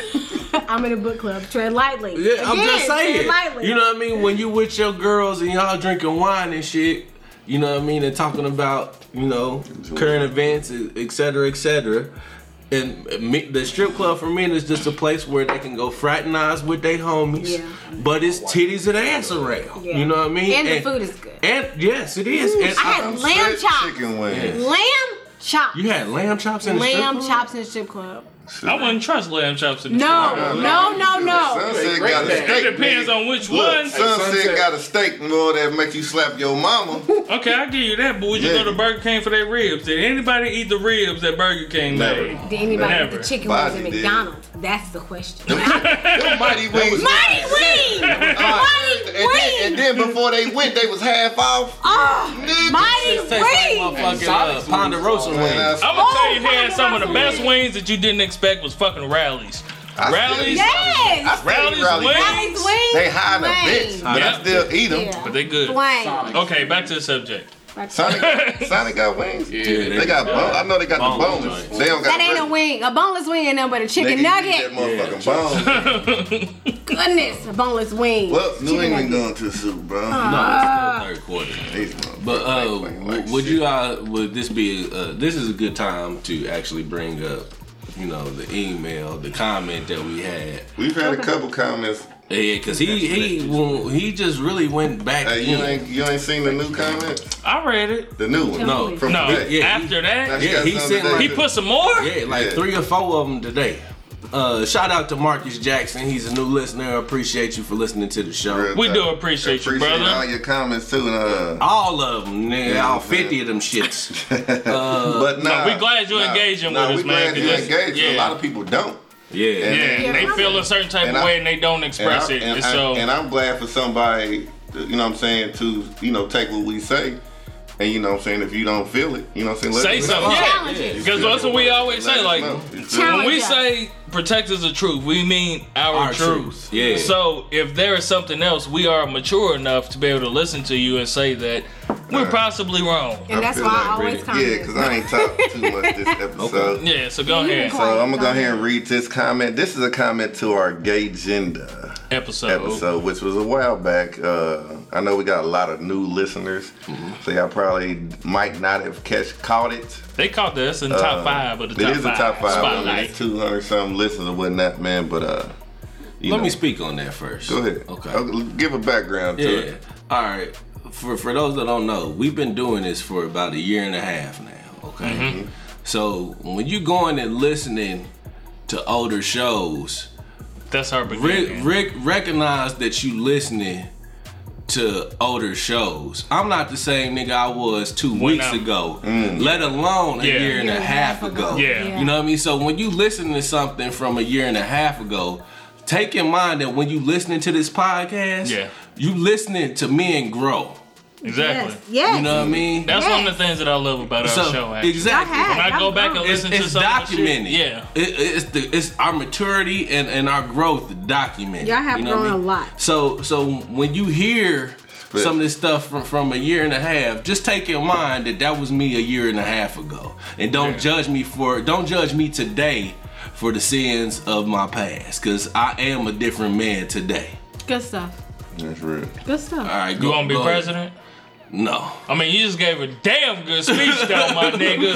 Speaker 7: I'm in a book club. Tread lightly.
Speaker 3: Yeah, I'm
Speaker 7: Again,
Speaker 3: just saying.
Speaker 7: Tread lightly.
Speaker 3: You know what I mean? When you with your girls and y'all drinking wine and shit, you know what I mean, and talking about you know current events, et cetera, et cetera. and me, the strip club for men is just a place where they can go fraternize with their homies,
Speaker 7: Yeah.
Speaker 3: but it's titties and ass around.
Speaker 7: Yeah.
Speaker 3: You know what I mean?
Speaker 7: And the food is good.
Speaker 3: And yes, it is. and
Speaker 7: I had
Speaker 5: I'm
Speaker 7: lamb
Speaker 5: straight
Speaker 7: chops.
Speaker 5: Chicken wings.
Speaker 7: Lamb chops.
Speaker 3: you had lamb chops in the strip
Speaker 7: Lamb
Speaker 3: club?
Speaker 7: chops in the strip club.
Speaker 4: I wouldn't trust lamb chops in the
Speaker 7: No,
Speaker 4: store.
Speaker 7: no, no, no.
Speaker 5: Sunset
Speaker 6: Great
Speaker 5: got a
Speaker 6: day.
Speaker 5: steak.
Speaker 4: It depends
Speaker 5: nigga.
Speaker 4: on which
Speaker 5: Look,
Speaker 4: one.
Speaker 5: Sunset
Speaker 6: Sunset.
Speaker 5: got a steak more that make you slap your mama.
Speaker 4: Okay, I give you that, but would you
Speaker 5: Yeah.
Speaker 4: go to Burger King for their ribs? Did anybody eat the ribs that Burger King
Speaker 5: Never.
Speaker 4: made?
Speaker 7: Did anybody eat
Speaker 4: Never.
Speaker 7: the chicken wings at
Speaker 5: Body did.
Speaker 7: McDonald's? That's the
Speaker 5: [laughs]
Speaker 7: question.
Speaker 5: Them mighty wings.
Speaker 7: Mighty wings!
Speaker 5: Alright, and,
Speaker 7: Mighty
Speaker 5: then, and
Speaker 7: wings!
Speaker 5: then before they went, they was half off.
Speaker 7: Oh, mighty
Speaker 3: Tastes like
Speaker 7: wings!
Speaker 3: motherfucking uh, Ponderosa
Speaker 5: Man,
Speaker 3: wings.
Speaker 5: I-
Speaker 4: I'm gonna tell you
Speaker 7: Oh,
Speaker 4: here, some of the
Speaker 7: fucking
Speaker 4: best wings that you didn't expect was fucking rallies.
Speaker 5: I still
Speaker 4: Rallies,
Speaker 5: eat- I
Speaker 7: Yes!
Speaker 5: still eat
Speaker 4: Rally's
Speaker 5: Rally's
Speaker 4: wings.
Speaker 7: Mighty wings!
Speaker 5: They hide a
Speaker 7: Wings.
Speaker 5: bitch, but I
Speaker 4: Yeah.
Speaker 5: still eat them.
Speaker 7: Yeah.
Speaker 4: but they good.
Speaker 7: Wayne.
Speaker 4: Okay, back to the subject.
Speaker 5: Sonic,
Speaker 4: [laughs]
Speaker 5: Sonic got wings.
Speaker 6: Yeah,
Speaker 5: They got bone. I know they got the
Speaker 3: Boneless
Speaker 5: boneless.
Speaker 3: joints.
Speaker 5: They don't got
Speaker 7: That ain't a
Speaker 5: bread.
Speaker 7: wing. A boneless wing ain't nothing but a
Speaker 5: They
Speaker 7: chicken
Speaker 5: can eat That
Speaker 7: nugget.
Speaker 5: motherfucking bone.
Speaker 7: Goodness, a boneless wing.
Speaker 5: Well, New
Speaker 7: Chicken
Speaker 5: England
Speaker 7: nugget.
Speaker 5: going to the Super Bowl.
Speaker 3: No, it's still third quarter.
Speaker 5: These motherfuckers
Speaker 3: But uh,
Speaker 5: ain't playing like
Speaker 3: w- would
Speaker 5: shit.
Speaker 3: you? Uh, would this be? Uh, this is a good time to actually bring up, you know, the email, the comment that we had.
Speaker 5: We've had a couple comments.
Speaker 3: Yeah, cause he he well, he just really went back.
Speaker 5: Hey, you
Speaker 3: in.
Speaker 5: ain't you ain't seen the new comment?
Speaker 4: [laughs] I read it.
Speaker 5: The new one.
Speaker 3: No.
Speaker 5: From
Speaker 4: No,
Speaker 5: today.
Speaker 3: Yeah,
Speaker 4: after that,
Speaker 5: She
Speaker 3: Yeah,
Speaker 5: got
Speaker 3: he
Speaker 5: something
Speaker 3: sent, like,
Speaker 5: today.
Speaker 4: he put some more.
Speaker 3: Yeah, like
Speaker 5: Yeah.
Speaker 3: three or four of them today. Uh, shout out to Marcus Jackson. He's a new listener. Appreciate you for listening to the show.
Speaker 5: Real
Speaker 4: We
Speaker 5: talk.
Speaker 4: do appreciate you,
Speaker 5: Appreciate
Speaker 4: brother.
Speaker 5: all your comments too. and, Uh,
Speaker 3: All of them, nigga.
Speaker 5: Yeah,
Speaker 3: all
Speaker 5: man.
Speaker 3: 50 of them
Speaker 5: [laughs]
Speaker 3: shits.
Speaker 5: but nah,
Speaker 4: we glad you're
Speaker 5: nah,
Speaker 4: engaging
Speaker 5: nah,
Speaker 4: with
Speaker 5: we
Speaker 4: us, man,
Speaker 5: Glad
Speaker 4: 'cause
Speaker 5: you're
Speaker 4: this-
Speaker 5: engaging. A
Speaker 4: yeah.
Speaker 5: lot of people don't.
Speaker 3: Yeah.
Speaker 4: Yeah,
Speaker 5: And-
Speaker 4: they feel a certain type
Speaker 5: And
Speaker 4: of
Speaker 5: I-
Speaker 4: way and they don't
Speaker 5: And,
Speaker 4: express
Speaker 5: I,
Speaker 4: it.
Speaker 5: and,
Speaker 4: And
Speaker 5: I-
Speaker 4: so,
Speaker 5: and I'm glad for somebody, you know what I'm saying, to, you know, take what we say. And you know what I'm saying, if you don't feel it, you know what I'm saying, let
Speaker 4: Say
Speaker 5: let
Speaker 4: something. Yeah.
Speaker 7: Challenge it.
Speaker 4: because that's what we always
Speaker 5: Let
Speaker 4: say,
Speaker 5: us
Speaker 4: like,
Speaker 5: know. You feel me?
Speaker 4: when we
Speaker 7: Challenge
Speaker 4: say protectors of truth, we mean our,
Speaker 3: Our truth,
Speaker 4: truth.
Speaker 3: yeah.
Speaker 4: So if there is something else, we are mature enough to be able to listen to you and say that we're
Speaker 5: Right.
Speaker 4: possibly wrong.
Speaker 7: And that's
Speaker 5: feel
Speaker 7: why
Speaker 5: like
Speaker 7: I always
Speaker 5: reading- Yeah,
Speaker 7: comment.
Speaker 5: because I ain't talked too much
Speaker 7: [laughs]
Speaker 5: this episode.
Speaker 4: Yeah, so go
Speaker 7: You
Speaker 4: ahead.
Speaker 7: can-
Speaker 5: So I'm gonna go ahead and read this comment. This is a comment to our gay gender
Speaker 4: Episode.
Speaker 5: episode, which was a while back. Uh, I know we got a lot of new listeners,
Speaker 4: Mm-hmm.
Speaker 5: so y'all probably might not have catch caught it.
Speaker 4: They caught this in top five of the
Speaker 5: Uh, It
Speaker 4: top
Speaker 5: is
Speaker 4: five.
Speaker 5: a top five, I mean,
Speaker 4: Spotlight.
Speaker 5: it's 200 something listeners or whatnot, man. But uh, you
Speaker 3: Let
Speaker 5: know,
Speaker 3: me speak on that first.
Speaker 5: Go ahead.
Speaker 3: Okay.
Speaker 5: I'll give a background
Speaker 3: Yeah.
Speaker 5: to it.
Speaker 3: All right. For for those that don't know, we've been doing this for about a year and a half now. Okay.
Speaker 4: Mm-hmm.
Speaker 5: Mm-hmm.
Speaker 3: So when you going and listening to older shows,
Speaker 4: That's our
Speaker 3: Rick,
Speaker 4: beginning.
Speaker 3: Rick recognize that you listening to older shows. I'm not the same nigga I was two weeks
Speaker 4: I-
Speaker 3: ago,
Speaker 5: Mm.
Speaker 3: let alone a
Speaker 4: Yeah.
Speaker 3: year and a half ago.
Speaker 4: Yeah.
Speaker 7: Yeah.
Speaker 3: You know what I mean? So when you listen to something from a year and a half ago, take in mind that when you listening to this podcast,
Speaker 4: Yeah.
Speaker 3: you listening to men grow.
Speaker 4: exactly.
Speaker 7: Yes, yes.
Speaker 3: You know what I mean?
Speaker 4: That's one
Speaker 7: Yes.
Speaker 4: of the things that I love about our
Speaker 3: so
Speaker 4: show. Actually.
Speaker 3: exactly.
Speaker 7: Y'all
Speaker 4: When I
Speaker 7: Y'all
Speaker 4: go back and
Speaker 7: grown.
Speaker 3: It's,
Speaker 4: listen to
Speaker 3: it's
Speaker 4: some of the shit-
Speaker 3: documented.
Speaker 4: Yeah.
Speaker 3: It, it's the it's our maturity and, and our growth documented.
Speaker 7: Y'all have
Speaker 3: what
Speaker 7: grown a lot.
Speaker 3: So so when you hear
Speaker 5: Yeah.
Speaker 3: some of this stuff from, from a year and a half, just take in mind that that was me a year and a half ago, and don't judge me for don't judge me today for the sins of my past, cause I am a different man today.
Speaker 7: Good stuff.
Speaker 5: That's real.
Speaker 7: Good stuff.
Speaker 3: All right, go,
Speaker 4: You want to be
Speaker 3: go ahead.
Speaker 4: president?
Speaker 3: No.
Speaker 4: I mean, you just gave a damn good speech,
Speaker 3: [laughs]
Speaker 4: though, my
Speaker 3: Uh,
Speaker 4: nigga.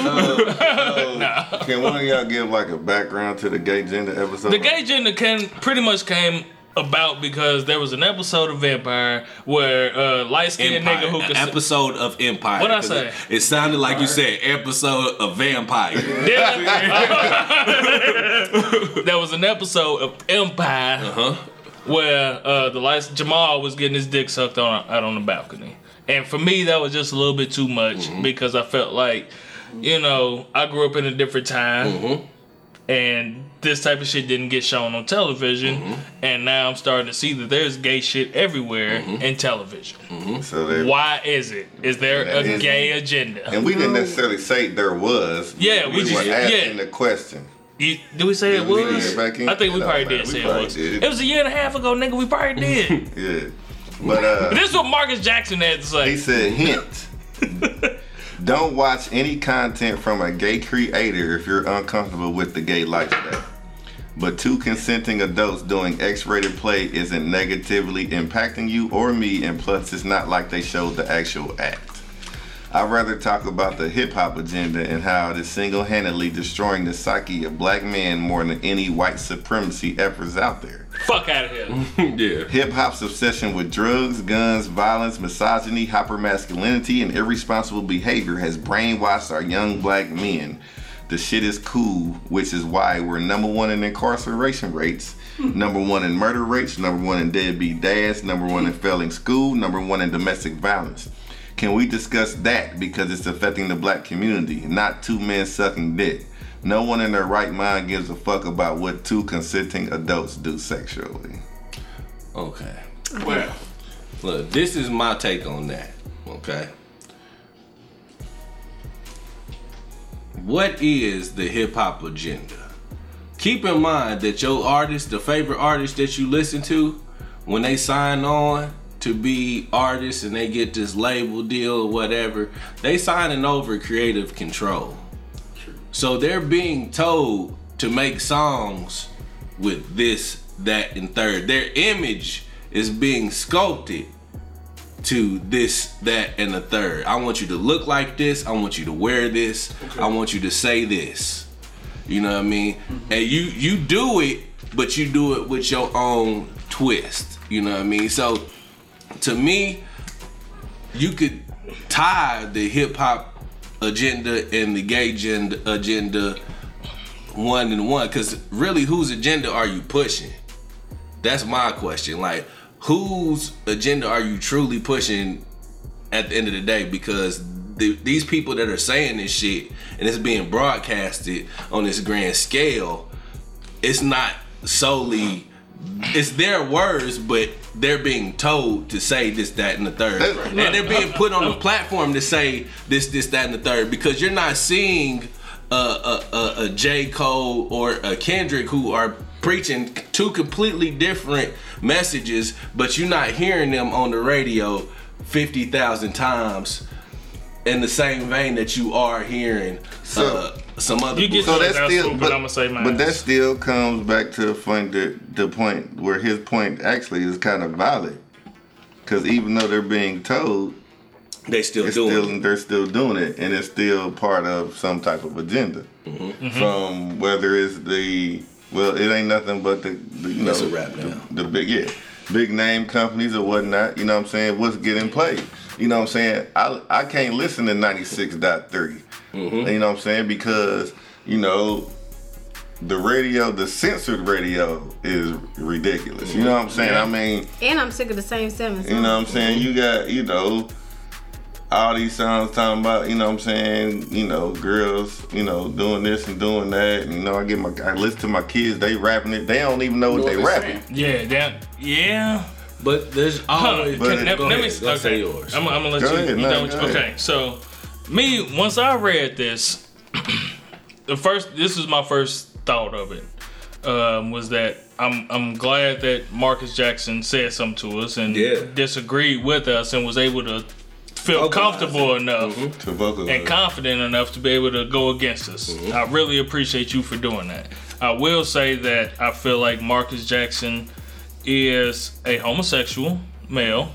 Speaker 5: Can one of y'all give like a background to the gay gender episode?
Speaker 4: The gay gender can pretty much came about because there was an episode of Vampire where uh, light skinned
Speaker 3: Empire,
Speaker 4: nigga who could.
Speaker 3: an episode of Empire.
Speaker 4: What'd I
Speaker 3: 'cause
Speaker 4: say?
Speaker 3: It, it sounded like you said episode of vampire. [laughs]
Speaker 4: there was an episode of Empire
Speaker 5: Uh-huh.
Speaker 4: where uh, the lights Jamal was getting his dick sucked on out on the balcony, and for me that was just a little bit too much
Speaker 5: Mm-hmm.
Speaker 4: because I felt like, you know, I grew up in a different time,
Speaker 5: Mm-hmm.
Speaker 4: and this type of shit didn't get shown on television,
Speaker 5: Mm-hmm.
Speaker 4: and now I'm starting to see that there's gay shit everywhere in television.
Speaker 5: So they-
Speaker 4: Why is it? Is there
Speaker 5: Mm-hmm. That
Speaker 4: a
Speaker 5: is-
Speaker 4: gay agenda?
Speaker 5: And we didn't necessarily say there was.
Speaker 4: Yeah, we
Speaker 5: we,
Speaker 4: just-
Speaker 5: were asking
Speaker 4: yeah.
Speaker 5: the question.
Speaker 4: You, did we say it
Speaker 5: we
Speaker 4: was?
Speaker 5: get back in?
Speaker 4: I think we
Speaker 5: No,
Speaker 4: probably
Speaker 5: man,
Speaker 4: did
Speaker 5: we
Speaker 4: say
Speaker 5: probably
Speaker 4: it was.
Speaker 5: did.
Speaker 4: It was a year and a half ago, nigga. We probably
Speaker 5: [laughs]
Speaker 4: did.
Speaker 5: Yeah, but
Speaker 4: [laughs]
Speaker 5: uh,
Speaker 4: this is what Marcus Jackson had to
Speaker 5: He
Speaker 4: say.
Speaker 5: said, hint. Don't watch any content from a gay creator if you're uncomfortable with the gay lifestyle. But two consenting adults doing X-rated play isn't negatively impacting you or me, and plus, it's not like they showed the actual act. I'd rather talk about the hip hop agenda and how it is single handedly destroying the psyche of black men more than any white supremacy efforts out there.
Speaker 4: Fuck out of here.
Speaker 3: yeah.
Speaker 5: Hip hop's obsession with drugs, guns, violence, misogyny, hypermasculinity, and irresponsible behavior has brainwashed our young black men. The shit is cool, which is why we're number one in incarceration rates, number one in murder rates, number one in deadbeat dads, number one in failing school, number one in domestic violence. Can we discuss that because it's affecting the black community, not two men sucking dick? No one in their right mind gives a fuck about what two consenting adults do sexually.
Speaker 3: Okay.
Speaker 6: Well,
Speaker 3: Look, this is my take on that. Okay. What is the hip hop agenda? Keep in mind that your artist, the favorite artist that you listen to, when they sign on to be artists and they get this label deal or whatever, they signing over creative control. So they're being told to make songs with this, that, and third. Their image is being sculpted to this, that, and the third. I want you to look like this. I want you to wear this. I want you to say this. You know what I mean? And you you do it, but you do it with your own twist. You know what I mean? So to me, you could tie the hip hop agenda and the gay agenda agenda one and one. Cause really, whose agenda are you pushing? That's my question. Like, whose agenda are you truly pushing at the end of the day? Because th- these people that are saying this shit and it's being broadcasted on this grand scale, it's not solely. It's their words, but they're being told to say this, that, and the third,
Speaker 5: That's right.
Speaker 3: and they're being put on a platform to say this, this, that, and the third because you're not seeing a a, a, a J Cole or a Kendrick who are preaching two completely different messages, but you're not hearing them on the radio fifty thousand times in the same vein that you are hearing
Speaker 5: So-
Speaker 3: uh, some other.
Speaker 4: You get
Speaker 3: bull-
Speaker 5: So
Speaker 4: So
Speaker 5: that
Speaker 4: that's
Speaker 5: still,
Speaker 4: cool, but I'ma say mine.
Speaker 5: but that still comes back to the point that the point where his point actually is kind of valid, because even though they're being told,
Speaker 3: they still
Speaker 5: it's
Speaker 3: doing. it.
Speaker 5: still they're still doing it, and it's still part of some type of agenda,
Speaker 3: Mm-hmm.
Speaker 5: from whether it's the well, it ain't nothing but the, the you know
Speaker 3: It's a wrap now.
Speaker 5: the big yeah, big name companies or whatnot. You know what I'm saying? What's getting played? You know what I'm saying? I I can't listen to 96.3.
Speaker 3: Mm-hmm.
Speaker 5: You know what I'm saying? Because you know the radio, the censored radio is ridiculous. You know what I'm saying? I mean.
Speaker 7: And I'm sick of the same seven.
Speaker 5: You know what I'm saying? You got, you know, all these songs talking about, you know what I'm saying, you know, girls, you know, doing this and doing that. And, you know, I get my I listen to my kids, they rapping it. They don't even know what they
Speaker 6: what they're
Speaker 5: rapping.
Speaker 6: saying.
Speaker 4: Yeah, that. Yeah.
Speaker 3: But there's
Speaker 4: Huh.
Speaker 3: always.
Speaker 5: But-
Speaker 4: Can- let,
Speaker 5: go
Speaker 4: let
Speaker 3: ahead.
Speaker 4: me.
Speaker 3: Let's
Speaker 4: okay.
Speaker 3: say yours.
Speaker 4: I'm, I'm gonna let
Speaker 5: Go
Speaker 4: you.
Speaker 5: ahead,
Speaker 4: you
Speaker 5: no,
Speaker 4: know what
Speaker 5: go
Speaker 4: you-
Speaker 5: ahead.
Speaker 4: okay. So, me once I read this, [clears throat] the first this is my first thought of it um, was that I'm I'm glad that Marcus Jackson said something to us and
Speaker 3: Yeah.
Speaker 4: disagreed with us and was able to feel
Speaker 3: Vocalize
Speaker 4: comfortable enough
Speaker 3: Mm-hmm.
Speaker 5: To vocalize.
Speaker 4: and confident enough to be able to go against us. I really appreciate you for doing that. I will say that I feel like Marcus Jackson is a homosexual male,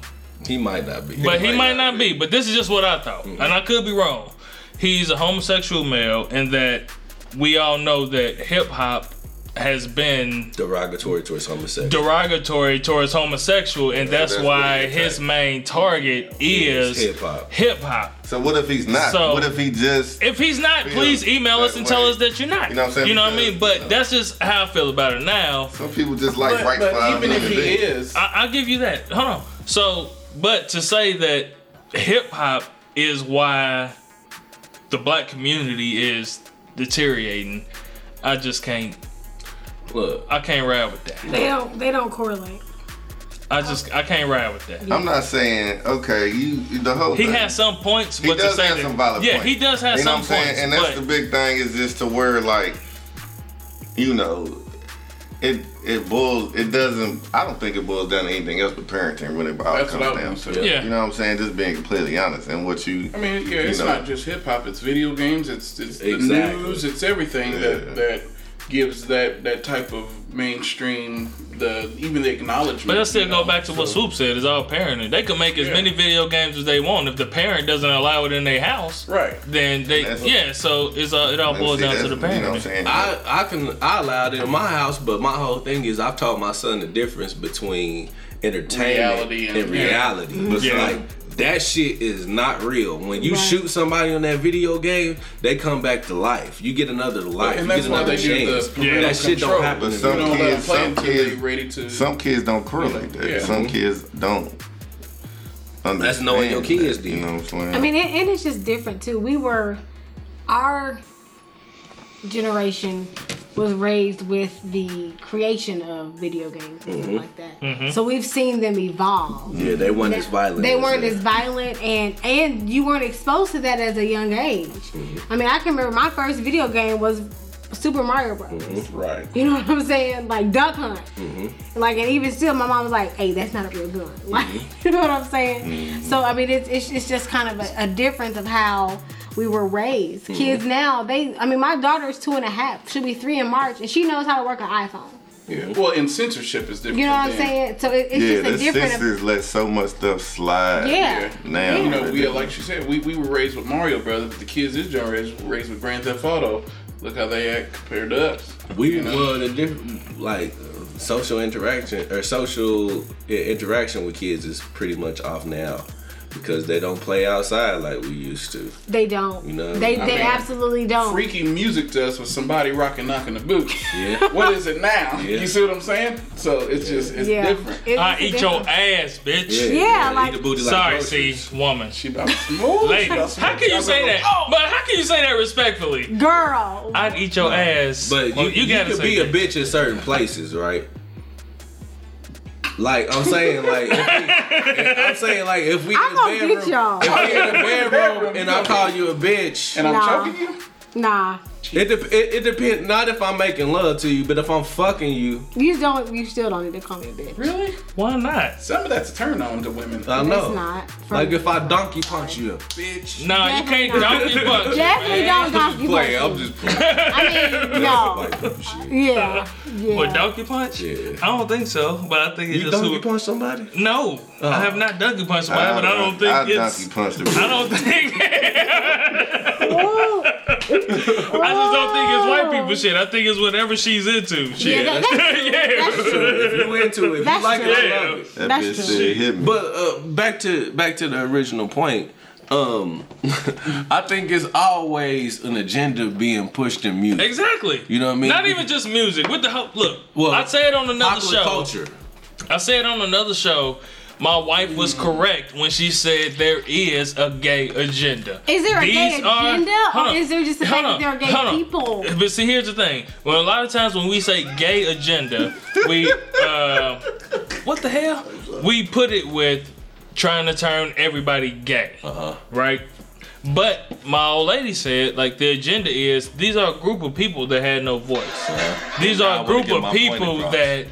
Speaker 3: He might not be.
Speaker 4: but he might not be. Mm-hmm. But this is just what I thought, and I could be wrong. He's a homosexual male, and that we all know that hip hop has been
Speaker 3: derogatory towards homosexuals.
Speaker 4: derogatory towards homosexual, and that's,
Speaker 5: that's
Speaker 4: why
Speaker 5: what he
Speaker 4: his
Speaker 5: attacked.
Speaker 4: main target
Speaker 3: Is
Speaker 4: is
Speaker 3: hip-hop.
Speaker 4: Hip hop.
Speaker 5: so what if he's not?
Speaker 4: So-
Speaker 5: what if he just
Speaker 4: If he's not, please email us
Speaker 5: that
Speaker 4: and
Speaker 5: way.
Speaker 4: tell us that you're not.
Speaker 5: You know what I'm saying?
Speaker 4: I mean? But that's just how I feel about it now.
Speaker 5: some people just like
Speaker 6: But,
Speaker 5: right
Speaker 6: but
Speaker 5: five
Speaker 6: even if
Speaker 5: minutes
Speaker 6: he
Speaker 5: a day.
Speaker 6: is,
Speaker 4: I, I'll give you that. Hold on. So, but to say that hip hop is why the black community is deteriorating, I just can't.
Speaker 3: Look,
Speaker 4: I can't ride with that.
Speaker 7: They don't. They don't correlate.
Speaker 4: I just I can't ride with that.
Speaker 5: I'm not saying, okay, you the whole
Speaker 4: He
Speaker 5: thing.
Speaker 4: has some points,
Speaker 5: He
Speaker 4: but
Speaker 5: does
Speaker 4: to say
Speaker 5: have
Speaker 4: that,
Speaker 5: some valid
Speaker 4: yeah,
Speaker 5: points.
Speaker 4: he does have
Speaker 5: You know
Speaker 4: some
Speaker 5: what I'm saying?
Speaker 4: points.
Speaker 5: And that's
Speaker 4: but-
Speaker 5: the big thing is just to where like, you know, it it boils. It doesn't. I don't think it boils down to anything else but parenting. When it all
Speaker 6: That's what I
Speaker 5: comes down
Speaker 6: was
Speaker 5: to,
Speaker 6: gonna
Speaker 4: say. Yeah.
Speaker 5: you know what I'm saying? Just being completely honest and what you.
Speaker 6: I mean,
Speaker 5: you
Speaker 6: yeah, it's
Speaker 5: know.
Speaker 6: not just hip hop. It's video games. It's it's the
Speaker 3: Exactly.
Speaker 6: news. It's everything
Speaker 5: Yeah.
Speaker 6: that that gives that that type of mainstream the even the acknowledgement.
Speaker 4: But let's still
Speaker 6: you
Speaker 4: go
Speaker 6: know,
Speaker 4: back to what
Speaker 6: so-
Speaker 4: Swoop said. It's all parenting. They can make as
Speaker 6: Yeah.
Speaker 4: many video games as they want. If the parent doesn't allow it in their house,
Speaker 6: Right.
Speaker 4: Then they
Speaker 5: That's-
Speaker 4: yeah. So it's all it all boils
Speaker 5: See,
Speaker 4: down
Speaker 5: that's-
Speaker 4: to the
Speaker 5: You know what I'm
Speaker 4: parenting.
Speaker 5: saying?
Speaker 3: I, I can I allowed it in my house, but my whole thing is I've taught my son the difference between entertainment
Speaker 6: Reality
Speaker 3: and,
Speaker 6: and-
Speaker 3: reality. But
Speaker 4: Yeah.
Speaker 3: like that shit is not real. When you
Speaker 7: Right.
Speaker 3: shoot somebody on that video game, they come back to life. You get another life.
Speaker 6: and
Speaker 3: you
Speaker 6: that's
Speaker 3: get
Speaker 6: why
Speaker 3: another
Speaker 6: they do the
Speaker 3: chance.
Speaker 6: parental
Speaker 3: that shit
Speaker 6: control,
Speaker 3: don't happen.
Speaker 5: but
Speaker 3: in
Speaker 5: some
Speaker 6: You don't let them
Speaker 5: kids,
Speaker 6: play
Speaker 5: some
Speaker 6: until they
Speaker 5: kids,
Speaker 6: ready to.
Speaker 5: some kids don't correlate that.
Speaker 6: Yeah.
Speaker 4: Mm-hmm.
Speaker 5: Some kids don't. Understand
Speaker 3: That's knowing your kids
Speaker 5: that,
Speaker 3: did.
Speaker 5: You know what I'm saying?
Speaker 7: I mean, and, and it's just different too. We were, our generation was raised with the creation of video games
Speaker 5: Mm-hmm.
Speaker 7: and stuff like that. So we've seen them evolve.
Speaker 3: yeah, they weren't as violent.
Speaker 7: They
Speaker 3: as
Speaker 7: weren't
Speaker 3: that.
Speaker 7: as violent, and and you weren't exposed to that as a young age.
Speaker 3: Mm-hmm.
Speaker 7: I mean, I can remember my first video game was Super Mario Bros.
Speaker 3: Mm-hmm.
Speaker 6: right.
Speaker 7: You know what I'm saying? Like duck hunt. Like and even still, my mom was like, "Hey, that's not a real gun." [laughs] Like
Speaker 3: Mm-hmm.
Speaker 7: you know what I'm saying? So I mean, it's it's, it's just kind of a, a difference of how we were raised.
Speaker 3: Mm-hmm.
Speaker 7: Kids now, they I mean, my daughter's two and a half. She'll be three in March, and she knows how to work an iPhone.
Speaker 6: Yeah. Well, and censorship is different.
Speaker 7: You know what I'm
Speaker 6: than-
Speaker 7: saying? So it, it's
Speaker 5: yeah,
Speaker 7: just a
Speaker 5: the
Speaker 7: different.
Speaker 5: sisters let so much stuff slide.
Speaker 7: yeah.
Speaker 5: Now,
Speaker 6: You know, we like she said, we, we were raised with Mario Brothers, but the kids this generation were raised with Grand Theft Auto. Look how they act compared to us.
Speaker 3: We
Speaker 6: You know?
Speaker 3: well the diff- like uh, social interaction or social i- interaction with kids is pretty much off now because they don't play outside like we used to.
Speaker 7: They don't.
Speaker 3: You know,
Speaker 7: they
Speaker 3: I
Speaker 7: they
Speaker 3: mean,
Speaker 7: absolutely don't.
Speaker 6: Freaky music to us was somebody rocking knocking the boot.
Speaker 3: Yeah.
Speaker 6: [laughs] what is it now?
Speaker 3: Yeah.
Speaker 6: You see what I'm saying? So it's just it's
Speaker 7: yeah.
Speaker 6: different.
Speaker 7: It's
Speaker 4: I
Speaker 7: a
Speaker 4: Uh, eat your
Speaker 7: difference.
Speaker 4: ass, bitch.
Speaker 7: Yeah, like-
Speaker 3: eat the booty like
Speaker 4: Sorry, see,
Speaker 3: groceries.
Speaker 4: woman.
Speaker 6: She about to smooth.
Speaker 4: Lady,
Speaker 6: She about to
Speaker 4: how
Speaker 6: smooth.
Speaker 4: can you
Speaker 6: Y'all
Speaker 4: say
Speaker 6: gonna
Speaker 4: that?
Speaker 6: go, "Oh,
Speaker 4: But how can you say that respectfully?
Speaker 7: girl.
Speaker 4: I'd eat your ass.
Speaker 3: But
Speaker 4: Well,
Speaker 3: you, you,
Speaker 4: gotta
Speaker 3: could
Speaker 4: say
Speaker 3: be a
Speaker 4: that.
Speaker 3: bitch in certain places, right? Like I'm saying, like if we- I'm saying, like if we
Speaker 7: I'm gonna
Speaker 3: in
Speaker 7: get
Speaker 3: the bedroom,
Speaker 7: y'all.
Speaker 3: if we in the [laughs] bedroom, and I call you a bitch,
Speaker 6: And I'm
Speaker 7: Nah.
Speaker 6: choking you?
Speaker 7: nah,
Speaker 3: it dep it, it depends. Not if I'm making love to you, but if I'm fucking you,
Speaker 7: you don't. You still don't need to call me a bitch.
Speaker 6: Really?
Speaker 4: Why not?
Speaker 6: Some of that's a turn on to women.
Speaker 3: I know.
Speaker 7: It's not. for
Speaker 3: Like
Speaker 7: me.
Speaker 3: if I donkey punch you, bitch.
Speaker 4: No, you
Speaker 7: Definitely
Speaker 4: can't
Speaker 7: not.
Speaker 4: donkey punch.
Speaker 7: Definitely don't donkey
Speaker 3: Play, I'm
Speaker 7: punch.
Speaker 3: just playing.
Speaker 7: I
Speaker 3: [laughs]
Speaker 7: mean, no.
Speaker 3: Like, oh, shit.
Speaker 7: Yeah. Yeah.
Speaker 4: What donkey punch?
Speaker 3: Yeah.
Speaker 4: I don't think so, but I think it's
Speaker 3: You
Speaker 4: just who.
Speaker 3: donkey punch somebody?
Speaker 4: No, I have not donkey punched somebody, but I don't think
Speaker 5: I
Speaker 4: it's.
Speaker 5: donkey punched the
Speaker 4: I don't think.
Speaker 7: Ooh.
Speaker 4: I just don't think it's white people shit. I think it's whatever she's into. [laughs]
Speaker 7: Yeah,
Speaker 4: Shit.
Speaker 7: that, that's true. That's true.
Speaker 3: If you into it, if you
Speaker 7: That's
Speaker 3: like it,
Speaker 4: true.
Speaker 3: I love it.
Speaker 5: That
Speaker 7: That's
Speaker 5: bitch
Speaker 7: true.
Speaker 5: said hit me.
Speaker 3: But uh, back to back to the original point. Um, [laughs] I think it's always an agenda being pushed in music.
Speaker 4: Exactly.
Speaker 3: You know what I mean?
Speaker 4: Not even just music. With the whole look,
Speaker 3: Well,
Speaker 4: I said on another
Speaker 3: Popular
Speaker 4: show.
Speaker 3: culture.
Speaker 4: I said on another show. My wife was
Speaker 3: Mm.
Speaker 4: correct when she said there is a gay agenda.
Speaker 7: Is there a gay
Speaker 4: These are-
Speaker 7: agenda,
Speaker 4: Hold
Speaker 7: or
Speaker 4: on.
Speaker 7: is there just the
Speaker 4: Hold
Speaker 7: fact that
Speaker 4: on.
Speaker 7: there are gay
Speaker 4: Hold on. [laughs]
Speaker 7: people?
Speaker 4: But see, here's the thing. Well, a lot of times when we say gay agenda, we uh, what the hell? We put it with trying to turn everybody gay, uh-huh. right? But my old lady said, like the agenda is these are a group of people that had no voice. These
Speaker 3: Now I
Speaker 4: are
Speaker 3: Uh-huh.
Speaker 4: a
Speaker 3: wanna
Speaker 4: group
Speaker 3: get
Speaker 4: of
Speaker 3: my point
Speaker 4: people
Speaker 3: across.
Speaker 4: that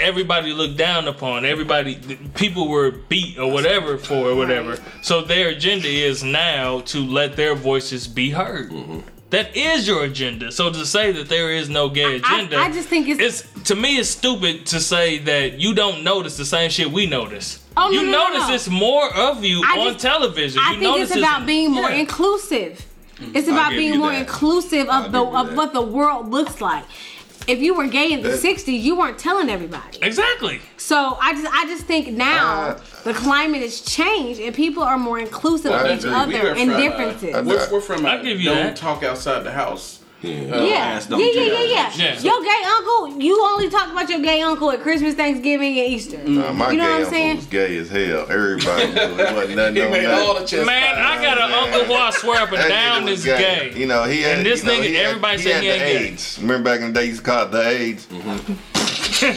Speaker 4: everybody looked down upon. Everybody, th- people were beat or whatever for or whatever. So their agenda is now to let their voices be heard.
Speaker 3: Mm-hmm.
Speaker 4: That is your agenda. So to say that there is no gay
Speaker 7: I-
Speaker 4: agenda,
Speaker 7: I just think it's-
Speaker 4: to me it's stupid to say that you don't notice the same shit we notice.
Speaker 7: Oh, no,
Speaker 4: you
Speaker 7: no, no,
Speaker 4: notice
Speaker 7: no.
Speaker 4: it's more of you
Speaker 7: I
Speaker 4: on
Speaker 7: just-
Speaker 4: television.
Speaker 7: I
Speaker 4: you
Speaker 7: think
Speaker 4: notice
Speaker 7: it's about being more
Speaker 4: yeah.
Speaker 7: inclusive. It's about
Speaker 3: Mm, give
Speaker 7: being
Speaker 3: you
Speaker 7: more
Speaker 3: that.
Speaker 7: inclusive of the
Speaker 5: give you
Speaker 7: of
Speaker 5: that.
Speaker 7: what the world looks like. If you were gay in the
Speaker 5: That-
Speaker 7: '60s, you weren't telling everybody.
Speaker 4: Exactly.
Speaker 7: So I just I just think
Speaker 5: Uh,
Speaker 7: now the climate has changed and people are more inclusive
Speaker 5: I
Speaker 7: of each
Speaker 5: agree.
Speaker 6: We
Speaker 7: other
Speaker 6: are
Speaker 7: and
Speaker 6: from, uh,
Speaker 7: differences.
Speaker 5: I know.
Speaker 6: We're, we're from a
Speaker 4: I'll give you
Speaker 6: don't
Speaker 4: that.
Speaker 6: talk outside the house.
Speaker 3: Yeah.
Speaker 7: yeah.
Speaker 3: Ass
Speaker 7: Yeah,
Speaker 3: don't
Speaker 7: yeah,
Speaker 3: do
Speaker 7: yeah,
Speaker 3: that.
Speaker 7: yeah,
Speaker 4: Yeah.
Speaker 7: Your gay uncle, you only talk about your gay uncle at Christmas, Thanksgiving, and Easter.
Speaker 5: Mm. Nah, my
Speaker 7: You know
Speaker 5: gay
Speaker 7: what I'm
Speaker 5: uncle
Speaker 7: saying?
Speaker 5: was gay as hell. Everybody knew it. It
Speaker 4: [laughs]
Speaker 5: wasn't nothing
Speaker 6: He
Speaker 5: on
Speaker 6: made
Speaker 5: that.
Speaker 6: all the chest.
Speaker 4: Man, I got an
Speaker 5: man.
Speaker 4: uncle who I
Speaker 3: [laughs]
Speaker 4: swear up and
Speaker 5: That
Speaker 4: down
Speaker 5: nigga was
Speaker 4: is gay.
Speaker 5: You know, he had
Speaker 4: And this
Speaker 5: you know,
Speaker 4: nigga,
Speaker 5: he had-
Speaker 4: everybody
Speaker 5: he
Speaker 4: said
Speaker 5: had
Speaker 4: he Mm-hmm.
Speaker 5: the
Speaker 4: ain't gay.
Speaker 5: AIDS. Remember back in the day, he's called the AIDS.
Speaker 4: [laughs]
Speaker 5: yeah,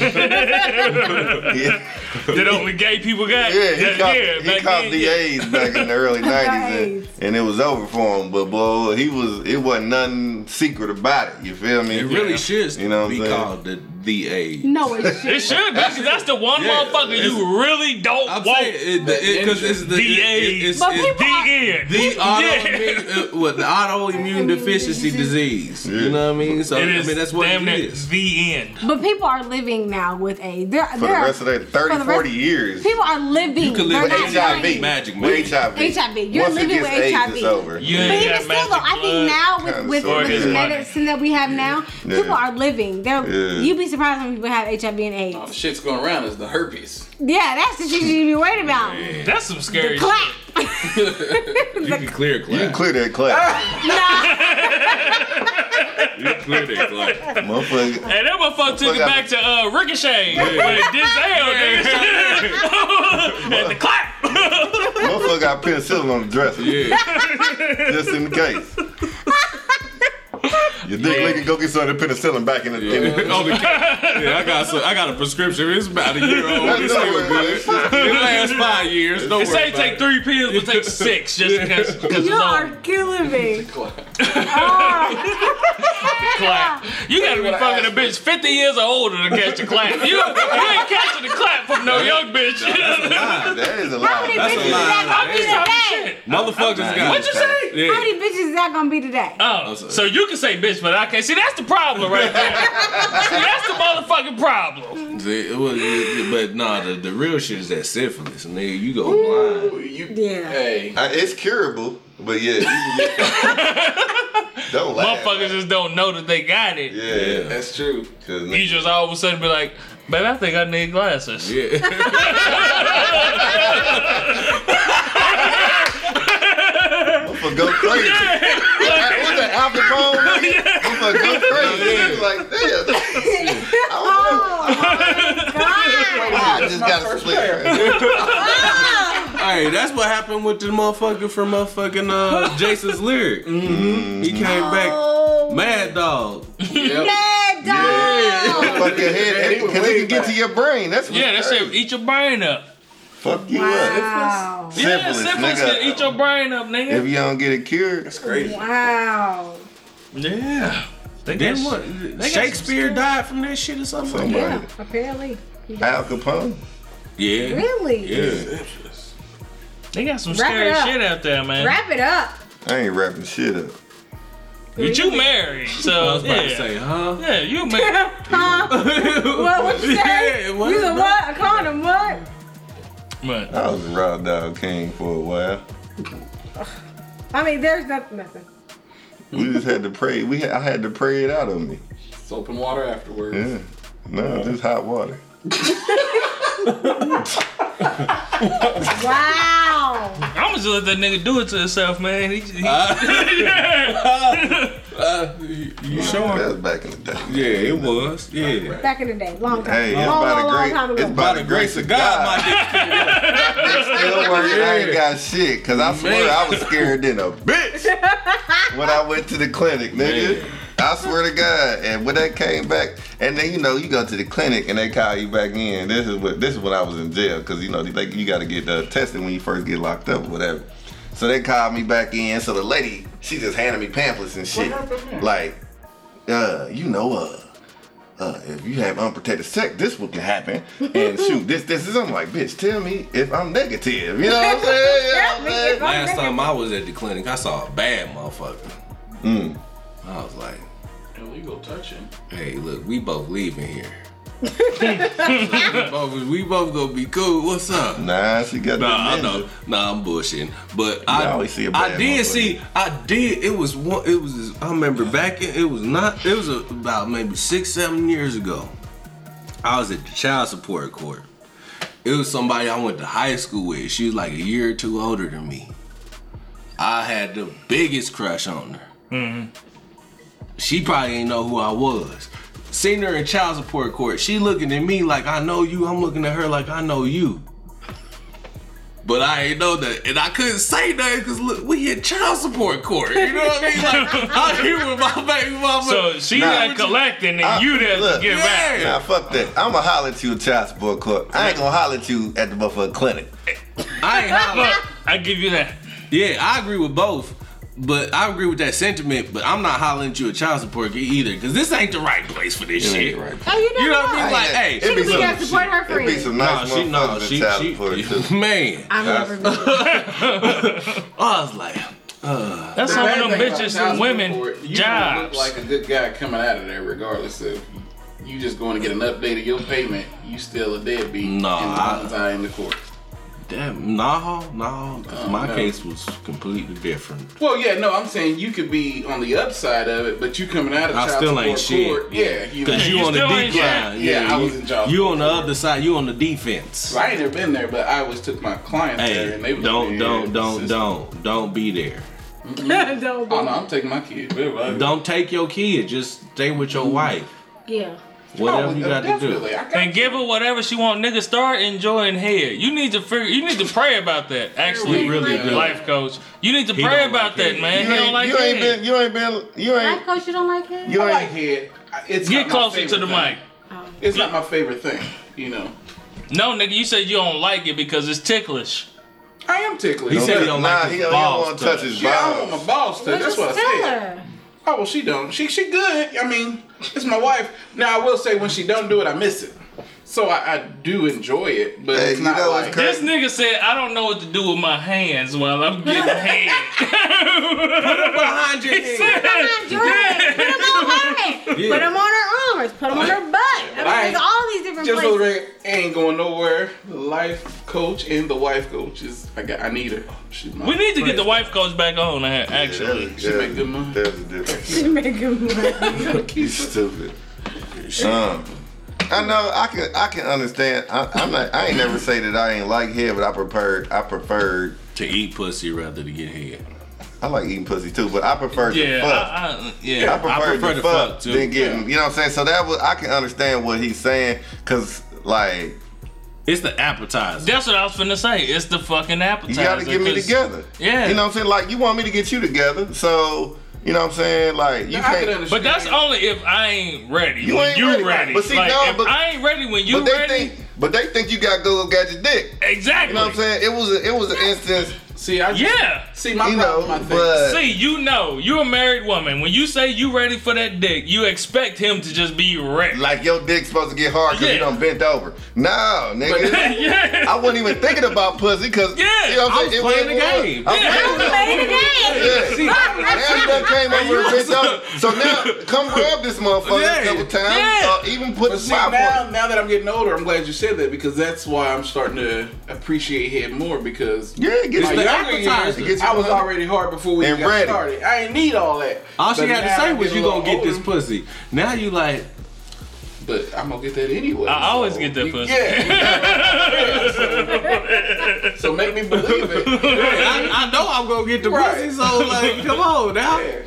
Speaker 4: that only gay people got.
Speaker 5: yeah, he
Speaker 4: That-
Speaker 5: caught,
Speaker 4: yeah,
Speaker 5: he
Speaker 4: back
Speaker 5: caught
Speaker 4: then,
Speaker 5: the
Speaker 4: yeah.
Speaker 5: AIDS back in the
Speaker 7: [laughs]
Speaker 5: early nineties,
Speaker 7: AIDS.
Speaker 5: and, and it was over for him. But boy, he was it wasn't nothing secret about it. You feel me?
Speaker 3: It really should
Speaker 5: You know what I'm
Speaker 3: be
Speaker 5: saying?
Speaker 3: called the the age.
Speaker 7: No,
Speaker 3: [laughs]
Speaker 7: it
Speaker 4: It
Speaker 7: should.
Speaker 4: should be 'cause that's the one
Speaker 3: Yeah,
Speaker 4: motherfucker
Speaker 3: it's-
Speaker 4: you really don't
Speaker 3: I'm
Speaker 4: want.
Speaker 3: saying it because it's the
Speaker 4: The
Speaker 3: it-
Speaker 4: age.
Speaker 3: it's,
Speaker 7: But
Speaker 3: it's
Speaker 7: people are-
Speaker 4: The end.
Speaker 3: the
Speaker 4: [laughs] Yeah.
Speaker 3: autoimmune uh, what the autoimmune deficiency disease. You know what I mean? So
Speaker 4: It
Speaker 3: I
Speaker 4: is
Speaker 3: mean that's what
Speaker 4: damn
Speaker 3: it
Speaker 4: near
Speaker 3: is.
Speaker 4: the end.
Speaker 7: But people are living now with a. They're,
Speaker 5: For the rest of their 30, 40 years.
Speaker 7: People are living.
Speaker 3: You can live
Speaker 7: they're
Speaker 5: With
Speaker 3: with
Speaker 7: not dying.
Speaker 5: HIV.
Speaker 3: Magic, man.
Speaker 5: With HIV.
Speaker 7: HIV. You're living with
Speaker 5: AIDS,
Speaker 7: HIV.
Speaker 5: It's over.
Speaker 4: You
Speaker 7: But
Speaker 4: ain't
Speaker 7: even
Speaker 4: got
Speaker 7: still,
Speaker 4: magic
Speaker 7: though, I
Speaker 4: blood.
Speaker 7: think now with
Speaker 5: Kinda
Speaker 7: with,
Speaker 5: sorta.
Speaker 7: with the
Speaker 4: Yeah.
Speaker 7: medicine that we have now,
Speaker 5: Yeah.
Speaker 7: people are living. They're
Speaker 5: Yeah.
Speaker 7: you'd be surprised when people have HIV and AIDS.
Speaker 6: All the shit's going around is the herpes.
Speaker 7: Yeah, that's the shit you be worried about.
Speaker 4: That's some scary shit.
Speaker 7: Clap.
Speaker 3: You can clear
Speaker 5: You can
Speaker 3: class.
Speaker 5: clear that clap.
Speaker 3: You can clear that class.
Speaker 5: Motherfucker.
Speaker 4: And that motherfucker took it back to uh, Ricochet. But Denzel, [laughs] nigga. At the clap.
Speaker 5: Motherfucker got penicillin on the dresser.
Speaker 3: Yeah.
Speaker 5: Just in case. You think Lincoln go get some of the penicillin back in the in the-
Speaker 3: Oh, the cat. Yeah, I got so I got a prescription. It's about a year old.
Speaker 5: That's
Speaker 3: It's
Speaker 5: not
Speaker 3: still
Speaker 5: what
Speaker 3: good.
Speaker 5: it
Speaker 3: It
Speaker 5: is.
Speaker 3: lasts five years. Don't
Speaker 4: They
Speaker 3: worry
Speaker 4: say
Speaker 3: about
Speaker 4: take
Speaker 3: it.
Speaker 4: three pills, but take six just because it's
Speaker 7: You are
Speaker 4: on
Speaker 7: killing me. Oh,
Speaker 3: [laughs]
Speaker 4: clap. You gotta be fucking a bitch 50 years or older to catch the clap. You, you ain't catching the clap from no young bitch. [laughs]
Speaker 5: That is a
Speaker 7: How many
Speaker 5: lie.
Speaker 7: bitches is that gonna be today?
Speaker 3: Motherfuckers got.
Speaker 4: What'd you say?
Speaker 3: Yeah.
Speaker 7: How many bitches is that gonna be today?
Speaker 4: Oh, so you can say bitch, but I can't. See, that's the problem right there. See, that's the motherfucking problem.
Speaker 3: [laughs] See, it was, it- it- but nah, the, the real shit is that syphilis, nigga. You go blind.
Speaker 6: You,
Speaker 7: Yeah.
Speaker 6: Hey.
Speaker 5: Uh, It's curable, but yeah. you
Speaker 3: [laughs]
Speaker 5: can get- Don't laugh.
Speaker 4: Motherfuckers just don't know that they got it.
Speaker 5: Yeah.
Speaker 6: That's true.
Speaker 5: 'cause
Speaker 4: You just all of a sudden be like, baby, I think I need glasses.
Speaker 3: Yeah. [laughs]
Speaker 5: Motherfucker go crazy. What's that Alpha Bone? Motherfucker go crazy. It's Like, damn.
Speaker 7: Oh,
Speaker 5: I just got to split. right?
Speaker 3: hey, that's what happened with the motherfucker from motherfucking [laughs] uh, Jason's lyric. Mm-hmm. He came back
Speaker 7: Oh,
Speaker 3: mad dog.
Speaker 7: mad dog.
Speaker 5: Fuck your head. Because it can get to your brain. That's what's
Speaker 4: Yeah, that shit
Speaker 5: crazy.
Speaker 4: eat your brain up.
Speaker 5: Fuck you up.
Speaker 7: Wow.
Speaker 4: yeah,
Speaker 5: Syphilis,
Speaker 4: syphilis
Speaker 5: nigga.
Speaker 4: can eat your brain up,
Speaker 5: If
Speaker 4: nigga.
Speaker 5: you don't get it cured,
Speaker 7: Wow.
Speaker 3: Yeah.
Speaker 4: They
Speaker 3: Then
Speaker 4: got
Speaker 3: what?
Speaker 4: sh- got some
Speaker 3: Shakespeare died from that shit or something.
Speaker 5: somebody.
Speaker 7: Yeah, apparently.
Speaker 5: Al Capone.
Speaker 3: Yeah.
Speaker 7: Really?
Speaker 3: Yeah.
Speaker 4: They got some
Speaker 7: Wrap
Speaker 4: scary
Speaker 7: it up.
Speaker 4: shit out there, man.
Speaker 7: Wrap it up.
Speaker 5: I ain't wrapping shit up.
Speaker 4: but you married,
Speaker 3: I
Speaker 4: so
Speaker 3: was about to
Speaker 4: yeah.
Speaker 3: say, huh?
Speaker 4: Yeah, you married.
Speaker 7: huh? What, what you say?
Speaker 3: Yeah, what?
Speaker 7: you the what? A condom, what?
Speaker 4: But
Speaker 5: I was a raw dog king for a while.
Speaker 7: I mean, there's nothing. nothing.
Speaker 4: Mm-hmm.
Speaker 5: We just had to pray. We had, I had to pray it out on me.
Speaker 6: Soap and water afterwards.
Speaker 5: Yeah. No, just hot water.
Speaker 7: Wow.
Speaker 4: I'ma just let that nigga do it to himself, man. He, he,
Speaker 3: You
Speaker 5: That
Speaker 3: sure?
Speaker 5: was back in the day.
Speaker 3: Yeah, it was. Yeah.
Speaker 7: Back in the day, long time.
Speaker 5: Hey, it's
Speaker 7: long,
Speaker 5: by
Speaker 7: long,
Speaker 5: the
Speaker 7: long
Speaker 5: great.
Speaker 7: time ago.
Speaker 5: it's by the grace of God.
Speaker 3: my dick.
Speaker 5: [laughs] Still working. I ain't got shit. Cause I swear
Speaker 3: Man.
Speaker 5: I was scared than a [laughs] bitch when I went to the clinic, nigga. I swear to God. And when that came back, and then you know you go to the clinic and they call you back in. This is what this is when I was in jail. Cause you know they like you got to get uh, tested when you first get locked up or whatever. So they called me back in. So the lady, she just handed me pamphlets and shit. Like, uh, you know, uh, uh, if you have unprotected sex, this what can happen.
Speaker 6: [laughs]
Speaker 5: And shoot, this, this, this. I'm like, bitch, tell me if I'm negative. You know what I'm saying?
Speaker 6: [laughs]
Speaker 5: You know what I'm saying?
Speaker 3: Last [laughs] time I was at the clinic, I saw a bad motherfucker.
Speaker 5: Mm.
Speaker 3: I was like,
Speaker 6: Illegal touching.
Speaker 3: hey, look, we both leaving [laughs] here. we, both, we both gonna be cool. What's up?
Speaker 5: Nah, she got
Speaker 3: Nah,
Speaker 5: that
Speaker 3: I know.
Speaker 5: ninja.
Speaker 3: Nah, I'm bullshitting. But I,
Speaker 5: always see a
Speaker 3: I
Speaker 5: bad
Speaker 3: did
Speaker 5: motherfucker.
Speaker 3: see. I did. It was one. It was. I remember back. In, it was not. It was about maybe six, seven years ago. I was at the child support court. It was somebody I went to high school with. She was like a year or two older than me. I had the biggest crush on her. Mm-hmm. She probably didn't know who I was. Seen her in child support court. She looking at me like I know you. I'm looking at her like I know you. But I ain't know that, and I couldn't say nothing because look, we in child support court. You know what I mean? Like I'm here with my baby mama.
Speaker 4: so she
Speaker 5: Nah.
Speaker 4: got collecting, and
Speaker 5: I-
Speaker 4: you there to
Speaker 5: look,
Speaker 4: get back.
Speaker 5: Nah, fuck that. I'ma holler at you at child support court. I ain't gonna holler at you at the motherfucking clinic.
Speaker 3: I ain't hollering.
Speaker 4: Look, I give you that.
Speaker 3: Yeah, I agree with both. But I agree with that sentiment. But I'm not hollering at you at child support either, because this ain't the right place for this shit.
Speaker 5: Right.
Speaker 7: Oh, you know,
Speaker 3: You know what
Speaker 7: what?
Speaker 3: I mean? Like, hey,
Speaker 7: She
Speaker 5: It'd be
Speaker 7: could be
Speaker 5: some
Speaker 7: there to support
Speaker 5: shit.
Speaker 7: her
Speaker 5: It'd be
Speaker 7: friend.
Speaker 5: some
Speaker 3: Nah,
Speaker 5: nice
Speaker 3: she, nah,
Speaker 5: motherfuckers
Speaker 3: she,
Speaker 5: in child
Speaker 3: she,
Speaker 5: support
Speaker 3: [laughs]
Speaker 5: too.
Speaker 3: man.
Speaker 7: I remember being
Speaker 3: I was like,
Speaker 4: That's how them bitches and women
Speaker 6: You gonna look
Speaker 4: jobs.
Speaker 6: like a good guy coming out of there, regardless of you just going to get an update of your payment. You still a deadbeat.
Speaker 3: Nah.
Speaker 6: and tie in the court.
Speaker 3: damn, nah, nah. 'cause my
Speaker 6: no.
Speaker 3: case was completely different.
Speaker 6: Well, yeah, no, I'm saying you could be on the upside of it, but you coming out of
Speaker 3: I
Speaker 6: child
Speaker 3: still ain't
Speaker 6: support
Speaker 3: shit.
Speaker 6: court, yeah, you know.
Speaker 3: Cause you,
Speaker 4: You
Speaker 3: on the
Speaker 4: still
Speaker 3: decline.
Speaker 4: ain't shit.
Speaker 3: Yeah,
Speaker 6: Yeah, I
Speaker 3: you-
Speaker 6: was in child
Speaker 3: You on the
Speaker 6: support.
Speaker 3: other side. You on the defense.
Speaker 6: I ain't never been there, but I always took my clients there,
Speaker 3: Hey,
Speaker 6: and they was
Speaker 3: don't,
Speaker 6: like,
Speaker 3: don't,
Speaker 6: yeah,
Speaker 3: don't,
Speaker 6: this is-
Speaker 3: don't, don't be there.
Speaker 7: Don't
Speaker 6: Oh no, I'm taking my kid. Whatever. I-
Speaker 3: Don't take your kid. Just stay with your wife.
Speaker 7: Yeah.
Speaker 3: Whatever you
Speaker 6: Mm-hmm. Oh,
Speaker 3: got to do.
Speaker 6: definitely. I got
Speaker 4: And give her whatever she want. Nigga, start enjoying hair. You need to figure. You need to pray about that. Actually,
Speaker 7: We really do.
Speaker 4: life coach. You need to
Speaker 3: He
Speaker 4: pray
Speaker 3: don't like
Speaker 4: about that,
Speaker 3: hair.
Speaker 4: man.
Speaker 5: You
Speaker 4: He don't
Speaker 5: ain't-
Speaker 4: like
Speaker 5: you ain't
Speaker 4: hair.
Speaker 5: been, you ain't been, you
Speaker 7: Life
Speaker 5: ain't,
Speaker 7: coach, you don't like him?
Speaker 5: you
Speaker 6: I like
Speaker 5: ain't.
Speaker 6: head. I- It's
Speaker 4: Get
Speaker 6: not my
Speaker 4: closer to
Speaker 6: favorite
Speaker 4: the
Speaker 6: thing.
Speaker 4: mic.
Speaker 6: It's not my favorite thing, you know.
Speaker 4: No, nigga, you said you don't like it because it's ticklish.
Speaker 6: I am ticklish.
Speaker 3: He said he don't like
Speaker 5: Nah,
Speaker 3: his
Speaker 5: he don't
Speaker 3: balls
Speaker 5: want to touch
Speaker 3: touched.
Speaker 5: his
Speaker 6: yeah, I don't want my
Speaker 5: balls.
Speaker 6: balls to.
Speaker 7: But
Speaker 6: That's
Speaker 7: just
Speaker 6: what I
Speaker 7: tell
Speaker 6: said.
Speaker 7: her.
Speaker 6: Oh well, she don't. She she good. I mean, it's my wife. Now I will say when she don't do it, I miss it. So I, I do enjoy it, but
Speaker 5: Hey,
Speaker 6: it's
Speaker 5: you
Speaker 6: not
Speaker 5: know
Speaker 6: like
Speaker 5: what's
Speaker 4: This
Speaker 5: crazy?
Speaker 4: nigga said, I don't know what to do with my hands while I'm
Speaker 5: [laughs]
Speaker 4: getting hand.
Speaker 6: [laughs]
Speaker 3: Behind your head.
Speaker 7: Behind Jordan. Put him on her. [laughs] Put him on her arms. Put him on her butt. I mean,
Speaker 6: Right.
Speaker 7: there's all these different
Speaker 6: just for the
Speaker 7: places.
Speaker 6: record, ain't going nowhere. The life coach and the wife coach is I got I need her. She my
Speaker 4: We need to get the
Speaker 6: friend.
Speaker 4: wife coach back on, uh, actually.
Speaker 5: There's-
Speaker 6: She make good money.
Speaker 5: There's a difference.
Speaker 7: [laughs] Make him laugh.
Speaker 5: You stupid. Um, I know. I can. I can understand. I, I'm not. I ain't never say that I ain't like head, but I preferred. I preferred.
Speaker 3: To eat pussy rather than get head.
Speaker 5: I like eating pussy too, but I prefer
Speaker 4: Yeah,
Speaker 5: to fuck.
Speaker 4: I, I,
Speaker 5: I,
Speaker 4: yeah.
Speaker 5: prefer, to, fuck,
Speaker 3: too.
Speaker 5: than getting. You know what I'm saying? So that was. I can understand what he's saying, cause like
Speaker 3: It's the appetizer.
Speaker 4: That's what I was finna say. It's the fucking
Speaker 5: you
Speaker 4: appetizer.
Speaker 5: got to get me
Speaker 4: 'cause-
Speaker 5: together.
Speaker 4: Yeah.
Speaker 5: You know what I'm saying? Like you want me to get you together, so you know what I'm saying? Like you
Speaker 6: I can
Speaker 5: can't.
Speaker 6: understand.
Speaker 4: But that's only if I ain't ready.
Speaker 5: You
Speaker 4: when
Speaker 5: ain't
Speaker 4: you
Speaker 5: ready,
Speaker 4: ready.
Speaker 5: right. But see,
Speaker 4: like,
Speaker 5: no,
Speaker 4: if
Speaker 5: but-
Speaker 4: I ain't ready when you
Speaker 5: But they
Speaker 4: ready.
Speaker 5: think. But they think you got to go get your dick.
Speaker 4: exactly.
Speaker 5: You know what I'm saying? It was. A, it was an instance.
Speaker 6: see, I just,
Speaker 4: Yeah.
Speaker 6: See, my
Speaker 5: You
Speaker 6: problem, I
Speaker 5: know,
Speaker 6: think.
Speaker 5: but
Speaker 4: See, you know, you're a married woman. When you say you ready for that dick, you expect him to just be ready.
Speaker 5: Like your dick's supposed to get hard because you
Speaker 4: Yeah.
Speaker 5: done bent over. No, nigga.
Speaker 4: yeah.
Speaker 5: I wasn't even thinking about pussy because
Speaker 4: Yeah,
Speaker 5: you know what
Speaker 3: I
Speaker 5: I'm saying?
Speaker 3: was
Speaker 5: It
Speaker 3: playing
Speaker 5: was-
Speaker 3: the game.
Speaker 5: I was playing the
Speaker 7: Play the game.
Speaker 5: game. Yeah. Now you done came over and bent over. So now come grab this motherfucker
Speaker 3: Yeah.
Speaker 5: a couple times.
Speaker 4: Yeah.
Speaker 5: Or even put
Speaker 6: But
Speaker 5: the
Speaker 6: see,
Speaker 5: spot
Speaker 6: now,
Speaker 5: on it.
Speaker 6: now that I'm getting older, I'm glad you said that because that's why I'm starting to appreciate head more because
Speaker 5: Yeah, get
Speaker 6: my
Speaker 5: the
Speaker 6: younger
Speaker 5: appetizer. It
Speaker 6: years,
Speaker 5: gets you
Speaker 6: I was
Speaker 5: hungry.
Speaker 6: already hard before we
Speaker 5: And
Speaker 6: got
Speaker 5: ready.
Speaker 6: started. I ain't need all that.
Speaker 3: All she
Speaker 6: But
Speaker 3: had to
Speaker 6: now
Speaker 3: say
Speaker 6: I'm
Speaker 3: was
Speaker 6: getting
Speaker 3: you
Speaker 6: a
Speaker 3: gonna
Speaker 6: little
Speaker 3: get this
Speaker 6: older,
Speaker 3: pussy. Now you like,
Speaker 6: But I'm gonna get that anyway.
Speaker 4: I always
Speaker 6: so-
Speaker 4: get that pussy.
Speaker 6: Yeah. [laughs] yeah, so, so make me believe [laughs] it.
Speaker 3: I, I know I'm gonna get the
Speaker 6: Right.
Speaker 3: pussy, so like, come on now.
Speaker 6: Yeah.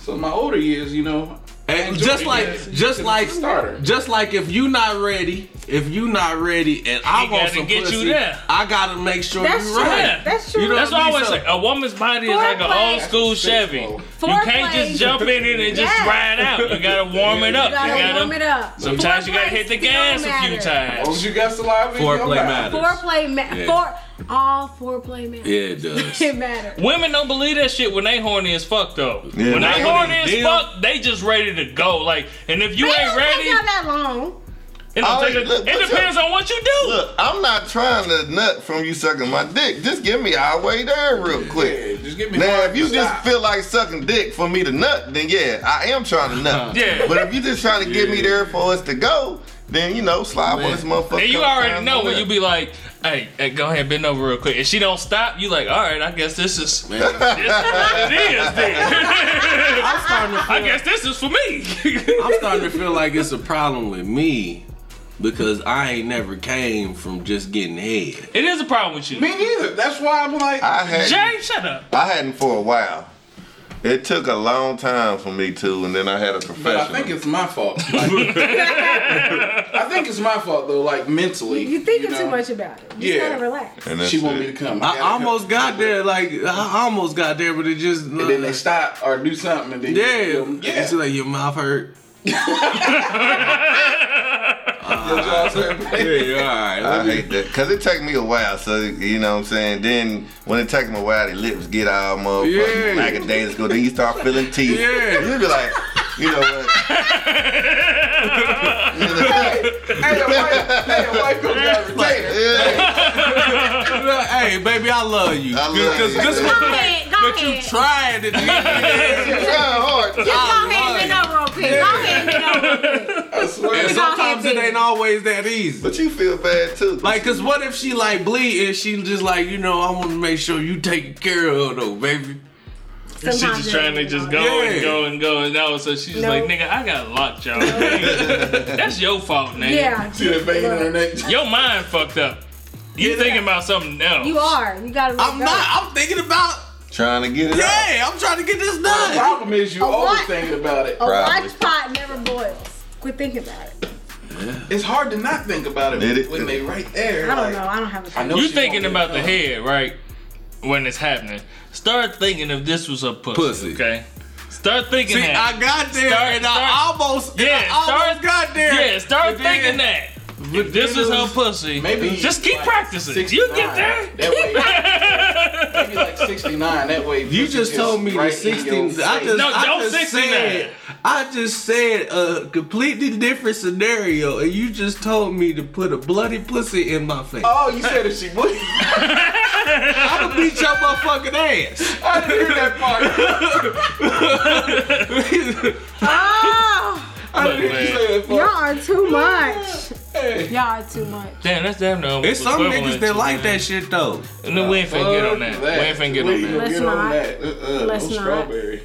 Speaker 6: So my older years, you know,
Speaker 3: And
Speaker 6: enjoy
Speaker 3: just
Speaker 6: it,
Speaker 3: like,
Speaker 6: yes. It's
Speaker 3: just
Speaker 6: a
Speaker 3: like,
Speaker 6: starter.
Speaker 3: just like, if you not ready, if you not ready, and I
Speaker 4: He
Speaker 3: want
Speaker 4: gotta
Speaker 3: some
Speaker 4: get you
Speaker 3: pussy,
Speaker 4: there.
Speaker 3: I gotta make sure
Speaker 7: That's
Speaker 3: you
Speaker 7: true.
Speaker 3: right.
Speaker 7: That's true.
Speaker 3: You know
Speaker 4: That's
Speaker 3: what I
Speaker 4: why I
Speaker 3: mean?
Speaker 4: always
Speaker 3: So-
Speaker 4: say a woman's body is like an
Speaker 7: Foreplay.
Speaker 4: old school Chevy. You can't
Speaker 7: Foreplay.
Speaker 4: just jump in it and just
Speaker 7: Yeah.
Speaker 4: ride out. You gotta warm it up.
Speaker 7: You gotta warm it up.
Speaker 4: Sometimes you gotta hit the
Speaker 7: Foreplay
Speaker 4: gas
Speaker 7: still
Speaker 4: a few
Speaker 7: matters.
Speaker 6: As long
Speaker 4: times.
Speaker 6: as you got saliva, you
Speaker 3: Foreplay
Speaker 6: alright.
Speaker 3: matters.
Speaker 7: Foreplay ma-
Speaker 3: Yeah.
Speaker 7: for all foreplay matters.
Speaker 3: Yeah, it does.
Speaker 7: [laughs] It matters.
Speaker 4: Women don't believe that shit when they horny as fuck though. when
Speaker 5: they
Speaker 4: they horny as
Speaker 3: deal.
Speaker 4: fuck, they just ready to go. Like, and if you
Speaker 7: It
Speaker 4: ain't
Speaker 7: don't take
Speaker 4: ready,
Speaker 7: y'all that long.
Speaker 4: it, don't
Speaker 5: Oh,
Speaker 4: take a-
Speaker 5: look,
Speaker 4: it
Speaker 5: look,
Speaker 4: depends on what you do.
Speaker 5: Look, I'm not trying to nut from you sucking my dick. Just give me our way there real
Speaker 6: Yeah,
Speaker 5: quick.
Speaker 6: just give me
Speaker 5: Now,
Speaker 6: hard
Speaker 5: if you
Speaker 6: to
Speaker 5: just
Speaker 6: stop.
Speaker 5: feel like sucking dick for me to nut, then yeah, I am trying to
Speaker 4: [laughs]
Speaker 5: nut.
Speaker 4: Yeah.
Speaker 5: But if you just trying to get me there for us to go, then you know, slide on this motherfucker.
Speaker 4: And you
Speaker 5: couple
Speaker 4: already
Speaker 5: times
Speaker 4: know
Speaker 5: on
Speaker 4: when
Speaker 5: that.
Speaker 4: you be like, hey, hey, go ahead, bend over real quick. And she don't stop, you like, all right, I guess this is, [laughs] this is what it is [laughs] then.
Speaker 3: I'm starting to
Speaker 4: I guess this is for me. [laughs]
Speaker 3: I'm starting to feel like it's a problem with me because I ain't never came from just getting head.
Speaker 4: it is a problem with you.
Speaker 6: Me neither. That's why I'm like,
Speaker 5: I had
Speaker 4: Jay, shut up.
Speaker 5: I hadn't for a while. It took a long time for me to, and then I had a
Speaker 6: But
Speaker 5: professional.
Speaker 6: I think it's my fault. Like, I think it's my fault though, like mentally.
Speaker 7: You thinking
Speaker 6: know?
Speaker 7: too much about it. You
Speaker 6: Yeah.
Speaker 7: just gotta relax.
Speaker 5: and that's
Speaker 6: She want
Speaker 5: it.
Speaker 6: me to come.
Speaker 3: I
Speaker 6: gotta come.
Speaker 3: almost got there, like I almost got there, but it just
Speaker 6: And then they stop or do something, and then
Speaker 3: yeah,
Speaker 4: [laughs]
Speaker 6: yeah.
Speaker 3: It's like your mouth hurt. Yeah, yeah, all right.
Speaker 5: I
Speaker 3: Let me-
Speaker 5: hate that because it took me a while. So you know what I'm saying. Then when it took me a while, the lips get all motherfucking
Speaker 6: Yeah.
Speaker 5: lackadaisical. Then you start feeling teeth.
Speaker 6: Yeah.
Speaker 5: You be like, you know
Speaker 3: [laughs]
Speaker 5: what? You know,
Speaker 6: Hey, your wife, hey, your wife gonna be out of retainer.
Speaker 5: yeah,
Speaker 3: hey, baby, I love you.
Speaker 5: I love
Speaker 3: Cause-
Speaker 5: you.
Speaker 3: cause-
Speaker 7: Go ahead, go
Speaker 3: But you
Speaker 7: ahead.
Speaker 3: tried it.
Speaker 5: [laughs] It's kinda hard.
Speaker 7: Just go ahead and get over real quick. Go ahead and get over.
Speaker 6: I swear.
Speaker 3: And sometimes it ain't always that easy.
Speaker 5: But you feel bad too.
Speaker 3: Like, cause what if she like bleed and she just like, you know, I want to make sure you taking care of her though, baby.
Speaker 4: And she just trying to just go
Speaker 3: Yeah.
Speaker 4: and go and go and now so she's
Speaker 7: No.
Speaker 4: like, nigga, I got locked
Speaker 7: [laughs]
Speaker 4: y'all. That's your fault, nigga.
Speaker 7: Yeah,
Speaker 6: See that vein on her neck?
Speaker 4: Your mind fucked up. You thinking about something else.
Speaker 7: you are. You gotta. let
Speaker 3: I'm
Speaker 7: go.
Speaker 3: not. I'm thinking about.
Speaker 5: Trying to get it out.
Speaker 3: Yeah, I'm trying to get this
Speaker 6: The
Speaker 3: done.
Speaker 6: problem is you
Speaker 7: A
Speaker 6: always
Speaker 7: what?
Speaker 6: thinking about it.
Speaker 7: A
Speaker 5: Probably.
Speaker 7: watch pot never boils. Quit thinking about it.
Speaker 6: It's hard to not think about it,
Speaker 5: Did it?
Speaker 6: when they right there.
Speaker 7: I don't
Speaker 6: like,
Speaker 7: know. I don't have a
Speaker 6: I
Speaker 7: time.
Speaker 6: know
Speaker 4: You
Speaker 6: she
Speaker 4: thinking
Speaker 6: won't
Speaker 4: about
Speaker 6: get
Speaker 4: the
Speaker 6: it
Speaker 4: head, right? When it's happening. Start thinking if this was a pussy.
Speaker 3: Pussy.
Speaker 4: Okay. Start thinking
Speaker 3: See,
Speaker 4: that.
Speaker 3: I got there
Speaker 4: Start-
Speaker 3: and I
Speaker 4: start-
Speaker 3: almost, yeah,
Speaker 4: yeah,
Speaker 3: I almost
Speaker 4: start-
Speaker 3: got there.
Speaker 4: Yeah, start
Speaker 3: But then-
Speaker 4: thinking that. If this
Speaker 6: then
Speaker 4: is
Speaker 6: it
Speaker 4: her
Speaker 6: was-
Speaker 4: pussy,
Speaker 6: Maybe
Speaker 4: just keep
Speaker 6: like
Speaker 4: practicing.
Speaker 6: 69.
Speaker 4: You get there. [laughs]
Speaker 6: That way, maybe like 69. That way,
Speaker 3: You just told me the
Speaker 6: right in your
Speaker 3: 16. I
Speaker 6: face.
Speaker 3: just,
Speaker 4: No,
Speaker 3: I
Speaker 4: don't
Speaker 3: just
Speaker 4: 69.
Speaker 3: said, I just said a completely different scenario, and you just told me to put a bloody pussy in my face.
Speaker 6: Oh, you said if she would. [laughs]
Speaker 3: I'm gonna beat your motherfucking [laughs] ass.
Speaker 6: I didn't hear that part.
Speaker 7: Oh,
Speaker 6: I didn't hear you say that
Speaker 7: y'all
Speaker 6: part.
Speaker 7: are too much.
Speaker 6: Hey.
Speaker 7: Y'all are too much.
Speaker 4: Damn, that's damn near almost
Speaker 3: There's some niggas
Speaker 4: equivalent
Speaker 3: that
Speaker 4: to
Speaker 3: like that shit though.
Speaker 4: No, we ain't finna get on that.
Speaker 6: Fuck
Speaker 4: We ain't finna get on
Speaker 6: We
Speaker 4: that.
Speaker 6: ain't
Speaker 7: Let's
Speaker 6: get on
Speaker 7: not.
Speaker 6: that. Uh-uh,
Speaker 7: Let's
Speaker 6: no
Speaker 7: not.
Speaker 6: strawberry.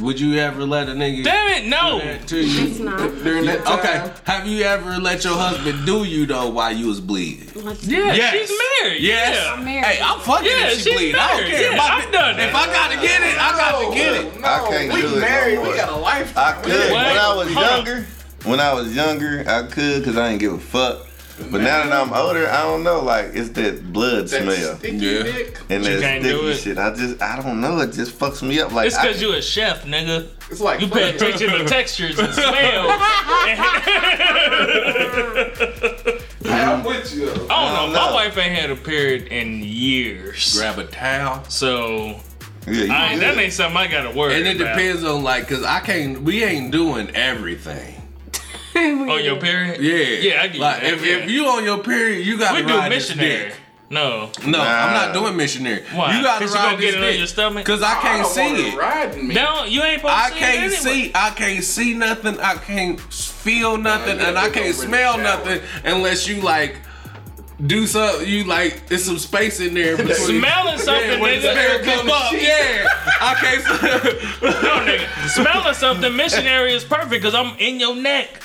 Speaker 3: Would you ever let a nigga
Speaker 4: Damn it,
Speaker 3: do
Speaker 4: no.
Speaker 3: that to you?
Speaker 7: It's not.
Speaker 6: During that time,
Speaker 3: Okay, have you ever let your husband do you though while you was bleeding?
Speaker 7: Let's
Speaker 4: Yeah,
Speaker 3: Yes.
Speaker 4: she's married.
Speaker 3: Yes.
Speaker 4: Yeah.
Speaker 7: I'm married.
Speaker 3: Hey, I'm fucking
Speaker 4: Yeah,
Speaker 3: if she
Speaker 4: she's
Speaker 3: bleed. I don't
Speaker 4: married.
Speaker 3: care.
Speaker 4: Yeah,
Speaker 3: if I-
Speaker 4: I've done that.
Speaker 3: If I gotta get it, I gotta get it.
Speaker 6: No,
Speaker 5: I can't
Speaker 6: we
Speaker 5: do it no
Speaker 6: married.
Speaker 5: more.
Speaker 6: we got a lifetime.
Speaker 5: I could
Speaker 6: We-
Speaker 5: when I was
Speaker 4: Hold on.
Speaker 5: younger. When I was younger, I could because I didn't give a fuck. But now that I'm older, I don't know. Like it's that blood
Speaker 6: That
Speaker 5: smell
Speaker 6: sticky
Speaker 3: Yeah.
Speaker 6: dick.
Speaker 5: and
Speaker 4: You
Speaker 5: that
Speaker 4: can't do
Speaker 5: sticky
Speaker 4: it.
Speaker 5: shit. I just I don't know. It just fucks me up. Like
Speaker 4: It's
Speaker 5: I,
Speaker 4: cause you a chef, nigga.
Speaker 6: It's like
Speaker 4: You [laughs] pay
Speaker 6: fucking-
Speaker 4: attention to textures and [laughs] smells.
Speaker 6: I'm with you.
Speaker 4: I
Speaker 6: though.
Speaker 5: I
Speaker 4: don't
Speaker 5: don't
Speaker 4: know.
Speaker 5: know.
Speaker 4: My wife ain't had a period in years.
Speaker 3: Grab a towel.
Speaker 4: So
Speaker 5: yeah, you
Speaker 4: I, that
Speaker 5: good.
Speaker 4: ain't something I gotta worry
Speaker 3: And it
Speaker 4: about.
Speaker 3: depends on like, cause I can't. We ain't doing everything.
Speaker 7: [laughs]
Speaker 4: On your period?
Speaker 3: Yeah.
Speaker 4: Yeah, I get
Speaker 3: like,
Speaker 4: that.
Speaker 3: If,
Speaker 4: yeah.
Speaker 3: if you on your period, you gotta
Speaker 4: we do
Speaker 3: ride
Speaker 4: missionary.
Speaker 3: This dick.
Speaker 4: No.
Speaker 3: No, I'm
Speaker 5: Nah.
Speaker 3: not doing missionary.
Speaker 4: Why?
Speaker 3: You gotta
Speaker 4: 'Cause you gonna
Speaker 3: ride this
Speaker 4: get it on
Speaker 3: dick.
Speaker 4: your stomach?
Speaker 3: Cause I
Speaker 6: I
Speaker 3: can't
Speaker 6: don't want
Speaker 3: see
Speaker 6: her
Speaker 3: it.
Speaker 6: riding me.
Speaker 4: No, you ain't supposed
Speaker 3: I
Speaker 4: to
Speaker 3: can't
Speaker 4: see, it anyway.
Speaker 3: see. I can't see nothing. I can't feel nothing,
Speaker 6: yeah,
Speaker 3: and I
Speaker 6: they
Speaker 3: can't
Speaker 6: go in the
Speaker 3: smell
Speaker 6: shower.
Speaker 3: nothing unless you like do something. You like it's some space in
Speaker 6: [laughs]
Speaker 3: there [laughs] between.
Speaker 4: Smelling something,
Speaker 3: when
Speaker 4: nigga.
Speaker 3: the smell
Speaker 4: it'll
Speaker 3: comes
Speaker 4: come up.
Speaker 3: up, yeah. I can't. s- [laughs]
Speaker 4: No, nigga. Smelling something missionary is perfect because I'm in your neck.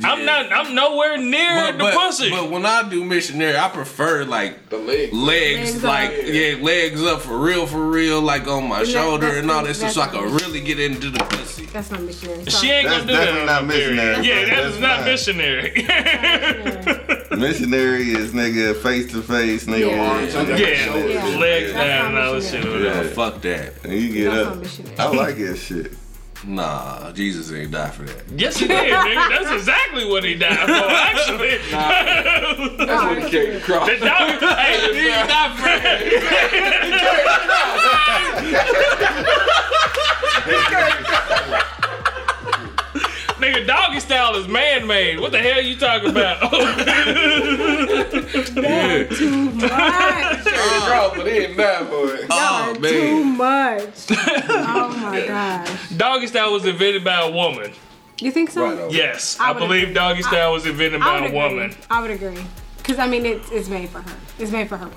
Speaker 4: I'm not. I'm nowhere near the
Speaker 3: but,
Speaker 4: pussy.
Speaker 3: but when I do missionary, I prefer like
Speaker 6: The leg.
Speaker 3: legs,
Speaker 7: Legs
Speaker 3: like
Speaker 7: up.
Speaker 3: yeah, legs up for real, for real, like on my
Speaker 7: Yeah,
Speaker 3: shoulder
Speaker 7: that's
Speaker 3: and all
Speaker 7: good,
Speaker 3: this, so I
Speaker 7: that's
Speaker 3: can
Speaker 7: good.
Speaker 3: really get into the pussy.
Speaker 7: That's not missionary.
Speaker 4: she ain't
Speaker 5: That's
Speaker 4: gonna do that.
Speaker 5: definitely not
Speaker 4: on her period.
Speaker 5: missionary.
Speaker 4: Yeah, that
Speaker 5: That's
Speaker 4: is not
Speaker 5: not.
Speaker 4: missionary. [laughs]
Speaker 5: missionary is nigga face to face, nigga.
Speaker 7: Yeah.
Speaker 5: Arms under
Speaker 6: Yeah.
Speaker 5: your
Speaker 4: yeah,
Speaker 5: shoulders.
Speaker 7: Yeah.
Speaker 4: legs
Speaker 7: That's
Speaker 4: down and
Speaker 7: not
Speaker 4: all this shit.
Speaker 7: missionary.
Speaker 4: over
Speaker 3: Yeah,
Speaker 4: there.
Speaker 3: fuck that.
Speaker 5: And you get
Speaker 7: That's
Speaker 5: up.
Speaker 7: not missionary.
Speaker 5: I like that shit.
Speaker 3: Nah, Jesus ain't die for that.
Speaker 4: Yes, he did, nigga. That's exactly what he died for, actually.
Speaker 6: That's what he carried across.
Speaker 4: The doctor, hey, he died for Nigga, doggy style is man-made. What the hell you talking about? [laughs]
Speaker 7: Too much.
Speaker 4: [laughs]
Speaker 6: Carried across, but he ain't die for it.
Speaker 3: Oh
Speaker 7: Too
Speaker 3: man,
Speaker 4: [laughs]
Speaker 7: much. Oh my gosh.
Speaker 4: doggy style was invented by a woman.
Speaker 7: You think so?
Speaker 6: Right on.
Speaker 4: Yes,
Speaker 7: I
Speaker 4: I,
Speaker 7: would
Speaker 4: believe
Speaker 7: agree.
Speaker 4: doggy style was invented
Speaker 7: I
Speaker 4: by
Speaker 7: would
Speaker 4: a woman.
Speaker 7: agree. I would agree. Cause I mean, it's it's made for her. It's made for
Speaker 4: [laughs]
Speaker 7: her.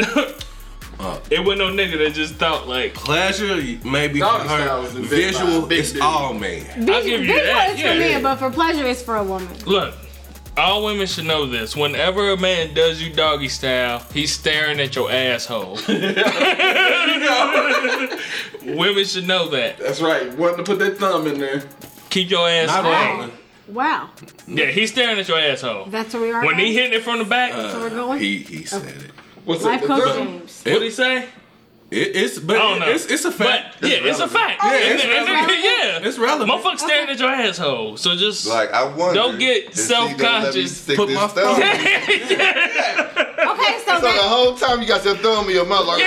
Speaker 4: It wasn't no nigga that just thought like,
Speaker 3: pleasure maybe for
Speaker 6: Doggy style
Speaker 3: her.
Speaker 6: was invented by a
Speaker 3: Visual,
Speaker 6: big
Speaker 3: it's
Speaker 6: dude.
Speaker 3: all man.
Speaker 7: Visual,
Speaker 4: give you
Speaker 7: visual
Speaker 4: that,
Speaker 7: is
Speaker 4: yeah.
Speaker 7: for men, but for pleasure, it's for a woman.
Speaker 4: look. All women should know this. Whenever a man does you doggy style, he's staring at your asshole. women should know that.
Speaker 6: That's right. Wanting to put that thumb in there.
Speaker 4: Keep your ass
Speaker 3: Not
Speaker 4: down.
Speaker 3: wrong.
Speaker 7: Wow,
Speaker 4: Yeah, he's staring at your asshole.
Speaker 7: that's where we are.
Speaker 4: When
Speaker 7: now?
Speaker 4: he
Speaker 7: Uh,
Speaker 4: hitting it from the back,
Speaker 7: so we're going.
Speaker 3: He he said it.
Speaker 6: What's
Speaker 7: Life
Speaker 6: up?
Speaker 7: coach James.
Speaker 4: what'd he say?
Speaker 3: It, it's but
Speaker 4: I don't know.
Speaker 3: it's it's a fact.
Speaker 4: But, yeah, it's, a fact. Yeah,
Speaker 3: it's
Speaker 7: relevant.
Speaker 4: yeah.
Speaker 3: It's relevant.
Speaker 4: Motherfucker staring at your asshole. So just [laughs]
Speaker 5: Like oh, I wonder.
Speaker 4: Don't get
Speaker 5: if she gonna let me
Speaker 4: self-conscious.
Speaker 5: stick
Speaker 3: Put
Speaker 5: this
Speaker 3: my
Speaker 5: thumb.
Speaker 3: phone-
Speaker 7: Okay,
Speaker 5: So
Speaker 7: so
Speaker 5: the
Speaker 7: that,
Speaker 5: whole time you got your thumb in your mouth like.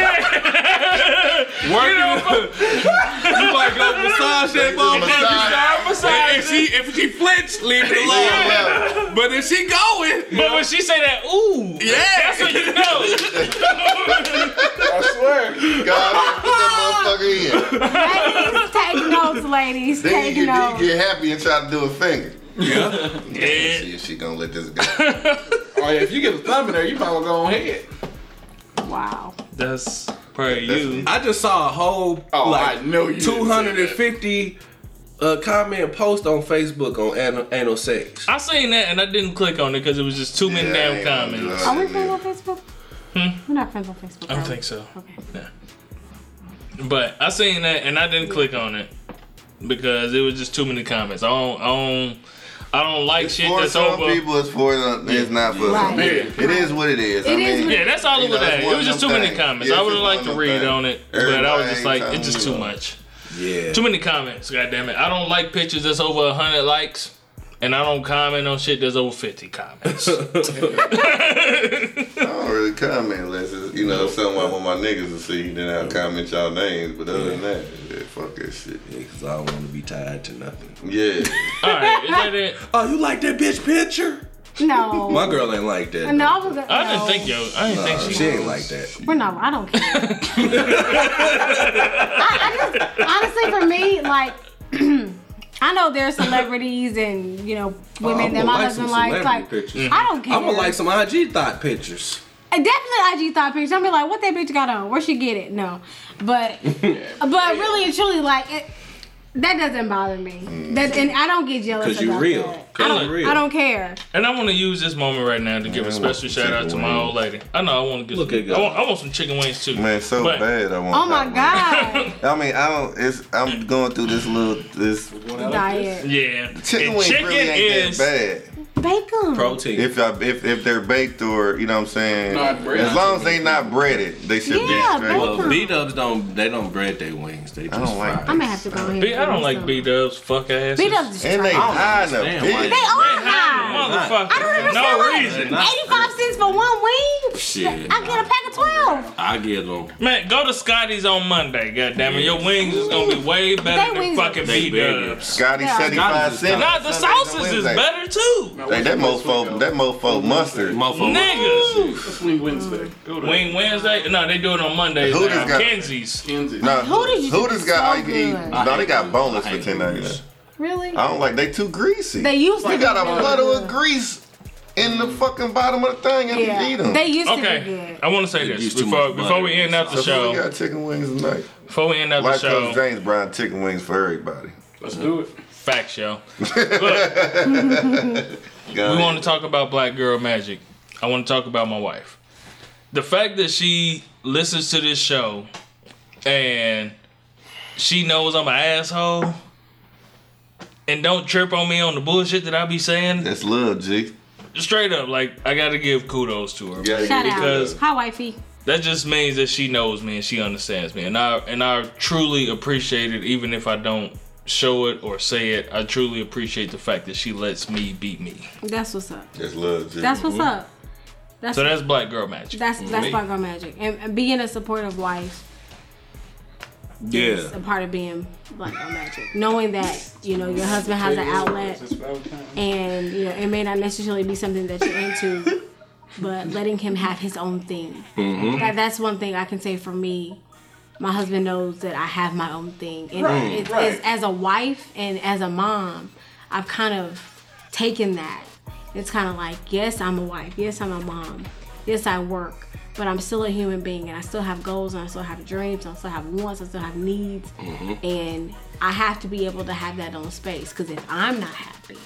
Speaker 3: Working you might go massage that motherfucker.
Speaker 4: Start massaging.
Speaker 3: If she if she flinched, leave it alone.
Speaker 5: Yeah.
Speaker 3: But if she going,
Speaker 4: But when she say that, ooh,
Speaker 3: yeah,
Speaker 4: that's when you know.
Speaker 6: I swear.
Speaker 5: God, put that motherfucker in.
Speaker 7: [laughs] ladies, take notes, ladies,
Speaker 5: Then
Speaker 7: take
Speaker 5: you get,
Speaker 7: notes.
Speaker 5: then you get happy and try to do a finger. [laughs]
Speaker 4: Yeah.
Speaker 5: See if she gonna let this go.
Speaker 4: [laughs]
Speaker 6: Oh yeah, if you get a thumb in there, you might well go ahead.
Speaker 7: Wow.
Speaker 4: That's per you.
Speaker 3: I just saw a whole
Speaker 6: Oh,
Speaker 3: like
Speaker 6: I know you. didn't say that.
Speaker 3: 250 uh, comment post on Facebook on anal, anal sex.
Speaker 4: I seen that and I didn't click on it because it was just too many
Speaker 5: Yeah, I
Speaker 4: damn
Speaker 5: ain't gonna do
Speaker 4: comments.
Speaker 5: that.
Speaker 7: Are we friends on Facebook? Hmm? We're not friends on Facebook.
Speaker 4: I
Speaker 7: are
Speaker 4: don't
Speaker 7: we?
Speaker 4: think so.
Speaker 7: Okay.
Speaker 4: But I seen that and I didn't click on it because it was just too many comments. I don't, I don't, I don't like
Speaker 5: It's
Speaker 4: shit
Speaker 5: for
Speaker 4: that's
Speaker 5: some
Speaker 4: over.
Speaker 5: people, it's for them. It's not for
Speaker 7: Right.
Speaker 5: some people. It is what it is. I
Speaker 7: It is
Speaker 5: mean,
Speaker 7: what
Speaker 4: Yeah, that's all
Speaker 5: You
Speaker 4: it was.
Speaker 5: know,
Speaker 4: at.
Speaker 5: it's
Speaker 4: It
Speaker 5: one
Speaker 4: was
Speaker 5: of
Speaker 4: just too
Speaker 5: them
Speaker 4: many
Speaker 5: things.
Speaker 4: comments.
Speaker 5: Yeah,
Speaker 4: I
Speaker 5: it's
Speaker 4: would have liked
Speaker 5: just one
Speaker 4: to
Speaker 5: of them
Speaker 4: read
Speaker 5: things.
Speaker 4: on it, but I
Speaker 5: Everybody
Speaker 4: was just
Speaker 5: ain't
Speaker 4: like,
Speaker 5: trying
Speaker 4: it's
Speaker 5: to
Speaker 4: just
Speaker 5: do
Speaker 4: too
Speaker 5: that.
Speaker 4: much.
Speaker 3: Yeah.
Speaker 4: Too many comments. God damn it. I don't like pictures that's over hundred likes, and I don't comment on shit that's over fifty
Speaker 5: [laughs]
Speaker 4: comments.
Speaker 5: I don't really comment unless it's, you know, something I want my niggas to see. Then I'll comment y'all names. But other than that, yeah, fuck that shit.
Speaker 3: Because I don't want to be tied to nothing.
Speaker 4: [laughs]
Speaker 5: Yeah.
Speaker 4: all right, is that it?
Speaker 3: Oh, you like that bitch picture?
Speaker 7: No.
Speaker 3: My girl ain't like that.
Speaker 7: No, I was.
Speaker 4: I didn't
Speaker 7: no.
Speaker 4: think yo. I didn't think she.
Speaker 3: She ain't like that.
Speaker 7: We're not. I don't care. I, I just, honestly, for me, like, [clears throat] I know there are celebrities and you know women
Speaker 3: I'm gonna
Speaker 7: that my
Speaker 3: like some
Speaker 7: husband likes.
Speaker 3: celebrity
Speaker 7: Like,
Speaker 3: pictures.
Speaker 7: I don't care.
Speaker 3: I'm gonna like some IG thought pictures.
Speaker 7: And definitely IG thought pictures. I'm be like, what that bitch got on? Where she get it? No,
Speaker 3: [laughs]
Speaker 7: but but really and truly, like it, that doesn't bother me. That and I don't get jealous.
Speaker 3: Mm. 'Cause you
Speaker 7: about
Speaker 3: real.
Speaker 7: that.
Speaker 3: 'Cause
Speaker 7: I
Speaker 3: you
Speaker 7: don't.
Speaker 3: real.
Speaker 7: I don't care.
Speaker 4: And I want to use this moment right now to give a special shout out to my old lady. I know I want to get.
Speaker 3: Look
Speaker 4: some,
Speaker 3: at God.
Speaker 4: I want, I want some chicken wings too.
Speaker 5: Man, so
Speaker 4: But-
Speaker 5: bad. I want.
Speaker 7: Oh my
Speaker 5: that
Speaker 3: [laughs]
Speaker 7: god,
Speaker 5: one. I mean, I don't. It's. I'm going through this little. This
Speaker 7: diet.
Speaker 4: Yeah. And
Speaker 5: chicken wings really ain't that bad.
Speaker 7: Bake 'em.
Speaker 3: Protein.
Speaker 5: If, I, if if they're baked or you know what I'm saying.
Speaker 6: Not breaded.
Speaker 5: As long as they not breaded, they should
Speaker 7: Yeah,
Speaker 5: be.
Speaker 7: bake
Speaker 5: straight.
Speaker 7: them.
Speaker 3: well, B Dubs don't. They don't bread their wings. They just
Speaker 5: I don't like
Speaker 3: fry.
Speaker 7: I'm gonna have to go ahead.
Speaker 4: B, I don't
Speaker 7: and
Speaker 4: like
Speaker 7: some.
Speaker 4: B Dubs. Fuck ass.
Speaker 7: Beat up the
Speaker 5: And they
Speaker 7: trash.
Speaker 5: high enough.
Speaker 3: understand why
Speaker 5: bitch.
Speaker 7: They are high.
Speaker 4: Motherfucker.
Speaker 7: I don't understand
Speaker 4: no
Speaker 7: why.
Speaker 4: reason.
Speaker 7: 85 cents for one wing?
Speaker 3: Shit.
Speaker 7: I get a pack of 12.
Speaker 3: I give them.
Speaker 4: Man, go to Scotty's on Monday. Goddamn it, your wings is gonna be way better than
Speaker 7: wings are-
Speaker 4: fucking
Speaker 3: They
Speaker 4: B
Speaker 3: bigger.
Speaker 4: Dubs.
Speaker 5: Scotty
Speaker 7: Yeah.
Speaker 5: 75
Speaker 3: Scotty's
Speaker 5: cents.
Speaker 4: Nah, the sauces is
Speaker 5: Wednesday.
Speaker 4: better too.
Speaker 5: Hey, that mofo, that mofo mustard.
Speaker 3: Motherfucker.
Speaker 4: Niggas.
Speaker 6: Swing Wednesday. Go to
Speaker 4: Wing Wednesday? No, they do it on Mondays.
Speaker 5: Who
Speaker 4: now.
Speaker 5: just got-
Speaker 4: Kenzie's.
Speaker 6: Kansas.
Speaker 5: Nah,
Speaker 7: Who did you
Speaker 5: who
Speaker 7: think
Speaker 5: just
Speaker 7: is
Speaker 5: got
Speaker 7: so
Speaker 5: IE?
Speaker 7: good?
Speaker 5: No, they got boneless
Speaker 3: I
Speaker 5: for
Speaker 3: hate
Speaker 5: ten ninety nine.
Speaker 3: noodles.
Speaker 7: Really?
Speaker 5: I don't like they too greasy.
Speaker 7: They used to
Speaker 5: You
Speaker 7: be
Speaker 5: got a
Speaker 7: really
Speaker 5: puddle of
Speaker 7: good.
Speaker 5: grease in the fucking bottom of the thing and you
Speaker 7: Yeah.
Speaker 5: eat them.
Speaker 7: They used to be
Speaker 4: Okay,
Speaker 7: good.
Speaker 4: I want to say
Speaker 3: They
Speaker 4: this
Speaker 3: use too
Speaker 4: before
Speaker 3: much
Speaker 4: before we
Speaker 3: butter.
Speaker 4: end up the
Speaker 5: That's why we
Speaker 4: show.
Speaker 5: got chicken wings tonight.
Speaker 4: Before we end up the
Speaker 5: Life Coach
Speaker 4: show,
Speaker 5: James Brown chicken wings for everybody.
Speaker 6: Let's do it.
Speaker 4: facts, yo.
Speaker 5: Got
Speaker 4: We
Speaker 5: it.
Speaker 4: want to talk about black girl magic. I want to talk about my wife. The fact that she listens to this show and she knows I'm an asshole and don't trip on me on the bullshit that I be saying,
Speaker 5: That's love, G.
Speaker 4: straight up, like, I gotta give kudos to her.
Speaker 5: Yeah,
Speaker 7: Shout
Speaker 4: Because-
Speaker 7: out. Hi, wifey.
Speaker 4: That just means that she knows me and she understands me. And I and I truly appreciate it, even if I don't show it or say it. I truly appreciate the fact that she lets me beat me.
Speaker 7: That's what's up.
Speaker 5: That's love, G.
Speaker 7: That's what's up. That's
Speaker 4: So that's black girl magic.
Speaker 7: that's that's Black Girl Magic. And, and being a supportive wife is
Speaker 3: Yeah.
Speaker 7: a part of being Black Girl Magic. Knowing that, you know, your husband has an outlet and you know, it may not necessarily be something that you're into, but letting him have his own thing. That, that's one thing I can say for me. My husband knows that I have my own thing, and
Speaker 6: Right,
Speaker 7: it's,
Speaker 6: right.
Speaker 7: it's- as a wife and as a mom, I've kind of taken that. It's kind of like, yes, I'm a wife. Yes, I'm a mom. Yes, I work. But I'm still a human being, and I still have goals, and I still have dreams, and I still have wants, I still have needs,
Speaker 4: Mm-hmm.
Speaker 7: and I have to be able to have that own space. Because if I'm not happy,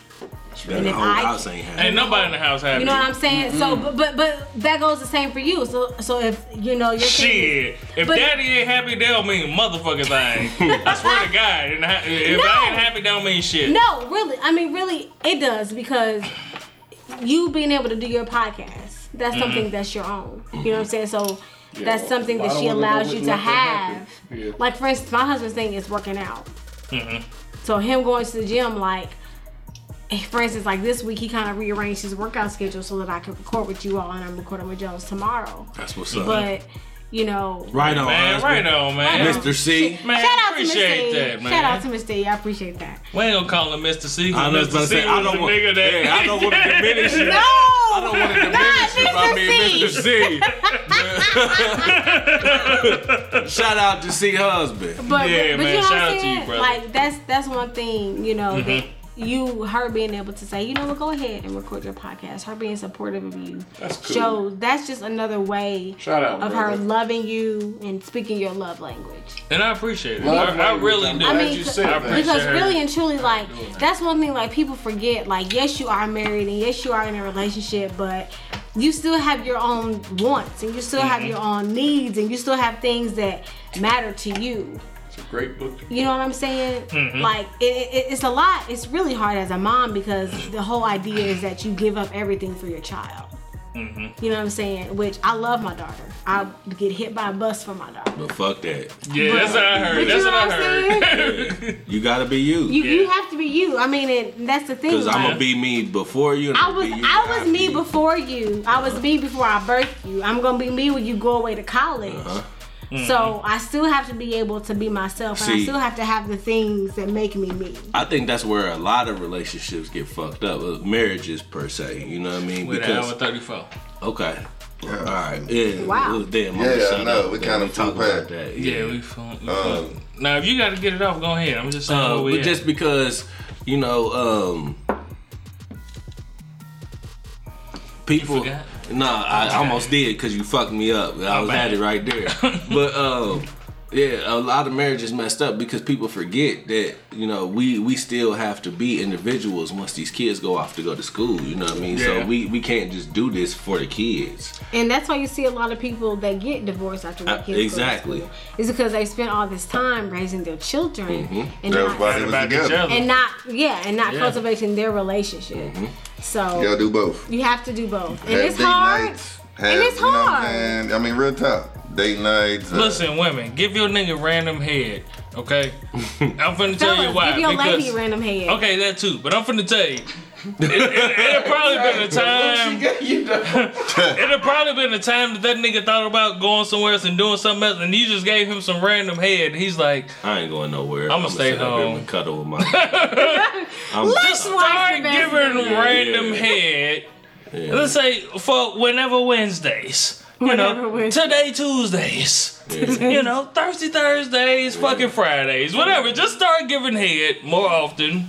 Speaker 3: That
Speaker 7: if
Speaker 3: whole
Speaker 7: I-
Speaker 3: house ain't happy.
Speaker 4: Ain't Mm-hmm. nobody in the house happy.
Speaker 7: you know what I'm saying? So, but, but but that goes the same for you. So so if you know your
Speaker 4: Shit. If
Speaker 7: But-
Speaker 4: daddy ain't happy, that don't mean motherfucking thing. I swear to God. and I- If I ain't
Speaker 7: No.
Speaker 4: happy, that don't mean shit.
Speaker 7: no, really, I mean, really, it does because you being able to do your podcast that's something that's your own. You know what I'm saying? So that's something that
Speaker 6: I
Speaker 7: she
Speaker 6: don't wanna
Speaker 7: allows
Speaker 6: know
Speaker 7: you
Speaker 6: what-
Speaker 7: to
Speaker 6: what that
Speaker 7: have.
Speaker 6: happened. Yeah.
Speaker 7: Like for instance, my husband's thing is working out. So him going to the gym, like eh, for instance, like this week he kind of rearranged his workout schedule so that I could record with you all, and I'm recording with Jones tomorrow.
Speaker 3: That's what's up.
Speaker 7: But you know,
Speaker 3: right on,
Speaker 4: Man,
Speaker 3: husband.
Speaker 4: right on, man.
Speaker 3: Mr. C.
Speaker 4: Man,
Speaker 7: shout out to Miss
Speaker 4: appreciate
Speaker 7: D.
Speaker 4: that, man.
Speaker 7: Shout out to Miss D. I appreciate that.
Speaker 4: we ain't gonna call him Mr. C. 'cause
Speaker 3: I was
Speaker 4: Mr.
Speaker 3: about to
Speaker 4: C
Speaker 3: say, I
Speaker 4: was
Speaker 3: don't
Speaker 4: the
Speaker 3: want-
Speaker 4: nigga that.
Speaker 3: yeah, I
Speaker 4: [laughs]
Speaker 3: don't wanna diminish you.
Speaker 7: No,
Speaker 3: I don't want to diminish you by being Mr. C. Shout out to C [laughs] husband.
Speaker 7: But,
Speaker 4: Yeah,
Speaker 7: but, but
Speaker 4: man,
Speaker 7: you know
Speaker 4: shout
Speaker 7: what
Speaker 4: out
Speaker 7: I'm
Speaker 4: to
Speaker 7: saying?
Speaker 4: you, brother.
Speaker 7: Like that's that's one thing, you know, that you her being able to say, you know what, go ahead and record your podcast. Her being supportive of you.
Speaker 6: That's cool.
Speaker 7: Shows that's just another way
Speaker 6: Shout out,
Speaker 7: of her
Speaker 6: brother.
Speaker 7: loving you and speaking your love language.
Speaker 4: And I appreciate it.
Speaker 6: Love
Speaker 4: I, I
Speaker 6: language.
Speaker 4: really
Speaker 6: I'm
Speaker 4: do.
Speaker 7: I
Speaker 6: glad
Speaker 7: mean,
Speaker 6: you
Speaker 7: c-
Speaker 6: said
Speaker 4: I
Speaker 6: that.
Speaker 4: appreciate
Speaker 7: Because
Speaker 4: it.
Speaker 7: really and truly, like that's one thing like people forget. Like yes, you are married and yes, you are in a relationship, but you still have your own wants and you still have
Speaker 3: Mm-hmm.
Speaker 7: your own needs and you still have things that matter to you.
Speaker 6: It's a great book. [laughs]
Speaker 7: You know what I'm saying?
Speaker 3: Mm-hmm.
Speaker 7: Like it, it, it's a lot. It's really hard as a mom because the whole idea is that you give up everything for your child.
Speaker 3: Mm-hmm.
Speaker 7: You know what I'm saying? Which I love my daughter. I get hit by a bus for my daughter.
Speaker 3: But fuck that.
Speaker 4: Yeah, that's what I
Speaker 7: But
Speaker 4: heard.
Speaker 7: you
Speaker 4: That's
Speaker 7: know
Speaker 4: what I
Speaker 7: what I'm
Speaker 4: heard.
Speaker 3: You gotta be you.
Speaker 7: You, you
Speaker 4: Yeah.
Speaker 7: have to be you. I mean, and that's the thing.
Speaker 3: Because I'm
Speaker 7: like,
Speaker 3: gonna be me before you. And
Speaker 7: I
Speaker 3: I'ma
Speaker 7: was
Speaker 3: be you
Speaker 7: I was
Speaker 3: after
Speaker 7: me
Speaker 3: you.
Speaker 7: before you. I was me before I birthed you. I'm gonna be me when you go away to college.
Speaker 5: Uh-huh.
Speaker 4: Mm-hmm.
Speaker 7: So I still have to be able to be myself, and I
Speaker 3: See.
Speaker 7: still have to have the things that make me me.
Speaker 3: I think that's where a lot of relationships get fucked up. uh, Marriages per se, you know what I mean?
Speaker 4: [laughs] With an hour 34.
Speaker 3: okay, all right, yeah.
Speaker 7: Wow.
Speaker 3: well, Damn, I'm
Speaker 5: Yeah,
Speaker 3: gonna
Speaker 5: I
Speaker 3: shut
Speaker 5: know.
Speaker 3: up.
Speaker 5: We
Speaker 3: Damn,
Speaker 5: kinda
Speaker 3: we talk
Speaker 5: too bad.
Speaker 3: about that.
Speaker 4: Yeah, we fun.
Speaker 5: Um,
Speaker 4: We fun. Now, if you got to get it off, go ahead. I'm just saying.
Speaker 3: Uh,
Speaker 4: where we
Speaker 3: but
Speaker 4: at.
Speaker 3: just because you know um people
Speaker 4: forgot?
Speaker 3: nah i almost did because you fucked me up i was
Speaker 4: bad.
Speaker 3: at it right there
Speaker 4: [laughs]
Speaker 3: but um yeah a lot of marriages messed up because people forget that you know we we still have to be individuals once these kids go off to go to school you know what i mean
Speaker 4: Yeah.
Speaker 3: so we we can't just do this for the kids
Speaker 7: And that's why you see a lot of people that get divorced after their
Speaker 3: Uh,
Speaker 7: kids. go to
Speaker 3: exactly.
Speaker 7: school. It's because they spent all this time raising their children and
Speaker 5: Mm-hmm. That was
Speaker 7: not,
Speaker 5: why they was
Speaker 4: about each
Speaker 5: together.
Speaker 4: other.
Speaker 7: and not yeah, and not
Speaker 4: Yeah.
Speaker 7: cultivating their relationship. So
Speaker 5: You gotta Mm-hmm. do both.
Speaker 7: you have to do both. And
Speaker 5: Have
Speaker 7: it's
Speaker 5: date
Speaker 7: hard.
Speaker 5: nights. Have,
Speaker 7: and it's
Speaker 5: you know what I'm
Speaker 7: hard.
Speaker 5: saying? I mean, real talk. Date nights. uh,
Speaker 4: Listen, women, give your nigga random head,
Speaker 3: [laughs]
Speaker 4: okay? I'm finna tell you
Speaker 7: Fellas,
Speaker 4: why.
Speaker 7: give your lady
Speaker 4: because-
Speaker 7: a random head.
Speaker 4: Okay, that too. But I'm finna tell you, it, it, it'll probably been a
Speaker 6: [laughs]
Speaker 4: time.
Speaker 6: you know,
Speaker 4: It'll probably been a time that that nigga thought about going somewhere else and doing something else, and you just gave him some random head. He's like,
Speaker 3: i ain't going nowhere
Speaker 4: I'ma
Speaker 3: I'ma
Speaker 4: stay
Speaker 3: sit up here
Speaker 4: home.
Speaker 3: and cuddle with
Speaker 4: [laughs]
Speaker 3: my I'm-
Speaker 7: Let's
Speaker 4: start
Speaker 7: wife the best
Speaker 4: giving
Speaker 7: man.
Speaker 4: random head.
Speaker 3: yeah.
Speaker 4: Let's say for whenever Wednesdays. You
Speaker 7: Whenever
Speaker 4: know,
Speaker 7: Wednesdays.
Speaker 4: today Tuesdays.
Speaker 3: Yeah.
Speaker 4: [laughs] You know, Thursday Thursdays, fucking Fridays, whatever. Just start giving head more often.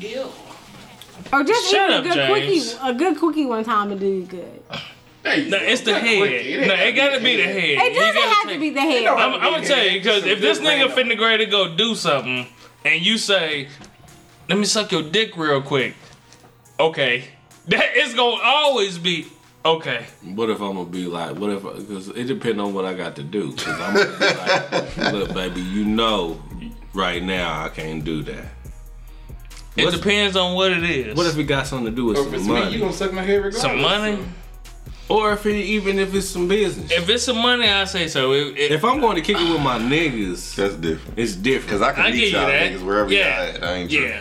Speaker 7: Or just
Speaker 4: Shut
Speaker 7: eat a
Speaker 4: up,
Speaker 7: good
Speaker 4: James.
Speaker 7: cookie. A good cookie one time would do you good.
Speaker 4: No, it's the head. No, it gotta be the head.
Speaker 7: It
Speaker 4: You
Speaker 7: doesn't
Speaker 4: gotta
Speaker 7: have
Speaker 4: take-
Speaker 7: to be the head.
Speaker 4: I'm, I'm gonna tell you because if this nigga finna grade to go do something and you say, "Let me suck your dick real quick," okay, [laughs] that is gonna always be okay.
Speaker 3: What if I'm gonna be like? What if? Because it depends on what I got to do. Because I'm gonna be like, look, baby, you know, right now I can't do that.
Speaker 4: It
Speaker 3: What's-
Speaker 4: depends on what it is.
Speaker 3: What if it got something to do with
Speaker 6: If
Speaker 3: some
Speaker 6: it's me, you
Speaker 3: money,
Speaker 6: gonna suck my head regardless.
Speaker 4: some money?
Speaker 3: or if it, even if it's some business? If,
Speaker 4: If it's some money, I say so. If, if-
Speaker 3: I'm going to kick it with my niggas,
Speaker 5: That's different.
Speaker 3: it's different.
Speaker 5: Cause I can
Speaker 4: I
Speaker 5: meet
Speaker 4: give you
Speaker 5: y'all
Speaker 4: that.
Speaker 5: niggas wherever
Speaker 4: Yeah.
Speaker 5: y'all at. I ain't tripping.
Speaker 4: yeah,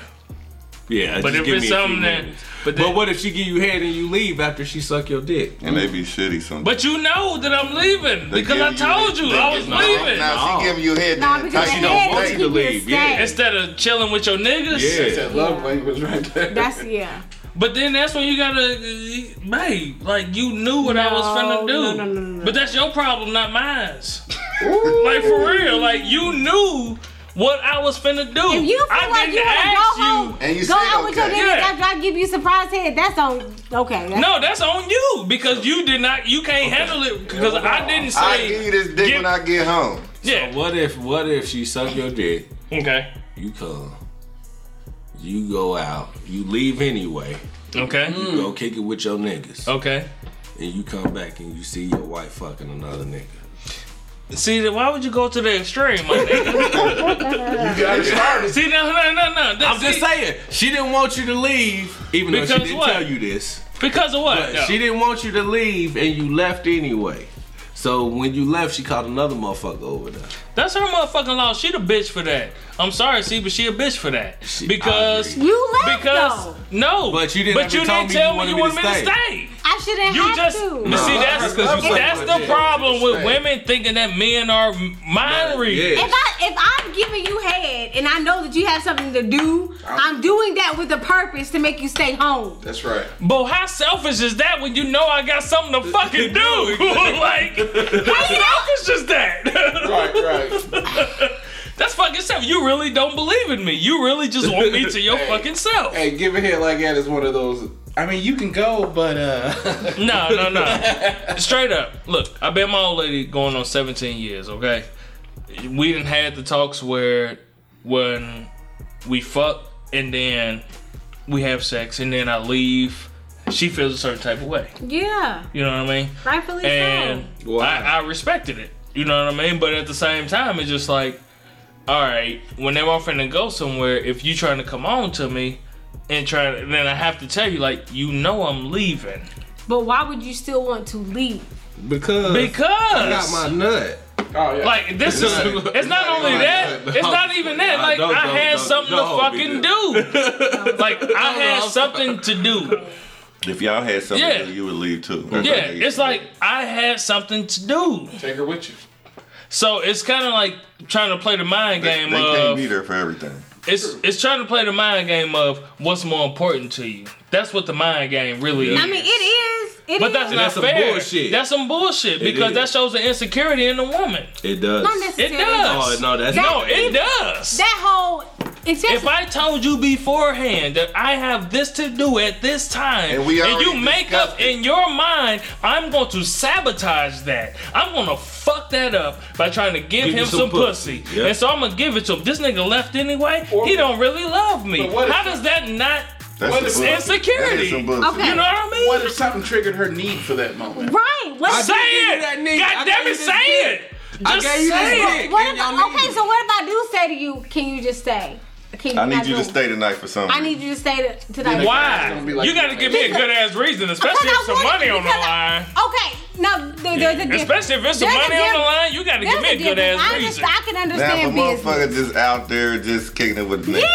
Speaker 3: yeah,
Speaker 4: but
Speaker 3: just
Speaker 4: if
Speaker 3: give
Speaker 4: it's
Speaker 3: me a few
Speaker 4: something that-
Speaker 3: minutes.
Speaker 4: but
Speaker 3: but,
Speaker 4: then-
Speaker 3: what if she give you head and you leave after she suck your dick?
Speaker 5: And they be shitty sometimes.
Speaker 4: but you know that I'm leaving
Speaker 5: They
Speaker 4: because I
Speaker 5: give you-
Speaker 4: told you
Speaker 5: they
Speaker 4: I
Speaker 5: give-
Speaker 4: was
Speaker 5: no,
Speaker 4: leaving.
Speaker 5: Nah,
Speaker 3: No.
Speaker 5: she giving you head.
Speaker 7: Nah,
Speaker 5: then
Speaker 7: because
Speaker 5: type you
Speaker 7: the head
Speaker 5: don't
Speaker 7: will
Speaker 5: like.
Speaker 7: keep
Speaker 3: to
Speaker 7: you
Speaker 3: leave, yeah.
Speaker 7: stay.
Speaker 4: Instead of chilling with your niggas,
Speaker 3: Yeah.
Speaker 6: That's that love
Speaker 7: Yeah.
Speaker 6: language right there.
Speaker 7: That's
Speaker 4: [laughs]
Speaker 7: yeah.
Speaker 4: But then that's when you gotta, uh, babe. Like you knew what I was
Speaker 7: No,
Speaker 4: finna do.
Speaker 7: no, no, no, no.
Speaker 4: But that's your problem, not mine. like for real, like you knew what I was finna do.
Speaker 7: If you feel
Speaker 4: I
Speaker 7: like
Speaker 4: didn't
Speaker 7: you wanna
Speaker 4: ask
Speaker 7: go home,
Speaker 5: And you
Speaker 7: go
Speaker 5: said
Speaker 7: out with your
Speaker 5: okay.
Speaker 7: niggas
Speaker 4: Yeah.
Speaker 7: after I give you surprise head, that's on okay. That's,
Speaker 4: No, that's on you because you did not. You can't handle it because I didn't say.
Speaker 5: I give you this dick
Speaker 4: Give-
Speaker 5: when I get home.
Speaker 4: yeah.
Speaker 3: What if? What if she suck your dick?
Speaker 4: Okay.
Speaker 3: You come, you go out, you leave anyway.
Speaker 4: Okay.
Speaker 3: You go kick it with your niggas.
Speaker 4: Okay.
Speaker 3: and you come back and you see your wife fucking another nigga.
Speaker 4: See, then why would you go to the extreme, my nigga?
Speaker 6: You gotta start it.
Speaker 4: see, no, no, no, no.
Speaker 3: I'm
Speaker 4: That's
Speaker 3: just
Speaker 4: it.
Speaker 3: saying, she didn't want you to leave, even though
Speaker 4: Because
Speaker 3: she didn't
Speaker 4: what?
Speaker 3: tell you this.
Speaker 4: because of what?
Speaker 3: But
Speaker 4: No.
Speaker 3: she didn't want you to leave, and you left anyway. So when you left, she caught another motherfucker over there.
Speaker 4: That's her motherfucking loss. She the bitch for that. I'm sorry, see, but she a bitch for that.
Speaker 3: She- I
Speaker 4: because
Speaker 3: agree.
Speaker 7: You left
Speaker 4: because
Speaker 7: though.
Speaker 4: no.
Speaker 3: But you didn't
Speaker 4: But
Speaker 3: ever
Speaker 4: you
Speaker 3: tell
Speaker 4: didn't
Speaker 3: me
Speaker 4: tell
Speaker 3: you
Speaker 4: me
Speaker 3: wanted
Speaker 4: you
Speaker 3: me to
Speaker 4: wanted me to
Speaker 3: stay.
Speaker 4: stay.
Speaker 7: I shouldn't
Speaker 4: You
Speaker 7: have
Speaker 4: just
Speaker 7: to.
Speaker 4: but see that's
Speaker 6: that's 'cause you
Speaker 4: that's
Speaker 6: suck my
Speaker 4: the
Speaker 6: dick.
Speaker 4: problem with
Speaker 6: Stay.
Speaker 4: women thinking that men are mind readers.
Speaker 7: If I if I'm giving you head and I know that you have something to do, I'm doing that with a purpose to make you stay home.
Speaker 6: That's right.
Speaker 4: But how selfish is that when you know I got something
Speaker 3: [laughs]
Speaker 4: to fucking do? [laughs] like how selfish is that?
Speaker 6: Right, right.
Speaker 4: [laughs] that's fucking self. You really don't believe in me. You really just want me to your fucking self.
Speaker 6: hey, give a hit like that is one of those. I mean, you can go, but uh,
Speaker 4: [laughs] No, no, no. Straight up. Look, I've been my old lady going on 17 years, okay? We didn't had the talks where when we fuck and then we have sex and then I leave, she feels a certain type of way.
Speaker 7: Yeah,
Speaker 4: You know what I mean?
Speaker 7: rightfully
Speaker 4: And
Speaker 7: so.
Speaker 4: I, I respected it. You know what I mean? But at the same time, it's just like, all right, whenever I'm finna go somewhere, if you trying to come on to me and trying, then I have to tell you, like, you know I'm leaving.
Speaker 7: But why would you still want to leave?
Speaker 8: Because I got
Speaker 4: Because
Speaker 8: my nut.
Speaker 6: oh yeah.
Speaker 4: like this is it's not only that, it's not even that. Like
Speaker 3: don't-
Speaker 4: I
Speaker 3: don't-
Speaker 4: had
Speaker 3: don't-
Speaker 4: something to
Speaker 3: don't
Speaker 4: fucking
Speaker 3: be
Speaker 4: do. Like I had something to do.
Speaker 5: If y'all had something,
Speaker 4: Yeah.
Speaker 5: to do, you would leave too.
Speaker 4: Yeah, it's like I had something to do.
Speaker 6: take her with you.
Speaker 4: So it's kind of like trying to play the mind
Speaker 5: they,
Speaker 4: game
Speaker 5: they can't be
Speaker 4: of
Speaker 5: there for everything.
Speaker 4: it's it's trying to play the mind game of what's more important to you. That's what the mind game really is.
Speaker 7: I mean, it is. It
Speaker 4: but that's
Speaker 7: is.
Speaker 4: not
Speaker 3: That's some
Speaker 4: fair.
Speaker 3: bullshit.
Speaker 4: That's some bullshit because
Speaker 3: is.
Speaker 4: that shows the insecurity in the woman.
Speaker 3: It does.
Speaker 7: Not necessarily.
Speaker 4: It does.
Speaker 3: Oh no, that's
Speaker 4: No, it does.
Speaker 7: That whole
Speaker 4: If
Speaker 7: intention.
Speaker 4: I told you beforehand that I have this to do at this time,
Speaker 5: And we already
Speaker 4: you make up
Speaker 5: discussed it.
Speaker 4: in your mind, I'm going to sabotage that. I'm going to fuck that up by trying to give,
Speaker 3: Give you
Speaker 4: him
Speaker 3: some
Speaker 4: some,
Speaker 3: pussy.
Speaker 4: pussy.
Speaker 3: Yep.
Speaker 4: And so I'm going to give it to him. This nigga left anyway.
Speaker 6: Or-
Speaker 4: he don't really love me.
Speaker 6: But what if-
Speaker 4: How does that not,
Speaker 5: That's
Speaker 6: What
Speaker 5: some
Speaker 6: is
Speaker 5: bullshit.
Speaker 4: insecurity?
Speaker 5: That is some bullshit.
Speaker 7: Okay.
Speaker 4: you know what I mean?
Speaker 6: What if something triggered her need for that moment?
Speaker 7: right. What's
Speaker 4: say
Speaker 8: you
Speaker 4: it.
Speaker 8: that nigga. I
Speaker 4: God damn
Speaker 8: gave you
Speaker 4: it,
Speaker 8: this
Speaker 4: say it.
Speaker 8: I
Speaker 4: Just
Speaker 8: gave you this
Speaker 4: say it.
Speaker 8: dick.
Speaker 7: What
Speaker 8: and
Speaker 7: if,
Speaker 8: y'all need
Speaker 7: okay,
Speaker 8: it.
Speaker 7: so what if I do say to you, can you just stay? Can
Speaker 5: I need
Speaker 7: not
Speaker 5: you to
Speaker 7: go?
Speaker 5: stay tonight for something.
Speaker 7: I need you to stay to, tonight.
Speaker 6: It's
Speaker 4: Why?
Speaker 6: gonna be like-
Speaker 4: you got to give me a good ass reason, especially if
Speaker 7: Because I
Speaker 4: some
Speaker 7: wanted-
Speaker 4: money on the
Speaker 7: because
Speaker 4: line.
Speaker 7: I- Okay, no, there, there's a difference.
Speaker 4: Especially if it's some
Speaker 7: There's a
Speaker 4: money on the
Speaker 7: difference.
Speaker 4: line, you got to give me
Speaker 7: There's
Speaker 4: a
Speaker 7: a
Speaker 4: good ass
Speaker 7: difference. I, just,
Speaker 4: reason.
Speaker 7: I can
Speaker 5: now, if a
Speaker 7: understand business.
Speaker 5: motherfucker just out there just kicking it with me.
Speaker 7: Yeah, I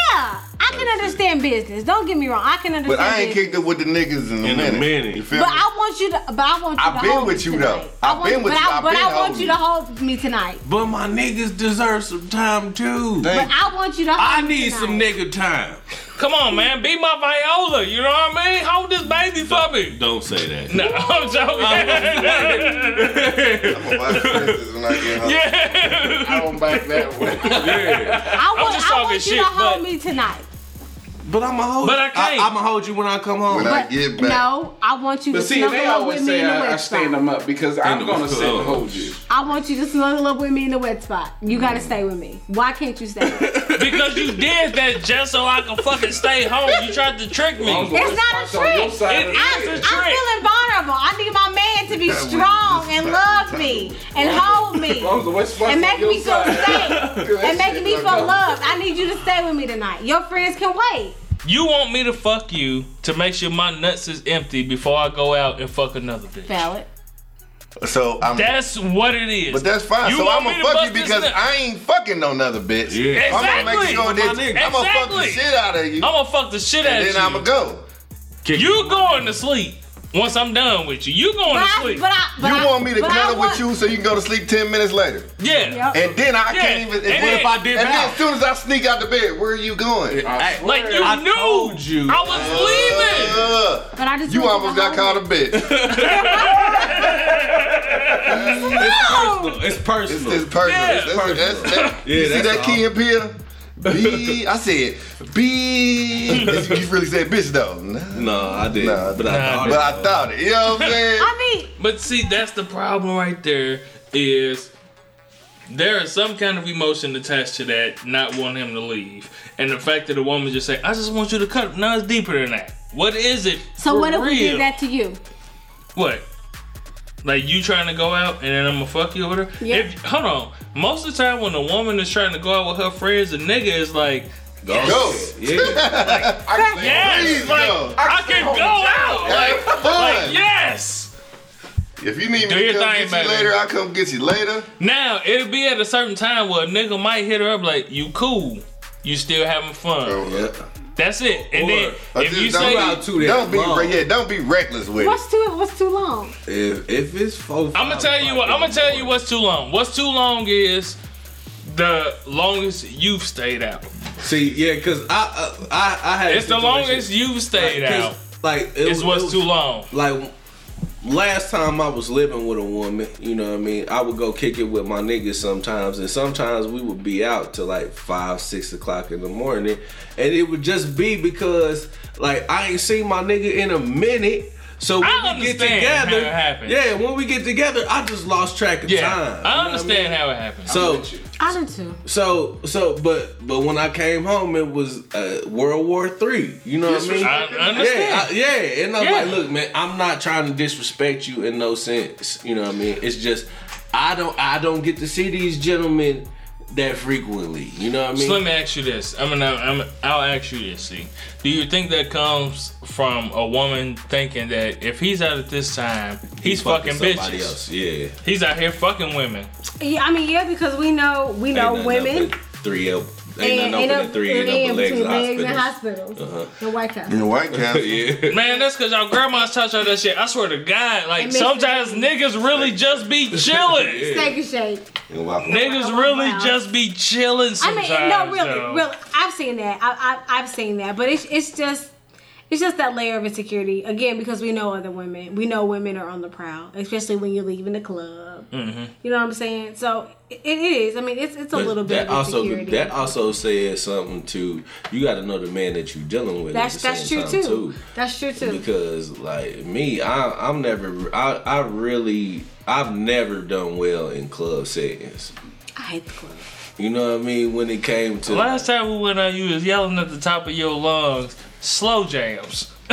Speaker 7: can understand business. Don't get me wrong, I can understand.
Speaker 5: But I ain't
Speaker 7: business.
Speaker 5: kicked it with the niggas in a
Speaker 3: In a
Speaker 5: minute.
Speaker 3: minute.
Speaker 5: You feel
Speaker 7: But
Speaker 5: me?
Speaker 7: I want you to. But I want you
Speaker 5: I've
Speaker 7: to
Speaker 5: been
Speaker 7: hold
Speaker 5: with
Speaker 7: me
Speaker 5: you,
Speaker 7: tonight.
Speaker 5: though. I've
Speaker 7: want,
Speaker 5: been with
Speaker 7: but
Speaker 5: you.
Speaker 7: I,
Speaker 5: I've
Speaker 7: but
Speaker 5: been
Speaker 7: I want
Speaker 5: holding
Speaker 7: you
Speaker 5: you.
Speaker 7: to hold me tonight.
Speaker 3: But my niggas deserve some time too.
Speaker 7: But
Speaker 5: Thank you.
Speaker 7: I want you to. Hold
Speaker 3: I
Speaker 7: me
Speaker 3: need
Speaker 7: tonight.
Speaker 3: some nigga time.
Speaker 4: Come on, man. Be my viola. You know what I mean? Hold this baby for me. [laughs]
Speaker 3: Don't say [laughs] that.
Speaker 4: No, I'm
Speaker 5: [laughs]
Speaker 4: joking. [laughs]
Speaker 5: I'm gonna watch princess when I get home.
Speaker 6: I don't back that one.
Speaker 7: I want,
Speaker 4: just
Speaker 7: I
Speaker 4: talking
Speaker 7: want you
Speaker 4: shit,
Speaker 7: to hold
Speaker 4: but-
Speaker 7: me tonight.
Speaker 3: But I'ma hold
Speaker 4: But I can't.
Speaker 3: I'ma hold you when I come home.
Speaker 5: When I
Speaker 7: But
Speaker 5: get back.
Speaker 7: no, I want you
Speaker 6: But
Speaker 7: to
Speaker 6: see,
Speaker 7: snuggle
Speaker 6: they
Speaker 7: up with
Speaker 6: always
Speaker 7: me
Speaker 6: say
Speaker 7: in the
Speaker 6: I, I
Speaker 7: wet
Speaker 6: stand
Speaker 7: spot.
Speaker 6: them up because I'm
Speaker 3: the
Speaker 6: gonna sit
Speaker 3: club.
Speaker 6: and hold you.
Speaker 7: I want you to snuggle up with me in the wet spot.
Speaker 6: Mm.
Speaker 7: You gotta stay with me. Why can't you
Speaker 6: [laughs]
Speaker 7: stay? it's
Speaker 4: because you did that just so I could fucking stay home. You tried to trick me.
Speaker 7: not a
Speaker 6: It's on your
Speaker 7: trick.
Speaker 6: side of the
Speaker 4: It
Speaker 7: I'm,
Speaker 4: is a
Speaker 7: I'm
Speaker 6: bed.
Speaker 4: trick.
Speaker 7: feeling vulnerable. I need my man to be
Speaker 5: That was
Speaker 7: strong
Speaker 5: just
Speaker 7: and
Speaker 5: like-
Speaker 7: love me and hold me
Speaker 6: As long as the West Front's
Speaker 7: and
Speaker 6: on
Speaker 7: make
Speaker 6: your
Speaker 7: me feel
Speaker 6: side.
Speaker 7: safe
Speaker 6: [laughs] That
Speaker 7: and
Speaker 6: shit
Speaker 7: making me
Speaker 6: like
Speaker 7: feel
Speaker 6: that.
Speaker 7: loved. I need you to stay with me tonight. Your friends can wait.
Speaker 4: You want me to fuck you to make sure my nuts is empty before I go out and fuck another bitch.
Speaker 7: Valid.
Speaker 5: So I'm.
Speaker 4: That's what it is.
Speaker 5: but that's fine.
Speaker 4: You
Speaker 5: so
Speaker 4: want
Speaker 5: I'm
Speaker 4: me
Speaker 5: gonna
Speaker 4: to
Speaker 5: fuck
Speaker 4: bust
Speaker 5: you
Speaker 4: this
Speaker 5: because
Speaker 4: nut?
Speaker 5: I ain't fucking no other bitch.
Speaker 3: Yeah.
Speaker 5: I'm gonna make
Speaker 4: Exactly.
Speaker 5: sure that
Speaker 4: Exactly.
Speaker 5: I'm gonna fuck the shit out of you,
Speaker 4: I'm gonna fuck the shit out
Speaker 5: and
Speaker 4: of
Speaker 5: then
Speaker 4: you.
Speaker 5: I'm gonna go.
Speaker 3: Kick
Speaker 4: You going to sleep once I'm done with you. You going to
Speaker 7: But I,
Speaker 4: sleep.
Speaker 7: but I, but
Speaker 5: You
Speaker 7: I,
Speaker 5: want me to
Speaker 7: but I
Speaker 5: cuddle
Speaker 7: want-
Speaker 5: with you so you can go to sleep ten minutes later,
Speaker 4: yeah.
Speaker 7: Yep.
Speaker 5: and then I can't even.
Speaker 4: And then if I
Speaker 5: did and then as soon as I sneak out the bed, where are you going?
Speaker 6: I
Speaker 4: Like
Speaker 6: swear.
Speaker 4: you
Speaker 3: I
Speaker 4: knew
Speaker 3: told you.
Speaker 4: I was leaving.
Speaker 5: Uh,
Speaker 7: But I just
Speaker 5: you
Speaker 7: want
Speaker 5: almost
Speaker 7: to
Speaker 5: got
Speaker 7: hold
Speaker 5: called a bitch.
Speaker 7: me. No!
Speaker 3: It's personal. [laughs]
Speaker 5: It's personal.
Speaker 4: Yeah.
Speaker 5: that's, that's, that-
Speaker 3: Yeah,
Speaker 5: you see
Speaker 3: that's
Speaker 5: that key and peel? B. I said B. You really said bitch though. Nah.
Speaker 3: no, I didn't.
Speaker 5: Nah,
Speaker 3: but I
Speaker 4: nah,
Speaker 3: thought
Speaker 5: But I thought it. You know what I'm saying?
Speaker 7: [laughs] I mean,
Speaker 4: But see, that's the problem right there is there is some kind of emotion attached to that, not wanting him to leave. And the fact that a woman just say, I just want you to cut. No, it's deeper than that. What is it?
Speaker 7: so
Speaker 4: for
Speaker 7: what if we
Speaker 4: real?
Speaker 7: did that to you?
Speaker 4: What? Like you trying to go out and then I'm gonna fuck you over there?
Speaker 7: Yeah.
Speaker 4: If, hold on. Most of the time when a woman is trying to go out with her friends, the nigga is like,
Speaker 5: Go.
Speaker 6: I-
Speaker 4: yes,
Speaker 5: Please
Speaker 4: like
Speaker 5: go.
Speaker 4: I can go out. Like,
Speaker 5: Have fun.
Speaker 4: yes.
Speaker 5: If you need
Speaker 4: Do
Speaker 5: me to
Speaker 4: your
Speaker 5: come
Speaker 4: thing,
Speaker 5: get
Speaker 4: baby.
Speaker 5: you later, I'll come get you later.
Speaker 4: Now it'll be at a certain time where a nigga might hit her up like, "You cool? You still having fun?"
Speaker 3: Oh.
Speaker 4: That's it. And then
Speaker 5: I
Speaker 4: if
Speaker 5: just
Speaker 4: you
Speaker 5: don't-
Speaker 4: say,
Speaker 5: don't, be re- yeah, don't be reckless with it.
Speaker 7: What's too What's too long?
Speaker 3: If, if it's four,
Speaker 4: I'm gonna tell you what. I'm gonna tell you what's too long. What's too long is the longest you've stayed out.
Speaker 3: See, yeah, because I, uh, I, I, I had. a
Speaker 4: It's the
Speaker 3: situation-
Speaker 4: longest you've stayed
Speaker 3: Like, 'cause,
Speaker 4: out.
Speaker 3: Like it
Speaker 4: It's
Speaker 3: was-
Speaker 4: what's
Speaker 3: it was-
Speaker 4: too long.
Speaker 3: Like last time I was living with a woman, you know what I mean. I would go kick it with my niggas sometimes, and sometimes we would be out till like five, six o'clock in the morning, and it would just be because like I ain't seen my nigga in a minute. So when
Speaker 4: I
Speaker 3: we get
Speaker 4: understand how
Speaker 3: together,
Speaker 4: it happens.
Speaker 3: yeah, when we get together, I just lost track of
Speaker 4: Yeah,
Speaker 3: time. you know
Speaker 4: I
Speaker 3: what mean?
Speaker 4: understand how it happens.
Speaker 3: So
Speaker 7: I do too.
Speaker 3: so so but but when I came home it was uh, World War Three. You know what I mean?
Speaker 4: I
Speaker 3: Yeah, I,
Speaker 4: understand.
Speaker 3: yeah. And I'm
Speaker 4: Yeah.
Speaker 3: like, look, man, I'm not trying to disrespect you in no sense. You know what I mean? It's just I don't I don't get to see these gentlemen that frequently. You know what I mean?
Speaker 4: So let me ask you this. I'm gonna. I'm, I'll ask you this. See, do you think that comes from a woman thinking that if he's out at this time, he's fucking,
Speaker 3: somebody
Speaker 4: bitches.
Speaker 3: else. Yeah.
Speaker 4: He's out here fucking women.
Speaker 7: Yeah, I mean, yeah, because we know we know
Speaker 3: Ain't nothing up
Speaker 7: women
Speaker 3: with Three L. Ain't
Speaker 7: and
Speaker 3: nothing
Speaker 7: and
Speaker 3: up with
Speaker 7: up-
Speaker 3: the three
Speaker 7: and
Speaker 3: L
Speaker 7: in
Speaker 3: legs in
Speaker 7: between legs in
Speaker 3: hospitals. Uh-huh.
Speaker 7: hospitals. The White House.
Speaker 5: In White
Speaker 3: [laughs]
Speaker 5: Castle,
Speaker 3: Yeah.
Speaker 4: Man, that's because y'all grandmas taught y'all that shit. I swear to God, like
Speaker 7: makes
Speaker 4: sometimes niggas really just
Speaker 3: [laughs]
Speaker 4: be chilling.
Speaker 7: Steak and shake.
Speaker 5: in Waffle House.
Speaker 4: Niggas really just be chilling
Speaker 7: I
Speaker 4: sometimes.
Speaker 7: mean, no, really,
Speaker 4: though.
Speaker 7: really. I've seen that. I, I, I've seen that, but it's it's just it's just that layer of insecurity again because we know other women. We know women are on the prowl, especially when you're leaving the club.
Speaker 3: Mm-hmm.
Speaker 7: You know what I'm saying? So it, it is. I mean, it's it's a little bit
Speaker 3: That
Speaker 7: of
Speaker 3: also
Speaker 7: insecurity.
Speaker 3: that also says something to you. Got to know the man that you're dealing with. at
Speaker 7: that's
Speaker 3: the
Speaker 7: that's
Speaker 3: same
Speaker 7: true
Speaker 3: time,
Speaker 7: too. That's true too.
Speaker 3: because like me I, i'm never I, I really i've never done well in club settings
Speaker 7: I hate the club.
Speaker 3: you know what i mean when it came to
Speaker 4: Last time we went on, you was yelling at the top of your lungs, slow jams. [laughs]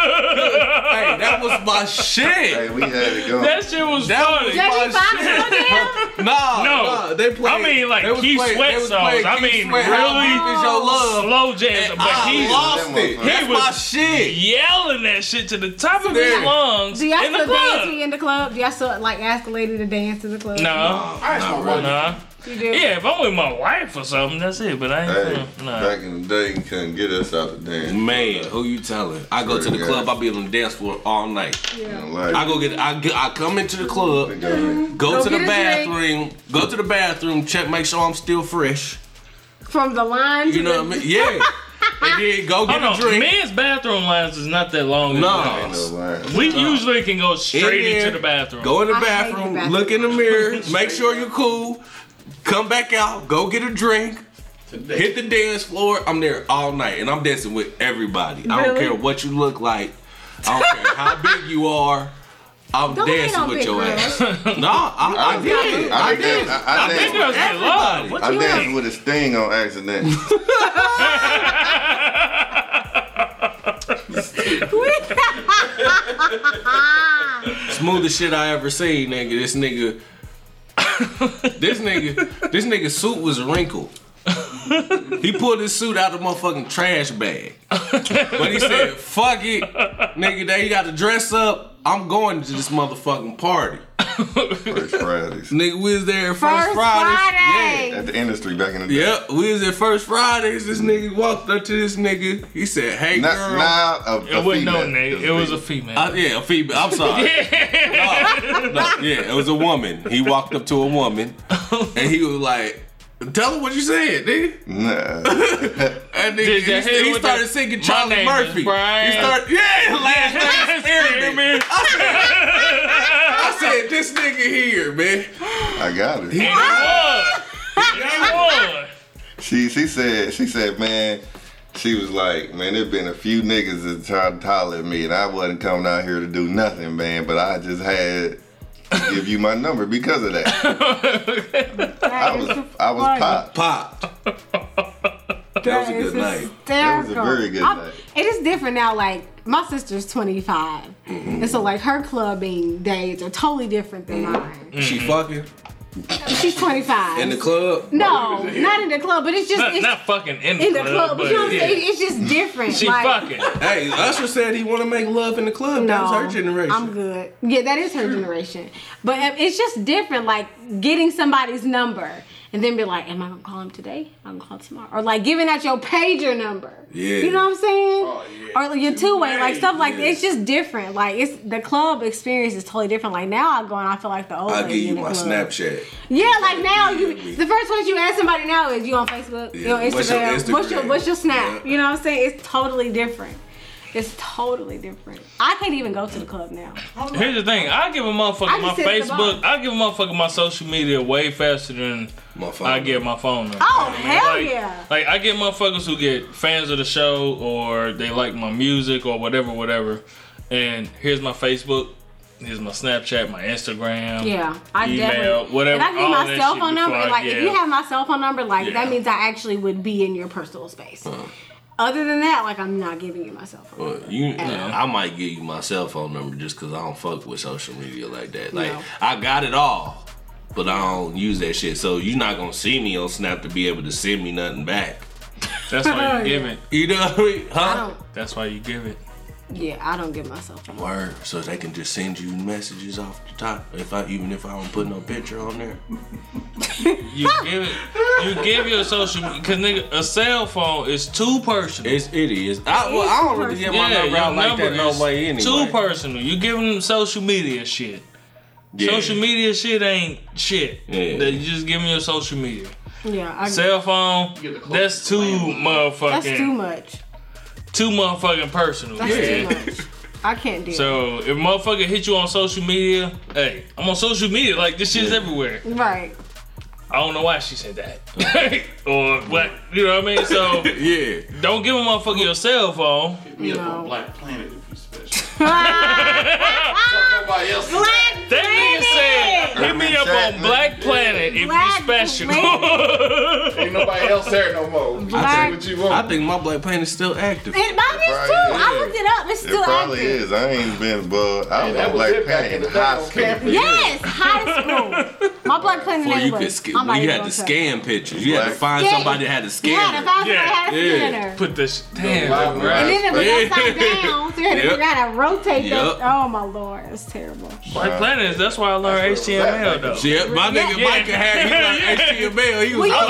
Speaker 3: hey that [laughs] was my shit
Speaker 5: Hey, we had it going.
Speaker 4: That shit was
Speaker 3: That
Speaker 4: funny.
Speaker 3: was-
Speaker 7: Jackie
Speaker 3: Boy,
Speaker 7: Fox
Speaker 3: shit.
Speaker 4: [laughs]
Speaker 7: on there?
Speaker 3: no no
Speaker 4: No.
Speaker 3: they played
Speaker 4: I mean, like,
Speaker 3: they was
Speaker 4: Keith
Speaker 3: playing-
Speaker 4: Sweat
Speaker 3: they was
Speaker 4: songs.
Speaker 3: playing
Speaker 4: I
Speaker 3: Keith
Speaker 4: mean,
Speaker 3: Sweat, How
Speaker 4: really
Speaker 3: Deep Is your love
Speaker 4: slow jams, but
Speaker 3: I
Speaker 4: he's
Speaker 3: lost it
Speaker 5: That
Speaker 3: that's
Speaker 4: motherfucker.
Speaker 3: my shit
Speaker 4: yelling that shit to the top of
Speaker 3: There.
Speaker 4: his lungs
Speaker 7: Do y'all
Speaker 4: in the
Speaker 7: still dance
Speaker 4: club.
Speaker 7: when you in the club? Do y'all still like ask a lady to dance in the club?
Speaker 4: No,
Speaker 9: I asked my wife.
Speaker 4: nah.
Speaker 7: You do.
Speaker 4: Yeah, if I'm with my wife or something, that's it. But I ain't.
Speaker 5: Hey,
Speaker 4: mm, nah.
Speaker 5: back in the day, you couldn't get us out the dance.
Speaker 3: man who you telling i go to
Speaker 5: Swear to
Speaker 3: the club
Speaker 5: God.
Speaker 3: i be on the dance floor all night
Speaker 5: I'm
Speaker 3: i
Speaker 5: Like,
Speaker 3: go get i get i come into the club
Speaker 5: go,
Speaker 3: go
Speaker 7: Go
Speaker 3: to the
Speaker 7: get a drink.
Speaker 3: bathroom go to the bathroom check make sure i'm still fresh
Speaker 7: From the line. to
Speaker 3: You know what I mean? Yeah. and then go get
Speaker 4: Hold
Speaker 3: a
Speaker 4: on,
Speaker 3: drink.
Speaker 4: men's bathroom lines is not that long. as
Speaker 3: No.
Speaker 4: women's.
Speaker 5: no line.
Speaker 4: We usually can go straight
Speaker 3: In there,
Speaker 4: into the bathroom.
Speaker 3: Go in the
Speaker 7: I hate
Speaker 3: bathroom,
Speaker 7: the bathroom.
Speaker 3: look in the mirror, make sure you're cool, come back out, go get a drink. Hit the dance floor. I'm there all night, and I'm dancing with everybody. I don't
Speaker 7: Really?
Speaker 3: care what you look like. I don't care
Speaker 7: [laughs]
Speaker 3: how big you are. I'm
Speaker 7: Don't hate
Speaker 3: dancing
Speaker 7: on
Speaker 3: with
Speaker 7: big
Speaker 3: your
Speaker 7: girls. [laughs]
Speaker 3: ass. no, I, I did. I,
Speaker 5: I think
Speaker 3: did.
Speaker 5: that- I- I
Speaker 4: Big
Speaker 5: think-
Speaker 4: girls get love.
Speaker 3: everybody.
Speaker 4: What
Speaker 5: I
Speaker 4: you
Speaker 5: danced
Speaker 4: mean?
Speaker 5: with a sting on
Speaker 4: [laughs]
Speaker 5: accident.
Speaker 4: [laughs]
Speaker 3: Smoothest shit I ever seen, nigga. This nigga. this nigga, this nigga suit was wrinkled. He pulled his suit out of the motherfucking trash bag. But he said, fuck it. Nigga, they got to dress up. I'm going to this motherfucking party.
Speaker 5: First Fridays.
Speaker 3: Nigga, we was there first,
Speaker 7: First
Speaker 3: Fridays.
Speaker 7: Friday.
Speaker 5: At the industry back in the day.
Speaker 3: Yeah. Yep, we was at first Fridays. This nigga walked up to this nigga. He said, hey
Speaker 5: Not,
Speaker 3: girl.
Speaker 5: now a, a
Speaker 4: It wasn't
Speaker 5: female.
Speaker 4: no name. It was a female. [laughs]
Speaker 3: Uh, yeah, a female. I'm sorry. No, no, yeah, it was a woman. He walked up to a woman and he was like, Tell her what you said, nigga.
Speaker 5: Nah.
Speaker 3: And then
Speaker 4: Did
Speaker 3: he,
Speaker 4: you hear
Speaker 3: he
Speaker 4: what
Speaker 3: started
Speaker 4: that-
Speaker 3: singing
Speaker 4: My
Speaker 3: Charlie
Speaker 4: name
Speaker 3: Murphy.
Speaker 4: is Brian.
Speaker 3: He started, yeah, last name is Spearman. [laughs] I said, this nigga here, man.
Speaker 5: [laughs] I got it.
Speaker 4: One.
Speaker 5: She she said she said man. She was like, man, there's been a few niggas that tried to holler at me, and I wasn't coming out here to do nothing, man. But I just had to give you my number because of that.
Speaker 4: [laughs]
Speaker 5: I was I was popped.
Speaker 3: Popped. That was a good night.
Speaker 5: That was a
Speaker 7: hysterical.
Speaker 5: very good
Speaker 7: I'm-
Speaker 5: night.
Speaker 7: It is different now. Like my sister's
Speaker 3: Mm-hmm.
Speaker 7: 25, and so like her clubbing days are totally different than mine.
Speaker 3: She fucking.
Speaker 7: She's 25.
Speaker 3: Mm-hmm. In the club?
Speaker 7: no, not in the club, but it's just
Speaker 4: Not,
Speaker 7: it's
Speaker 4: not fucking in the,
Speaker 7: in the club. But you know what I'm
Speaker 4: yeah.
Speaker 7: saying? It's just different.
Speaker 4: She
Speaker 7: like,
Speaker 4: fucking.
Speaker 3: Hey, Usher said he want to make love in the club. that was her generation.
Speaker 7: I'm good. Yeah, that is her generation. But um, it's just different, like getting somebody's number and then be like, Am I gonna call him today? I'm gonna call him tomorrow. Or like giving out your pager number.
Speaker 3: Yeah.
Speaker 7: You know what I'm saying?
Speaker 6: Oh, yeah.
Speaker 7: Or like, your two way, like stuff like that.
Speaker 3: yeah.
Speaker 7: It's just different. Like it's the club experience is totally different. Like now I go and I feel like the old
Speaker 3: I'll give
Speaker 7: lady
Speaker 3: you
Speaker 7: in the
Speaker 3: my
Speaker 7: club.
Speaker 3: Snapchat.
Speaker 7: Yeah, like now you
Speaker 3: Yeah.
Speaker 7: the first one you ask somebody now is you on Facebook, you on
Speaker 3: Yeah,
Speaker 7: Instagram,
Speaker 3: what's
Speaker 7: what's
Speaker 3: your
Speaker 7: your,
Speaker 3: Instagram?
Speaker 7: What's, your snap?
Speaker 3: Yeah.
Speaker 7: You know what I'm saying? It's totally different. It's totally different. I can't even go to the club now.
Speaker 4: Here's the thing. I give a
Speaker 7: I
Speaker 4: motherfucker
Speaker 7: just
Speaker 4: my
Speaker 7: hit the
Speaker 4: Facebook.
Speaker 7: button.
Speaker 4: I give a motherfucker my social media way faster than
Speaker 3: My phone.
Speaker 4: I get my phone. Number.
Speaker 7: Oh hell
Speaker 4: like,
Speaker 7: yeah.
Speaker 4: Like I get motherfuckers who get fans of the show or they like my music or whatever, whatever. And here's my Facebook. Here's my Snapchat, my Instagram.
Speaker 7: Yeah, I
Speaker 4: email,
Speaker 7: definitely.
Speaker 4: whatever.
Speaker 7: If I give you
Speaker 4: all
Speaker 7: my
Speaker 4: that
Speaker 7: cell
Speaker 4: shit
Speaker 7: phone number,
Speaker 4: before I-
Speaker 7: like if you
Speaker 4: yeah.
Speaker 7: have my cell phone number, like
Speaker 4: Yeah.
Speaker 7: that means I actually would be in your personal space. Other than that, like I'm not giving you my cell phone.
Speaker 3: Well, you, I might give you my cell phone number just because I don't fuck with social media like that. Like
Speaker 7: No.
Speaker 3: I got it all, but I don't use that shit. So you're not gonna see me on Snap to be able to send me nothing back.
Speaker 4: That's why you give it.
Speaker 3: You know what I mean?
Speaker 7: [laughs] I
Speaker 3: Huh?
Speaker 7: don't.
Speaker 4: That's why you give it.
Speaker 7: Yeah, I don't give my cell phone.
Speaker 3: Word. So they can just send you messages off the top. If I even if I don't put no picture on there.
Speaker 4: You give it. You give your social because nigga, a cell phone is too personal.
Speaker 3: It's it is. I, well, I don't really get my number out
Speaker 4: your
Speaker 3: like that
Speaker 4: number
Speaker 3: no
Speaker 4: is
Speaker 3: way anyway.
Speaker 4: Too personal. You giving them social media shit.
Speaker 3: Yeah.
Speaker 4: Social media shit ain't shit.
Speaker 3: Yeah.
Speaker 4: They just give me your social media.
Speaker 7: Yeah, I,
Speaker 4: Cell phone,
Speaker 6: Get the
Speaker 4: that's
Speaker 6: closest
Speaker 4: too motherfucking
Speaker 7: that's too
Speaker 4: too,
Speaker 7: much.
Speaker 4: motherfucking personal.
Speaker 7: That's
Speaker 4: yeah.
Speaker 7: too much. I can't do it.
Speaker 4: So if motherfucker hit you on social media, hey, I'm on social media, like this shit's everywhere.
Speaker 7: Right.
Speaker 4: I don't know why she said that. [laughs] or what you know what I
Speaker 3: [laughs]
Speaker 4: mean? So
Speaker 3: Yeah.
Speaker 4: don't give a motherfucker your cell phone.
Speaker 6: Hit me up
Speaker 7: No.
Speaker 6: on Black Planet if you special.
Speaker 7: Black
Speaker 6: Nobody else.
Speaker 4: That nigga said, hit me
Speaker 5: Urban
Speaker 4: up on
Speaker 5: Chapman.
Speaker 4: Black Planet if
Speaker 7: Black
Speaker 4: you special.
Speaker 6: [laughs] Ain't nobody else there no more.
Speaker 7: Black-
Speaker 6: You say what you
Speaker 3: I
Speaker 6: want.
Speaker 3: think my black paint is still active.
Speaker 7: It mine is too. I looked it up. It's
Speaker 5: It
Speaker 7: still
Speaker 5: probably
Speaker 7: active.
Speaker 5: is. I ain't been, but I was
Speaker 6: that
Speaker 5: on
Speaker 6: was
Speaker 5: Black
Speaker 6: it back
Speaker 5: Planet
Speaker 6: in
Speaker 5: in
Speaker 6: the day on
Speaker 5: high school.
Speaker 6: campus.
Speaker 7: Yes, high school.
Speaker 3: [laughs]
Speaker 7: My black planet
Speaker 3: Or you
Speaker 7: was.
Speaker 3: could scan,
Speaker 7: I'm about
Speaker 3: well, you
Speaker 7: go
Speaker 3: had to
Speaker 7: check.
Speaker 3: scan pictures. You had to
Speaker 5: Black-
Speaker 3: find
Speaker 7: Yeah.
Speaker 3: somebody that had a scanner.
Speaker 7: Yeah, if I
Speaker 4: Yeah,
Speaker 7: had a
Speaker 3: yeah.
Speaker 4: [laughs]
Speaker 7: scanner.
Speaker 4: Put this damn.
Speaker 5: Black
Speaker 7: And then it was
Speaker 3: Yeah.
Speaker 7: upside down, so you had to
Speaker 3: Yep.
Speaker 7: figure out how to rotate
Speaker 3: Yep.
Speaker 7: that. Oh my lord, it's terrible.
Speaker 4: Black Planet is that's why I learned HTML though.
Speaker 3: Yeah, my nigga
Speaker 4: Yeah.
Speaker 3: Micah had he learned HTML. He was
Speaker 7: Well,
Speaker 4: I
Speaker 7: you-
Speaker 3: all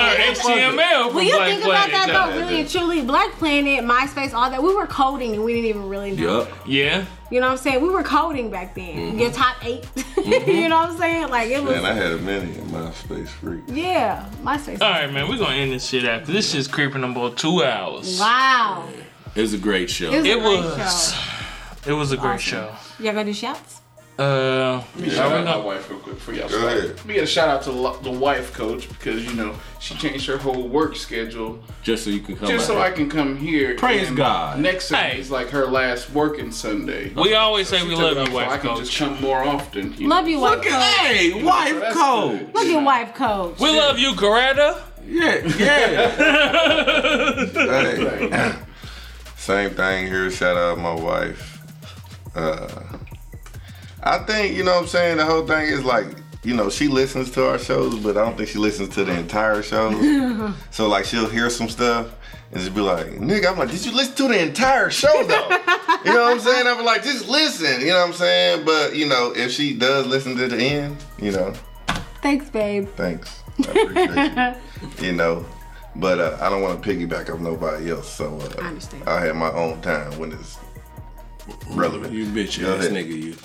Speaker 4: learned HTML from
Speaker 7: When you
Speaker 4: Black
Speaker 7: think about
Speaker 4: Planet.
Speaker 7: that
Speaker 4: though.
Speaker 7: though, really and truly, Black Planet, MySpace, all that, we were coding and we didn't even really know.
Speaker 3: Yup. Mm-hmm.
Speaker 4: Yeah.
Speaker 7: You know what I'm saying? We were coding back then. Your top 8 [laughs] you know what I'm saying? Like it was.
Speaker 5: Man, I had a minute in my space freak.
Speaker 7: yeah, MySpace.
Speaker 4: All right, man. We're gonna end this shit after this shit's creeping about two hours.
Speaker 7: Wow.
Speaker 3: It was a great show.
Speaker 7: It was. a
Speaker 4: It
Speaker 7: great
Speaker 4: was.
Speaker 7: show.
Speaker 4: It was a great show.
Speaker 7: Awesome. Y'all gonna do shouts?
Speaker 4: Uh,
Speaker 6: Let me shout out my wife real quick for y'all.
Speaker 5: Go ahead.
Speaker 6: Let me get a shout out to lo- the wife coach because you know she changed her whole work schedule
Speaker 3: just so you can come
Speaker 6: just
Speaker 3: out.
Speaker 6: so I can come here.
Speaker 3: Praise
Speaker 6: and
Speaker 3: God.
Speaker 6: Next Sunday
Speaker 4: Hey.
Speaker 6: is like her last working Sunday.
Speaker 4: we always say
Speaker 6: She
Speaker 4: we
Speaker 6: took
Speaker 4: love
Speaker 6: it off
Speaker 4: you,
Speaker 6: so I
Speaker 4: wife
Speaker 6: can
Speaker 4: coach.
Speaker 6: just come more often. you
Speaker 7: Love
Speaker 6: know.
Speaker 7: you,
Speaker 3: Look
Speaker 7: wife
Speaker 3: at
Speaker 7: coach.
Speaker 3: hey, wife
Speaker 6: That's
Speaker 3: code.
Speaker 6: good.
Speaker 7: Look at wife coach.
Speaker 4: We love you, Coretta.
Speaker 3: Yeah, yeah.
Speaker 5: Hey. [laughs] Same thing here. Shout out my wife. Uh, I think you know what I'm saying. The whole thing is like you know she listens to our shows, but I don't think she listens to the entire show. so like she'll hear some stuff. And just be like, nigga, I'm like, did you listen to the entire show though? you know what I'm saying? I'm like, just listen. You know what I'm saying? But you know, if she does listen to the end, you know,
Speaker 7: Thanks, babe.
Speaker 5: thanks. I
Speaker 7: [laughs]
Speaker 5: appreciate you. you know, but uh, I don't want to piggyback off nobody else. So uh,
Speaker 7: I understand.
Speaker 5: I had my own time when it's relevant.
Speaker 3: you bitch
Speaker 5: Go
Speaker 3: ass
Speaker 5: ahead.
Speaker 3: nigga, you.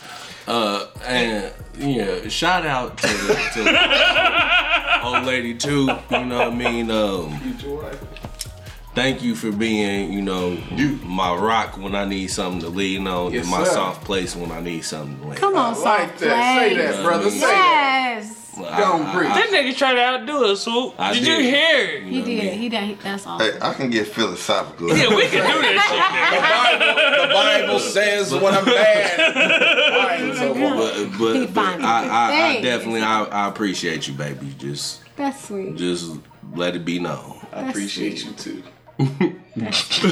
Speaker 3: Uh, and yeah, shout out to, to
Speaker 4: [laughs]
Speaker 3: old lady too. You know what I mean? Um, thank you for being, you know, my rock when I need something to lean on,
Speaker 6: Yes,
Speaker 3: and my
Speaker 6: sir.
Speaker 3: soft place when I need something to lean.
Speaker 7: Come on,
Speaker 6: Like
Speaker 7: soft
Speaker 6: that. Say
Speaker 7: play.
Speaker 6: that, brother. Say that.
Speaker 7: Yes.
Speaker 3: on,
Speaker 6: Don't breathe.
Speaker 4: That nigga tried to outdo us, Swoop.
Speaker 3: I
Speaker 4: Did, you
Speaker 3: did.
Speaker 4: hear it?
Speaker 7: He did. He did. That's all.
Speaker 5: Hey, I can get philosophical.
Speaker 4: Yeah, we can do
Speaker 6: [laughs]
Speaker 4: that shit.
Speaker 10: The Bible says when I'm
Speaker 3: [laughs]
Speaker 10: bad. Why so what?
Speaker 3: But,
Speaker 7: He
Speaker 3: but, but
Speaker 7: fine.
Speaker 3: I, I, I
Speaker 7: Thanks.
Speaker 3: definitely I, I appreciate you, baby. Just
Speaker 7: That's sweet.
Speaker 3: just let it be known.
Speaker 6: I appreciate you too.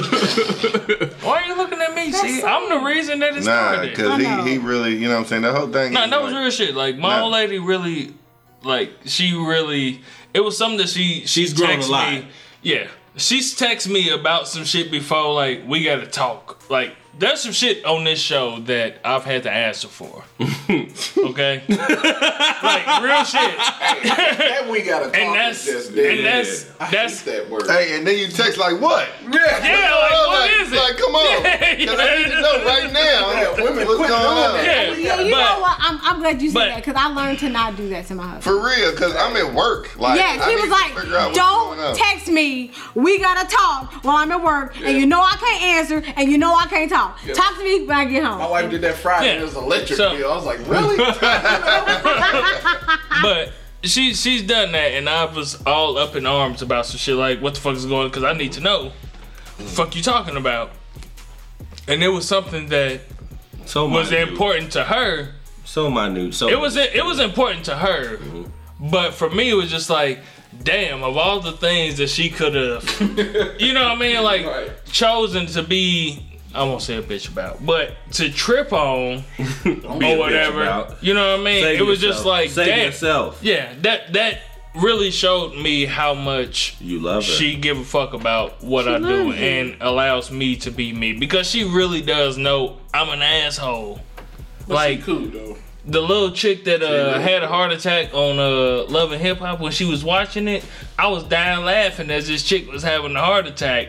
Speaker 4: nigga. Why are you looking at me? See, I'm the reason that it
Speaker 5: [laughs] Nah,
Speaker 4: started.
Speaker 5: because
Speaker 7: I know.
Speaker 5: he, he really, you know what I'm saying? The whole thing
Speaker 4: Nah,
Speaker 5: is
Speaker 4: that was
Speaker 5: like-
Speaker 4: real shit. Like my
Speaker 5: Nah.
Speaker 4: old lady really Like she really, it was something that she she's
Speaker 3: grown a lot.
Speaker 4: Me, yeah, she's text me about some shit before. Like we gotta talk. Like there's some shit on this show that I've had to ask
Speaker 3: [laughs]
Speaker 4: her for. okay, like real shit.
Speaker 6: That we gotta talk
Speaker 4: And that's
Speaker 6: this,
Speaker 4: and
Speaker 6: dude.
Speaker 4: that's
Speaker 6: I
Speaker 4: that's
Speaker 6: hate that word.
Speaker 5: Hey, and then you text like what?
Speaker 6: Yeah,
Speaker 4: yeah. Like what is it?
Speaker 5: Like,
Speaker 4: [laughs]
Speaker 5: come on. 'Cause I need to know right
Speaker 6: Yeah,
Speaker 5: now
Speaker 6: women
Speaker 5: what's
Speaker 6: quit
Speaker 5: going
Speaker 6: doing
Speaker 5: on.
Speaker 6: that.
Speaker 4: Yeah.
Speaker 7: Yeah, you
Speaker 4: But-
Speaker 7: know what? I'm, I'm glad you said
Speaker 4: but-
Speaker 7: that because I learned to not do that to my husband.
Speaker 5: For real, because I'm at work. Like,
Speaker 7: yes,
Speaker 5: I
Speaker 7: he
Speaker 5: need
Speaker 7: was
Speaker 5: to figure out
Speaker 7: like,
Speaker 5: what's going on.
Speaker 7: don't text me. We gotta talk while I'm at work, and you know I can't answer, and you know I can't talk. Talk to me when I get home.
Speaker 6: My wife did that Friday and it was electric.
Speaker 4: So-
Speaker 6: bill. I was like,
Speaker 4: [laughs]
Speaker 6: really?
Speaker 4: but she she's done that, and I was all up in arms about some shit like what the fuck is going? Because I need to know, fuck you talking about? And it was something that
Speaker 3: So
Speaker 4: was
Speaker 3: minute.
Speaker 4: important to her.
Speaker 3: So minute. So
Speaker 4: It was it was important to her,
Speaker 3: Mm-hmm.
Speaker 4: but for me it was just like, damn, of all the things that she
Speaker 3: [laughs]
Speaker 4: could have, you know what I mean, like
Speaker 6: Right.
Speaker 4: chosen to be. I won't say a bitch about, but to trip on or whatever,
Speaker 3: about.
Speaker 4: you know what I mean.
Speaker 3: Save
Speaker 4: it was
Speaker 3: yourself.
Speaker 4: just like,
Speaker 3: save
Speaker 4: damn,
Speaker 3: yourself.
Speaker 4: yeah, that that really showed me how much
Speaker 3: You love her.
Speaker 4: she give a fuck about what I do
Speaker 7: loves you.
Speaker 4: and allows me to be me because she really does know I'm an asshole.
Speaker 6: like,
Speaker 4: Like
Speaker 6: cool though.
Speaker 4: the little chick that uh, had a heart attack on uh, Love and Hip Hop when she was watching it, I was dying laughing as this chick was having a heart attack.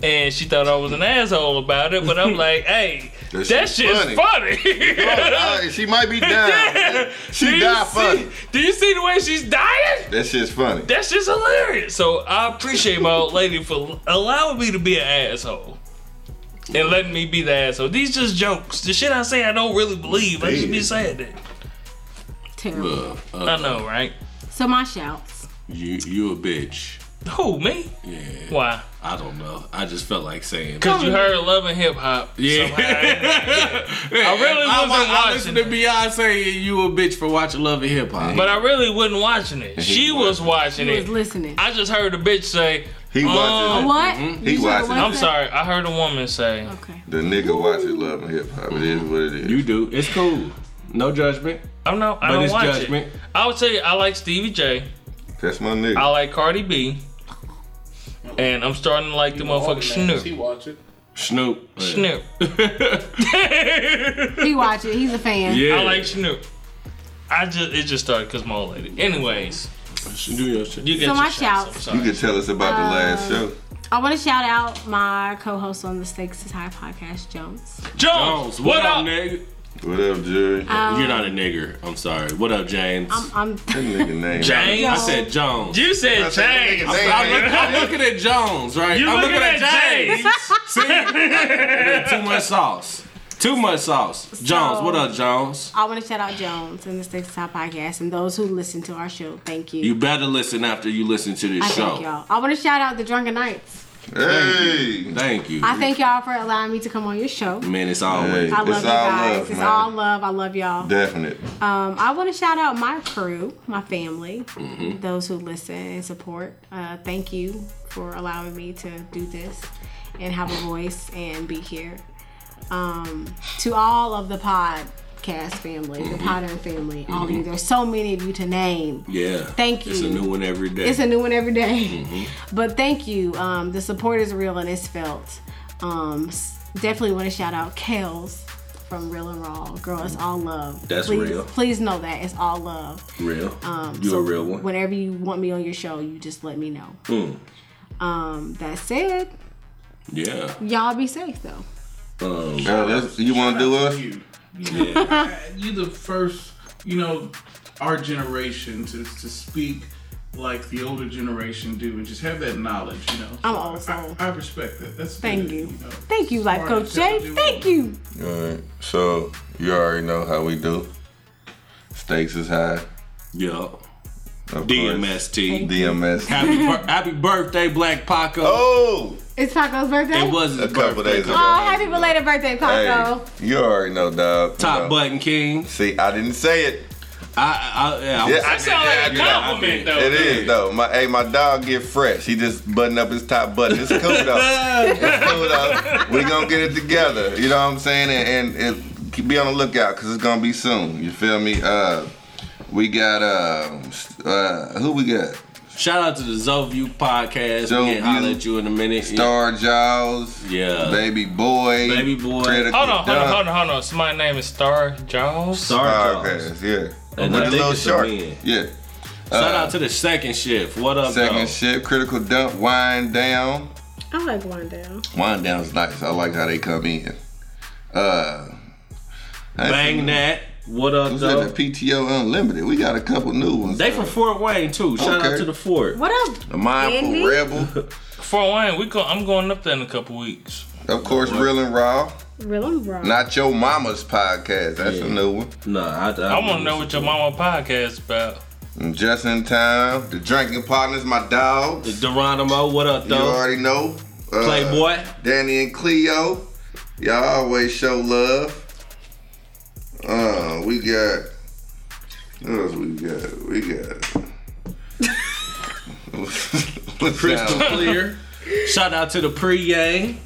Speaker 4: And she thought I was an asshole about it, but I'm like, hey, that,
Speaker 5: That shit's
Speaker 4: shit's funny. [laughs]
Speaker 5: funny. Alright, Uh, she might
Speaker 3: [laughs]
Speaker 5: be down.
Speaker 4: Do
Speaker 5: She
Speaker 4: you
Speaker 5: died
Speaker 4: see-
Speaker 5: funny.
Speaker 4: Do you see the way she's dying?
Speaker 5: That shit's funny.
Speaker 4: That's just hilarious. So I appreciate my old lady for allowing me to be an asshole. And letting me be the asshole. These just jokes. The shit I say I don't really believe. I just be saying that.
Speaker 7: Terrible.
Speaker 4: I know, right?
Speaker 7: So my shouts.
Speaker 3: You you a bitch.
Speaker 4: Who, me?
Speaker 3: Yeah.
Speaker 4: Why?
Speaker 3: I don't know. I just felt like saying.
Speaker 4: Because you heard Love and Hip Hop.
Speaker 3: Yeah.
Speaker 5: [laughs]
Speaker 4: I really wasn't
Speaker 3: wa- I
Speaker 4: watching
Speaker 3: listened to Beyonce and you a bitch for watching Love and Hip Hop.
Speaker 4: But I really wasn't watching it. She was watching
Speaker 7: He was
Speaker 4: it.
Speaker 7: listening.
Speaker 4: I just heard a bitch say,
Speaker 5: He
Speaker 3: Oh.
Speaker 5: watches it.
Speaker 7: what? You said
Speaker 5: watches.
Speaker 7: what?
Speaker 4: I'm sorry, I heard a woman say,
Speaker 7: Okay.
Speaker 5: The nigga watches Love and Hip Hop. It is what it is.
Speaker 3: You do. It's cool. No judgment.
Speaker 4: I'm not, I
Speaker 3: But
Speaker 4: don't
Speaker 3: it's
Speaker 4: watch
Speaker 3: judgment.
Speaker 4: it. I would tell you, I like Stevie J.
Speaker 5: That's my
Speaker 4: I
Speaker 5: nigga.
Speaker 4: like Cardi B, and I'm starting to like the motherfucker
Speaker 6: He
Speaker 4: Snoop.
Speaker 6: watch it.
Speaker 3: Snoop.
Speaker 4: Snoop.
Speaker 7: He watch it. He's a fan.
Speaker 3: Yeah.
Speaker 4: I like Snoop. I just it just started because my old lady. Anyways,
Speaker 3: Do your shit.
Speaker 4: you get
Speaker 7: So
Speaker 4: your
Speaker 7: my
Speaker 4: shots.
Speaker 7: shouts.
Speaker 4: I'm
Speaker 5: You
Speaker 4: sorry.
Speaker 5: could tell us about the last show.
Speaker 7: I want to shout out my co-host on the Stakes is High podcast, Jones.
Speaker 4: Jones, what up?
Speaker 3: nigga?
Speaker 5: What up, Jerry?
Speaker 7: Uh,
Speaker 3: You're not a nigger. I'm sorry. What up, James?
Speaker 7: I'm, I'm
Speaker 5: That nigga name.
Speaker 4: James.
Speaker 3: I said Jones.
Speaker 4: you
Speaker 5: I
Speaker 4: said
Speaker 5: said that
Speaker 4: James.
Speaker 5: nigga name
Speaker 3: I'm,
Speaker 5: ain't-
Speaker 3: look- I'm looking at Jones, right?
Speaker 4: You
Speaker 3: I'm
Speaker 4: looking at James?
Speaker 3: See,
Speaker 4: [laughs]
Speaker 3: too much sauce. Too much sauce. Jones, what up, Jones?
Speaker 7: I want to shout out Jones and the Stakes is High podcast and those who listen to our show. Thank you.
Speaker 3: You better listen after you listen to this
Speaker 7: I
Speaker 3: show.
Speaker 7: thank y'all. I want to shout out the Drunken Knights.
Speaker 5: Hey.
Speaker 3: Thank you.
Speaker 7: I thank y'all for allowing me to come on your show.
Speaker 3: Man, it's always.
Speaker 5: Hey.
Speaker 7: I love
Speaker 5: It's
Speaker 7: you
Speaker 5: all
Speaker 7: guys.
Speaker 5: love,
Speaker 7: it's
Speaker 5: man.
Speaker 7: all love. I love y'all.
Speaker 5: Definite.
Speaker 7: Um, I want to shout out my crew, my family,
Speaker 3: Mm-hmm.
Speaker 7: those who listen and support. Uh, thank you for allowing me to do this and have a voice and be here. Um, to all of the podcast family,
Speaker 3: Mm-hmm.
Speaker 7: the Potter family, all of you. There's so many of you to name.
Speaker 3: Yeah.
Speaker 7: Thank
Speaker 3: It's a
Speaker 7: you.
Speaker 3: new one every day.
Speaker 7: It's a new one every day.
Speaker 3: Mm-hmm.
Speaker 7: But thank you. Um, the support is real and it's felt. Um, s- definitely want to shout out Kels from Real and Raw. Girl, it's all love.
Speaker 3: That's
Speaker 7: please,
Speaker 3: real.
Speaker 7: Please know that it's all love.
Speaker 3: real.
Speaker 7: Um,
Speaker 3: you
Speaker 7: so
Speaker 3: a real one.
Speaker 7: Whenever you want me on your show, you just let me know.
Speaker 3: Mm.
Speaker 7: Um, that said,
Speaker 3: Yeah.
Speaker 7: y'all be safe though.
Speaker 3: Um,
Speaker 7: [laughs]
Speaker 5: Girl, that's- you want to do us?
Speaker 6: You.
Speaker 3: yeah.
Speaker 6: you the first, you know, our generation to, to speak like the older generation do and just have that knowledge, you know.
Speaker 7: I'm old soul.
Speaker 6: I, I respect that. That's
Speaker 7: Thank
Speaker 6: good,
Speaker 7: you.
Speaker 6: know.
Speaker 7: Thank you, Life
Speaker 6: Smart,
Speaker 7: Coach Jay.
Speaker 6: intelligent
Speaker 7: Thank
Speaker 6: woman.
Speaker 7: you.
Speaker 5: Alright, so you already know how we do. Stakes is high.
Speaker 3: Yeah.
Speaker 5: Of course.
Speaker 3: DMST.
Speaker 5: DMS.
Speaker 3: Happy, bir- happy birthday, Black Paco.
Speaker 5: Oh!
Speaker 7: It's Paco's birthday.
Speaker 3: It was his
Speaker 5: A couple
Speaker 3: birthday.
Speaker 5: days ago.
Speaker 7: oh, happy belated birthday, Paco.
Speaker 5: Hey, you already know, dog.
Speaker 3: Top
Speaker 5: you know.
Speaker 3: button king.
Speaker 5: See, I didn't say it.
Speaker 3: I, I, yeah, I was-
Speaker 5: Yeah, I
Speaker 4: That sound like a
Speaker 5: did, I did, I
Speaker 4: compliment though.
Speaker 5: It is though. My hey, my dog get fresh. He just button up his top button. It's cool though. it's cool though. We gonna get it together. You know what I'm saying? And, and, and be on the lookout because it's gonna be soon. You feel me? Uh, We got um, s- uh, who we got?
Speaker 3: Shout out to the Zoview podcast.
Speaker 5: Zoview.
Speaker 3: we can holler at you in a minute.
Speaker 5: Star Jaws,
Speaker 3: Yeah.
Speaker 5: Baby Boy,
Speaker 3: Baby Boy.
Speaker 5: Critical
Speaker 4: Hold on, hold on,
Speaker 5: Dunk.
Speaker 4: hold on, hold on. So my name is Star Jaws.
Speaker 3: Star Jaws.
Speaker 5: Podcast, yeah.
Speaker 3: And
Speaker 5: With
Speaker 3: I
Speaker 5: the
Speaker 3: think
Speaker 5: little
Speaker 3: it's a
Speaker 5: shark,
Speaker 3: man.
Speaker 5: yeah.
Speaker 3: Shout out to the second shift. What up,
Speaker 5: Second
Speaker 3: though?
Speaker 5: ship, Critical Dump, Wind Down.
Speaker 7: I like one down.
Speaker 5: Wind Down's nice. I like how they come in. Uh, I
Speaker 3: Bang
Speaker 5: seen-
Speaker 3: that. What up,
Speaker 5: Who's at
Speaker 3: though?
Speaker 5: the PTO Unlimited? We got a couple new ones.
Speaker 3: They from Fort Wayne too. Shout
Speaker 5: Okay.
Speaker 3: out to the Fort.
Speaker 7: What up?
Speaker 5: The Mindful
Speaker 7: Andy?
Speaker 5: Rebel,
Speaker 4: Fort Wayne, we go, I'm going up there in a couple weeks.
Speaker 5: of course, Real and Raw.
Speaker 7: Real and raw.
Speaker 5: Not Your Mama's podcast. That's a new one.
Speaker 3: Nah, I,
Speaker 4: I want to know what your mama podcast is about.
Speaker 5: And Just in time. The drinking partners, my dogs.
Speaker 3: Geronimo, what up,
Speaker 5: You
Speaker 3: though?
Speaker 5: already know. Uh,
Speaker 3: Playboy.
Speaker 5: Danny and Cleo. Y'all always show love. Uh, we got. What else we got? We
Speaker 3: [laughs]
Speaker 5: got. [laughs]
Speaker 3: Crystal clear. Shout out to the pre-game.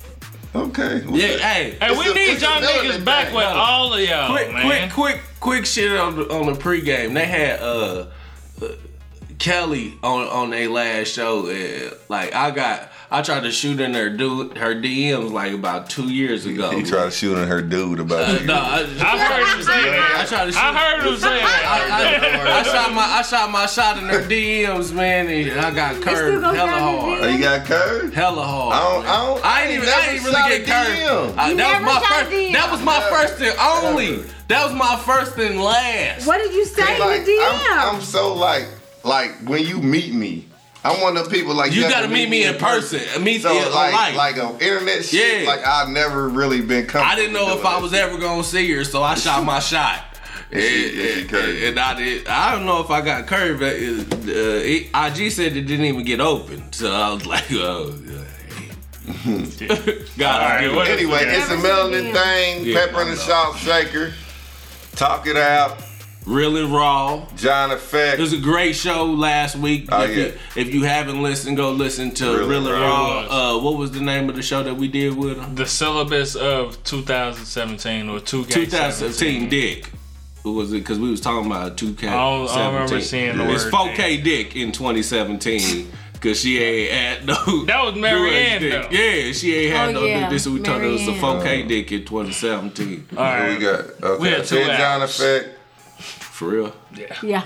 Speaker 5: Okay.
Speaker 3: Yeah, hey.
Speaker 4: Hey,
Speaker 5: It's
Speaker 4: we
Speaker 5: a-
Speaker 4: need
Speaker 5: it's
Speaker 4: y'all
Speaker 5: another
Speaker 4: niggas back
Speaker 5: thing.
Speaker 4: with all of y'all,
Speaker 3: quick,
Speaker 4: Oh,
Speaker 3: quick,
Speaker 4: man.
Speaker 3: quick, quick shit on the, on the pregame. They had uh, uh, Kelly on on their last show. and, like I got, I tried to shoot in her dude her DMs like about two years ago.
Speaker 5: [laughs] He tried to shoot at her dude about it.
Speaker 3: No, I,
Speaker 4: I heard you say that.
Speaker 3: I tried to shoot.
Speaker 4: I heard him say
Speaker 3: [laughs]
Speaker 4: that.
Speaker 3: I,
Speaker 4: [laughs]
Speaker 3: I shot my I shot my shot in her DMs, man, and I got curved
Speaker 7: gonna
Speaker 3: hella
Speaker 7: grab your
Speaker 5: Oh,
Speaker 3: hard.
Speaker 5: you got curved?
Speaker 3: Hella hard.
Speaker 5: I don't- I don't-
Speaker 3: I ain't
Speaker 5: I
Speaker 3: even.
Speaker 5: never
Speaker 3: I ain't
Speaker 5: shot a
Speaker 3: really get
Speaker 5: DM.
Speaker 3: curved. I-
Speaker 7: You
Speaker 3: that was
Speaker 7: never
Speaker 3: my
Speaker 7: shot
Speaker 3: first.
Speaker 7: DM.
Speaker 3: That was my
Speaker 5: Never.
Speaker 3: first and only.
Speaker 5: Never.
Speaker 3: That was my first and last.
Speaker 7: What did you say in
Speaker 5: Like,
Speaker 7: the DM?
Speaker 5: I'm, I'm so like, like when you meet me, I'm one of the people like
Speaker 3: You
Speaker 5: have
Speaker 3: gotta
Speaker 5: to
Speaker 3: meet me in person. Meet
Speaker 5: So
Speaker 3: me in
Speaker 5: like,
Speaker 3: life.
Speaker 5: like a internet shit.
Speaker 3: Yeah.
Speaker 5: Like I've never really been comfortable.
Speaker 3: I didn't know if
Speaker 5: doing
Speaker 3: I was ever gonna see her, so I shot my shot. And,
Speaker 5: And she- and she
Speaker 3: and,
Speaker 5: curved.
Speaker 3: and I did. I don't know if I got curved. But it, uh, it, IG said it didn't even get open, so I was like, [laughs] "Oh, God,
Speaker 4: All right, what-
Speaker 5: that. Anyway, it's a
Speaker 7: Never seen
Speaker 5: melanin
Speaker 7: him.
Speaker 5: thing.
Speaker 3: Yeah,
Speaker 5: pepper and the
Speaker 3: no,
Speaker 5: salt shaker. Talk it out.
Speaker 3: real and raw."
Speaker 5: John Effect.
Speaker 3: It was a great show last week.
Speaker 5: Oh,
Speaker 3: if,
Speaker 5: yeah.
Speaker 3: you, if you haven't listened, go listen to
Speaker 5: Real
Speaker 3: Real,
Speaker 5: and
Speaker 3: and
Speaker 4: Raw.
Speaker 3: Raw. Uh, what was the name of the show that we did with him?
Speaker 4: The syllabus of 2017 or 2K17.
Speaker 3: 2017 Dick. Who was it? Because we was talking about 2K.
Speaker 4: I don't- I don't remember
Speaker 3: 17.
Speaker 4: seeing the
Speaker 3: It's
Speaker 4: word
Speaker 3: 4K Dick in 2017. Cause she ain't had no.
Speaker 4: That was Mary
Speaker 3: U.S. [laughs]
Speaker 4: Ann,
Speaker 3: dick.
Speaker 4: though.
Speaker 3: Yeah, she ain't had
Speaker 7: Oh,
Speaker 3: no.
Speaker 7: yeah,
Speaker 3: Dick. This is what we told her it was a
Speaker 7: Mary Ann.
Speaker 3: 4K Dick in 2017.
Speaker 4: All
Speaker 5: Who
Speaker 4: right.
Speaker 5: we got? Okay.
Speaker 4: We had two
Speaker 5: Big John
Speaker 4: hours.
Speaker 5: Effect.
Speaker 3: For real.
Speaker 7: yeah.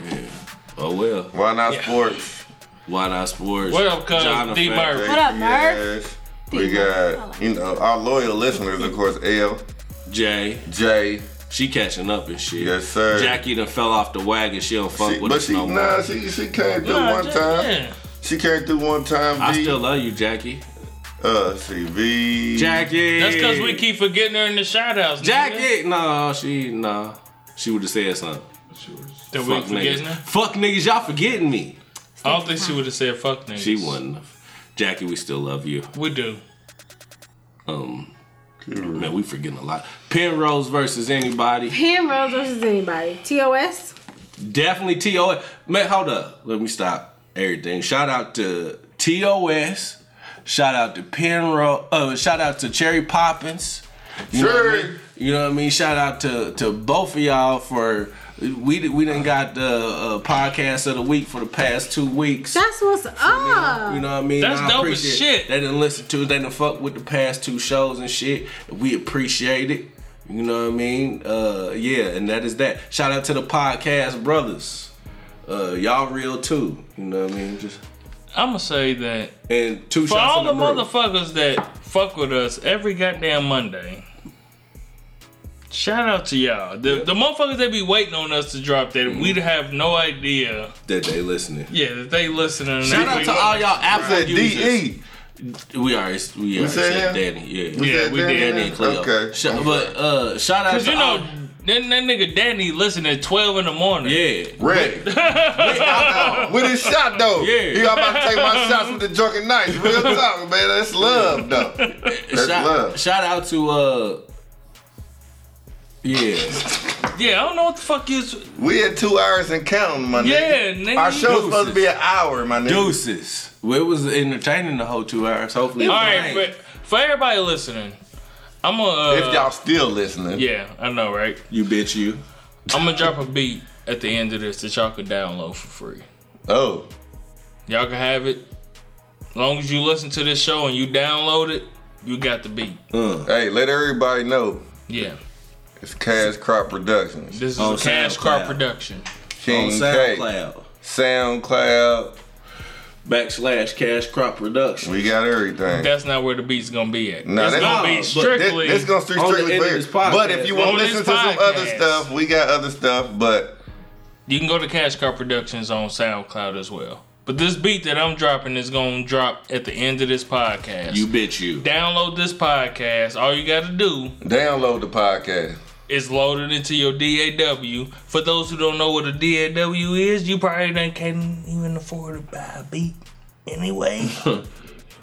Speaker 3: Oh well.
Speaker 5: Why not sports?
Speaker 3: Why not sports?
Speaker 4: What up, cuz?
Speaker 3: John
Speaker 4: D.
Speaker 3: Effect.
Speaker 4: Murphy.
Speaker 7: What up, Murph?
Speaker 5: Yes. We got you know our loyal listeners, of course. L
Speaker 3: Jay.
Speaker 5: J.
Speaker 3: She catching up and shit.
Speaker 5: Yes, sir.
Speaker 3: Jackie done fell off the wagon. She don't fuck
Speaker 5: She-
Speaker 3: with
Speaker 5: but
Speaker 3: us
Speaker 5: she
Speaker 3: no more.
Speaker 5: nah, she she came through
Speaker 4: Nah,
Speaker 5: one
Speaker 4: just-
Speaker 5: time.
Speaker 4: yeah.
Speaker 5: She came through one time.
Speaker 3: I
Speaker 5: V.
Speaker 3: still love you, Jackie.
Speaker 5: uh, see V.
Speaker 3: Jackie.
Speaker 4: That's because we keep forgetting her in the shout outs.
Speaker 3: Jackie. No, she no. She would have said something.
Speaker 4: That we
Speaker 3: Fuck
Speaker 4: forgetting
Speaker 3: niggas.
Speaker 4: her?
Speaker 3: Fuck niggas. Y'all forgetting me.
Speaker 4: I don't think she would have said fuck niggas.
Speaker 3: She wouldn't. have. Jackie, we still love you.
Speaker 4: We do.
Speaker 3: Um, man, we forgetting a lot. Penrose versus anybody.
Speaker 7: Penrose versus anybody. TOS.
Speaker 3: Definitely TOS. Man, hold up. Let me stop everything. Shout out to TOS. Shout out to Penrose. Uh, shout out to Cherry Poppins. You know what I
Speaker 5: Cherry.
Speaker 3: mean? You know what I mean? Shout out to to both of y'all for we we done got the uh, podcast of the week for the past two weeks.
Speaker 7: That's what's up.
Speaker 3: You know what I mean?
Speaker 4: That's
Speaker 3: And I
Speaker 4: dope as
Speaker 3: appreciate-
Speaker 4: shit.
Speaker 3: They didn't listen to it. They didn't fuck with the past two shows and shit. We appreciate it. You know what I mean? Uh, yeah, and that is that. Shout out to the podcast brothers. Uh, y'all real too. You know what I mean? Just
Speaker 4: I'm going to say that
Speaker 3: and two
Speaker 4: for
Speaker 3: shots
Speaker 4: all
Speaker 3: in
Speaker 4: the
Speaker 3: room.
Speaker 4: motherfuckers that fuck with us every goddamn Monday. Shout out to y'all. The, the motherfuckers that be waiting on us to drop that
Speaker 3: Mm.
Speaker 4: we'd have no idea.
Speaker 3: that they listening.
Speaker 4: Yeah, that they listening. and
Speaker 3: Shout
Speaker 4: they
Speaker 3: out
Speaker 4: be-
Speaker 3: to all y'all Apple
Speaker 5: Said D
Speaker 3: users.
Speaker 5: E.
Speaker 3: We already we already
Speaker 5: said
Speaker 3: said
Speaker 5: him?
Speaker 3: Danny. Yeah.
Speaker 4: Yeah,
Speaker 5: Said
Speaker 4: we
Speaker 5: Danny
Speaker 4: did.
Speaker 3: Danny and Cleo.
Speaker 5: Okay.
Speaker 3: Sh- but uh, shout out
Speaker 4: Cause
Speaker 3: to
Speaker 4: you know,
Speaker 3: all-
Speaker 4: that, that nigga Danny listen at 12 in the morning.
Speaker 3: yeah.
Speaker 5: Ready. [laughs] uh, with his shot though.
Speaker 3: Yeah.
Speaker 5: You about to take my shots with the drunken
Speaker 3: [laughs]
Speaker 5: knights. Real talk, man. That's love though. That's
Speaker 3: Shout,
Speaker 5: love.
Speaker 3: shout out to uh. Yeah.
Speaker 4: Yeah, I don't know what the fuck is.
Speaker 5: We had two hours and counting, my
Speaker 4: Yeah,
Speaker 5: nigga.
Speaker 4: nigga.
Speaker 5: Our show's supposed
Speaker 3: Deuces.
Speaker 5: to be an hour, my nigga.
Speaker 3: Deuces. Well, it was entertaining the whole two hours. Hopefully,
Speaker 4: All right,
Speaker 3: it was.
Speaker 4: but for everybody listening, I'm gonna. Uh,
Speaker 5: If y'all still listening.
Speaker 4: yeah, I know, right?
Speaker 3: you bitch, you.
Speaker 4: I'm gonna drop a beat at the end of this that y'all could download for free.
Speaker 5: Oh,
Speaker 4: Y'all can have it. As long as you listen to this show and you download it, you got the beat.
Speaker 3: Uh,
Speaker 5: hey, let everybody know
Speaker 4: Yeah.
Speaker 5: it's Cash Crop Productions.
Speaker 4: This is
Speaker 3: On
Speaker 4: a Cash Car
Speaker 3: SoundCloud.
Speaker 4: production.
Speaker 5: King
Speaker 3: on
Speaker 5: K,
Speaker 3: SoundCloud
Speaker 5: SoundCloud.
Speaker 3: backslash Cash Crop Production.
Speaker 5: We got everything.
Speaker 4: That's not where the beat's gonna be at.
Speaker 5: No,
Speaker 4: No, it's
Speaker 5: that's-
Speaker 4: gonna
Speaker 5: No,
Speaker 4: be
Speaker 5: but
Speaker 4: strictly.
Speaker 5: This, this gonna
Speaker 3: on the
Speaker 5: strictly
Speaker 3: end of
Speaker 5: clear.
Speaker 3: this podcast.
Speaker 5: But if you want
Speaker 4: On
Speaker 5: to listen to
Speaker 4: this
Speaker 5: some other
Speaker 4: podcast.
Speaker 5: stuff, we got other stuff. But
Speaker 4: you can go to Cash Car Productions on SoundCloud as well. But this beat that I'm dropping is gonna drop at the end of this podcast.
Speaker 3: You bitch you.
Speaker 4: download this podcast. All you gotta do
Speaker 5: download the podcast.
Speaker 4: is load it into your DAW. For those who don't know what a DAW is, you probably done can't even afford to buy a beat
Speaker 5: [laughs]
Speaker 4: anyway.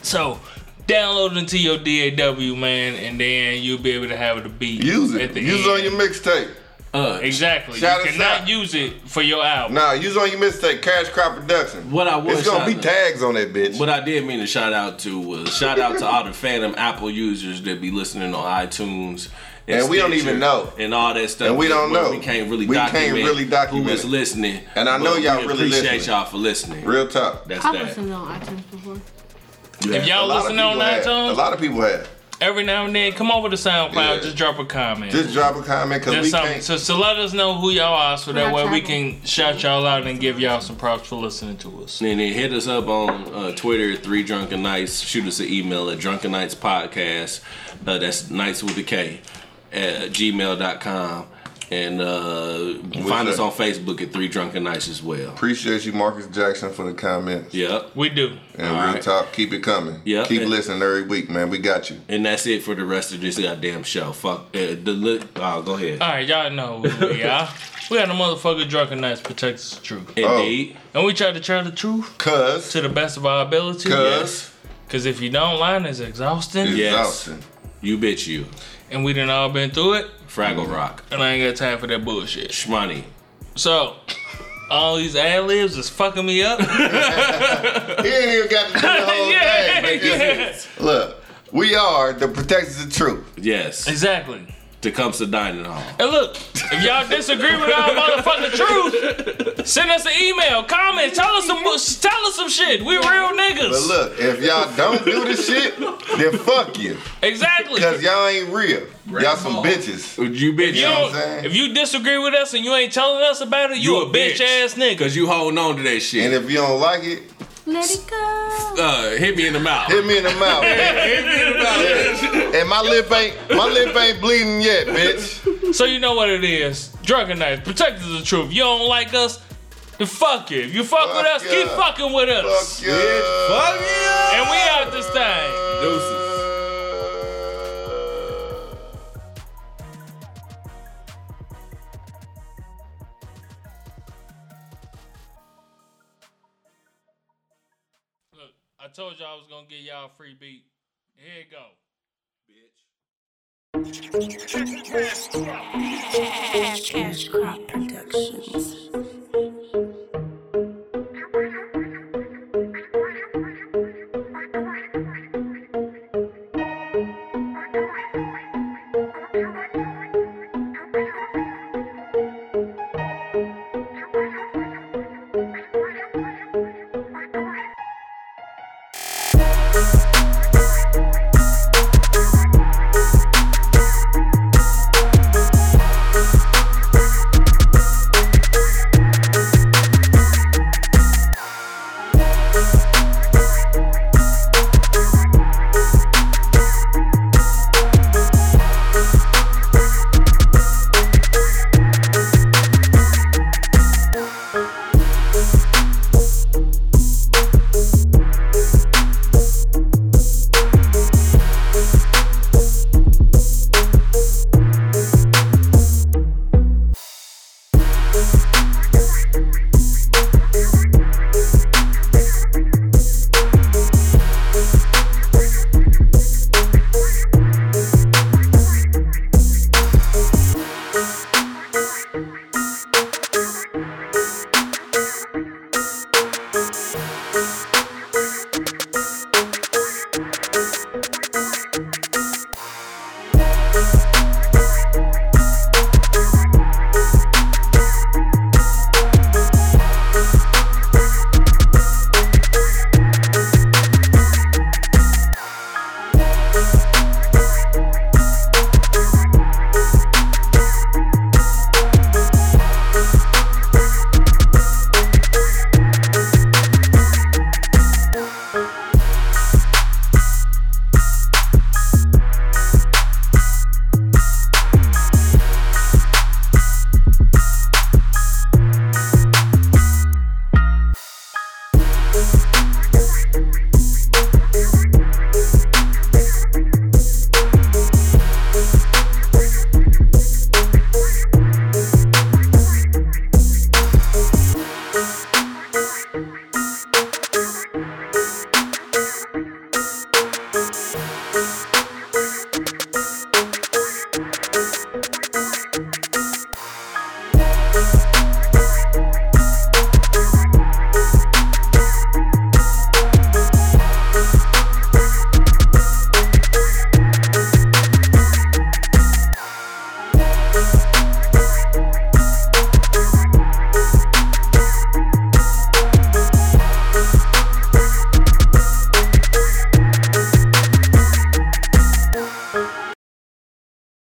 Speaker 4: so download it into your DAW, man, and then you'll be able to have the beat.
Speaker 5: Use
Speaker 4: at
Speaker 5: it.
Speaker 4: the
Speaker 5: Use it on
Speaker 4: end. Uh,
Speaker 5: your mixtape.
Speaker 4: Exactly.
Speaker 5: Shout us
Speaker 4: you cannot
Speaker 5: out.
Speaker 4: use it for your album.
Speaker 5: Nah, use it on your mixtape. Cash Crop Production.
Speaker 3: What I was
Speaker 5: It's gonna be
Speaker 3: shouting-
Speaker 5: tags on that bitch.
Speaker 3: What I did mean to shout out to was shout out to all the Phantom Apple users that be listening on iTunes.
Speaker 5: And we don't
Speaker 3: Stitcher
Speaker 5: even know.
Speaker 3: and all that stuff.
Speaker 5: And we don't
Speaker 3: where
Speaker 5: know.
Speaker 3: We can't really
Speaker 5: We can't
Speaker 3: document
Speaker 5: really document
Speaker 3: who is
Speaker 5: it.
Speaker 3: listening.
Speaker 5: And I know
Speaker 3: but
Speaker 5: y'all
Speaker 3: we
Speaker 5: really
Speaker 3: appreciate
Speaker 5: listening.
Speaker 3: y'all for listening.
Speaker 5: Real talk.
Speaker 3: That's
Speaker 7: I've
Speaker 3: that.
Speaker 7: listened on iTunes before.
Speaker 4: If
Speaker 5: A
Speaker 4: y'all
Speaker 5: lot of
Speaker 4: listen on
Speaker 5: people have. A
Speaker 4: iTunes,
Speaker 5: lot of people have.
Speaker 4: every now and then, come over to SoundCloud,
Speaker 5: Yeah.
Speaker 4: just drop a comment.
Speaker 5: Just drop a comment because
Speaker 4: Just
Speaker 5: we
Speaker 4: something.
Speaker 5: can't.
Speaker 4: So, so let us know who y'all are, so that
Speaker 7: Not
Speaker 4: way we
Speaker 7: travel.
Speaker 4: can shout y'all out and give y'all some props for listening to us.
Speaker 3: And then hit us up on uh, Twitter, Three Drunken Nights. Shoot us an email at Drunken Nights Podcast. Uh, that's Nights with a K at gmail.com. And uh, find us
Speaker 5: that?
Speaker 3: on Facebook at Three Drunken Nights as well.
Speaker 5: Appreciate you, Marcus Jackson, for the comments.
Speaker 3: Yep.
Speaker 4: We do.
Speaker 5: And
Speaker 3: All
Speaker 5: real
Speaker 3: right.
Speaker 5: talk, keep it coming.
Speaker 3: Yeah.
Speaker 5: Keep listening every week, man. We got you.
Speaker 3: And that's it for the rest of this goddamn show. Fuck uh, the look. Oh, go ahead.
Speaker 4: All right, y'all know who
Speaker 5: [laughs]
Speaker 4: we are. We got a motherfucker drunken nights protects the truth,
Speaker 3: Indeed.
Speaker 4: and we try to tell the truth
Speaker 5: Cuz.
Speaker 4: to the best of our ability.
Speaker 5: Cuz.
Speaker 4: Cause if you don't, lying is exhausting,
Speaker 3: Yes.
Speaker 5: Exhausting.
Speaker 3: You bitch you.
Speaker 4: and we done all been through it,
Speaker 3: Fraggle
Speaker 5: Mm-hmm.
Speaker 3: Rock.
Speaker 4: and I ain't got time for that bullshit.
Speaker 3: Shmoney.
Speaker 4: So, all these ad libs is fucking me
Speaker 5: [laughs]
Speaker 4: up.
Speaker 5: He ain't even got to
Speaker 4: [laughs]
Speaker 5: do the whole
Speaker 4: Yeah,
Speaker 5: thing. nigga. Look, we are the protectors of truth.
Speaker 3: Yes.
Speaker 4: exactly.
Speaker 3: Tecumseh Dining Hall.
Speaker 4: And look, if y'all disagree with our motherfucking truth, send us an email, comment, tell us some, tell us some shit. We real niggas.
Speaker 5: But look, if y'all don't do this shit, then fuck you.
Speaker 4: exactly.
Speaker 5: Cause y'all ain't real. Y'all some bitches.
Speaker 3: You bitch
Speaker 4: You
Speaker 3: you.
Speaker 5: know what
Speaker 4: don't-
Speaker 5: I'm saying?
Speaker 4: if you disagree with us and you ain't telling us about it, you,
Speaker 3: You
Speaker 4: a, bitch ass nigga.
Speaker 3: Because you holding on to that shit.
Speaker 5: And if you don't like it,
Speaker 7: Let it go.
Speaker 3: uh, hit me in the mouth.
Speaker 5: hit me in the mouth. [laughs] hit me in the mouth. And my lip ain't my lip ain't bleeding yet, bitch.
Speaker 4: So you know what it is. Drunken Knights, protectors of the truth. You don't like us, then fuck you. If you fuck,
Speaker 5: Fuck
Speaker 4: with us, keep
Speaker 5: yeah.
Speaker 4: fucking with us.
Speaker 5: Fuck you. Fuck you.
Speaker 4: And we out this thing.
Speaker 3: Deuces.
Speaker 4: Look, I told y'all I was gonna get y'all a free beat. Here it go.
Speaker 11: Cash Crop Productions.
Speaker 12: Thank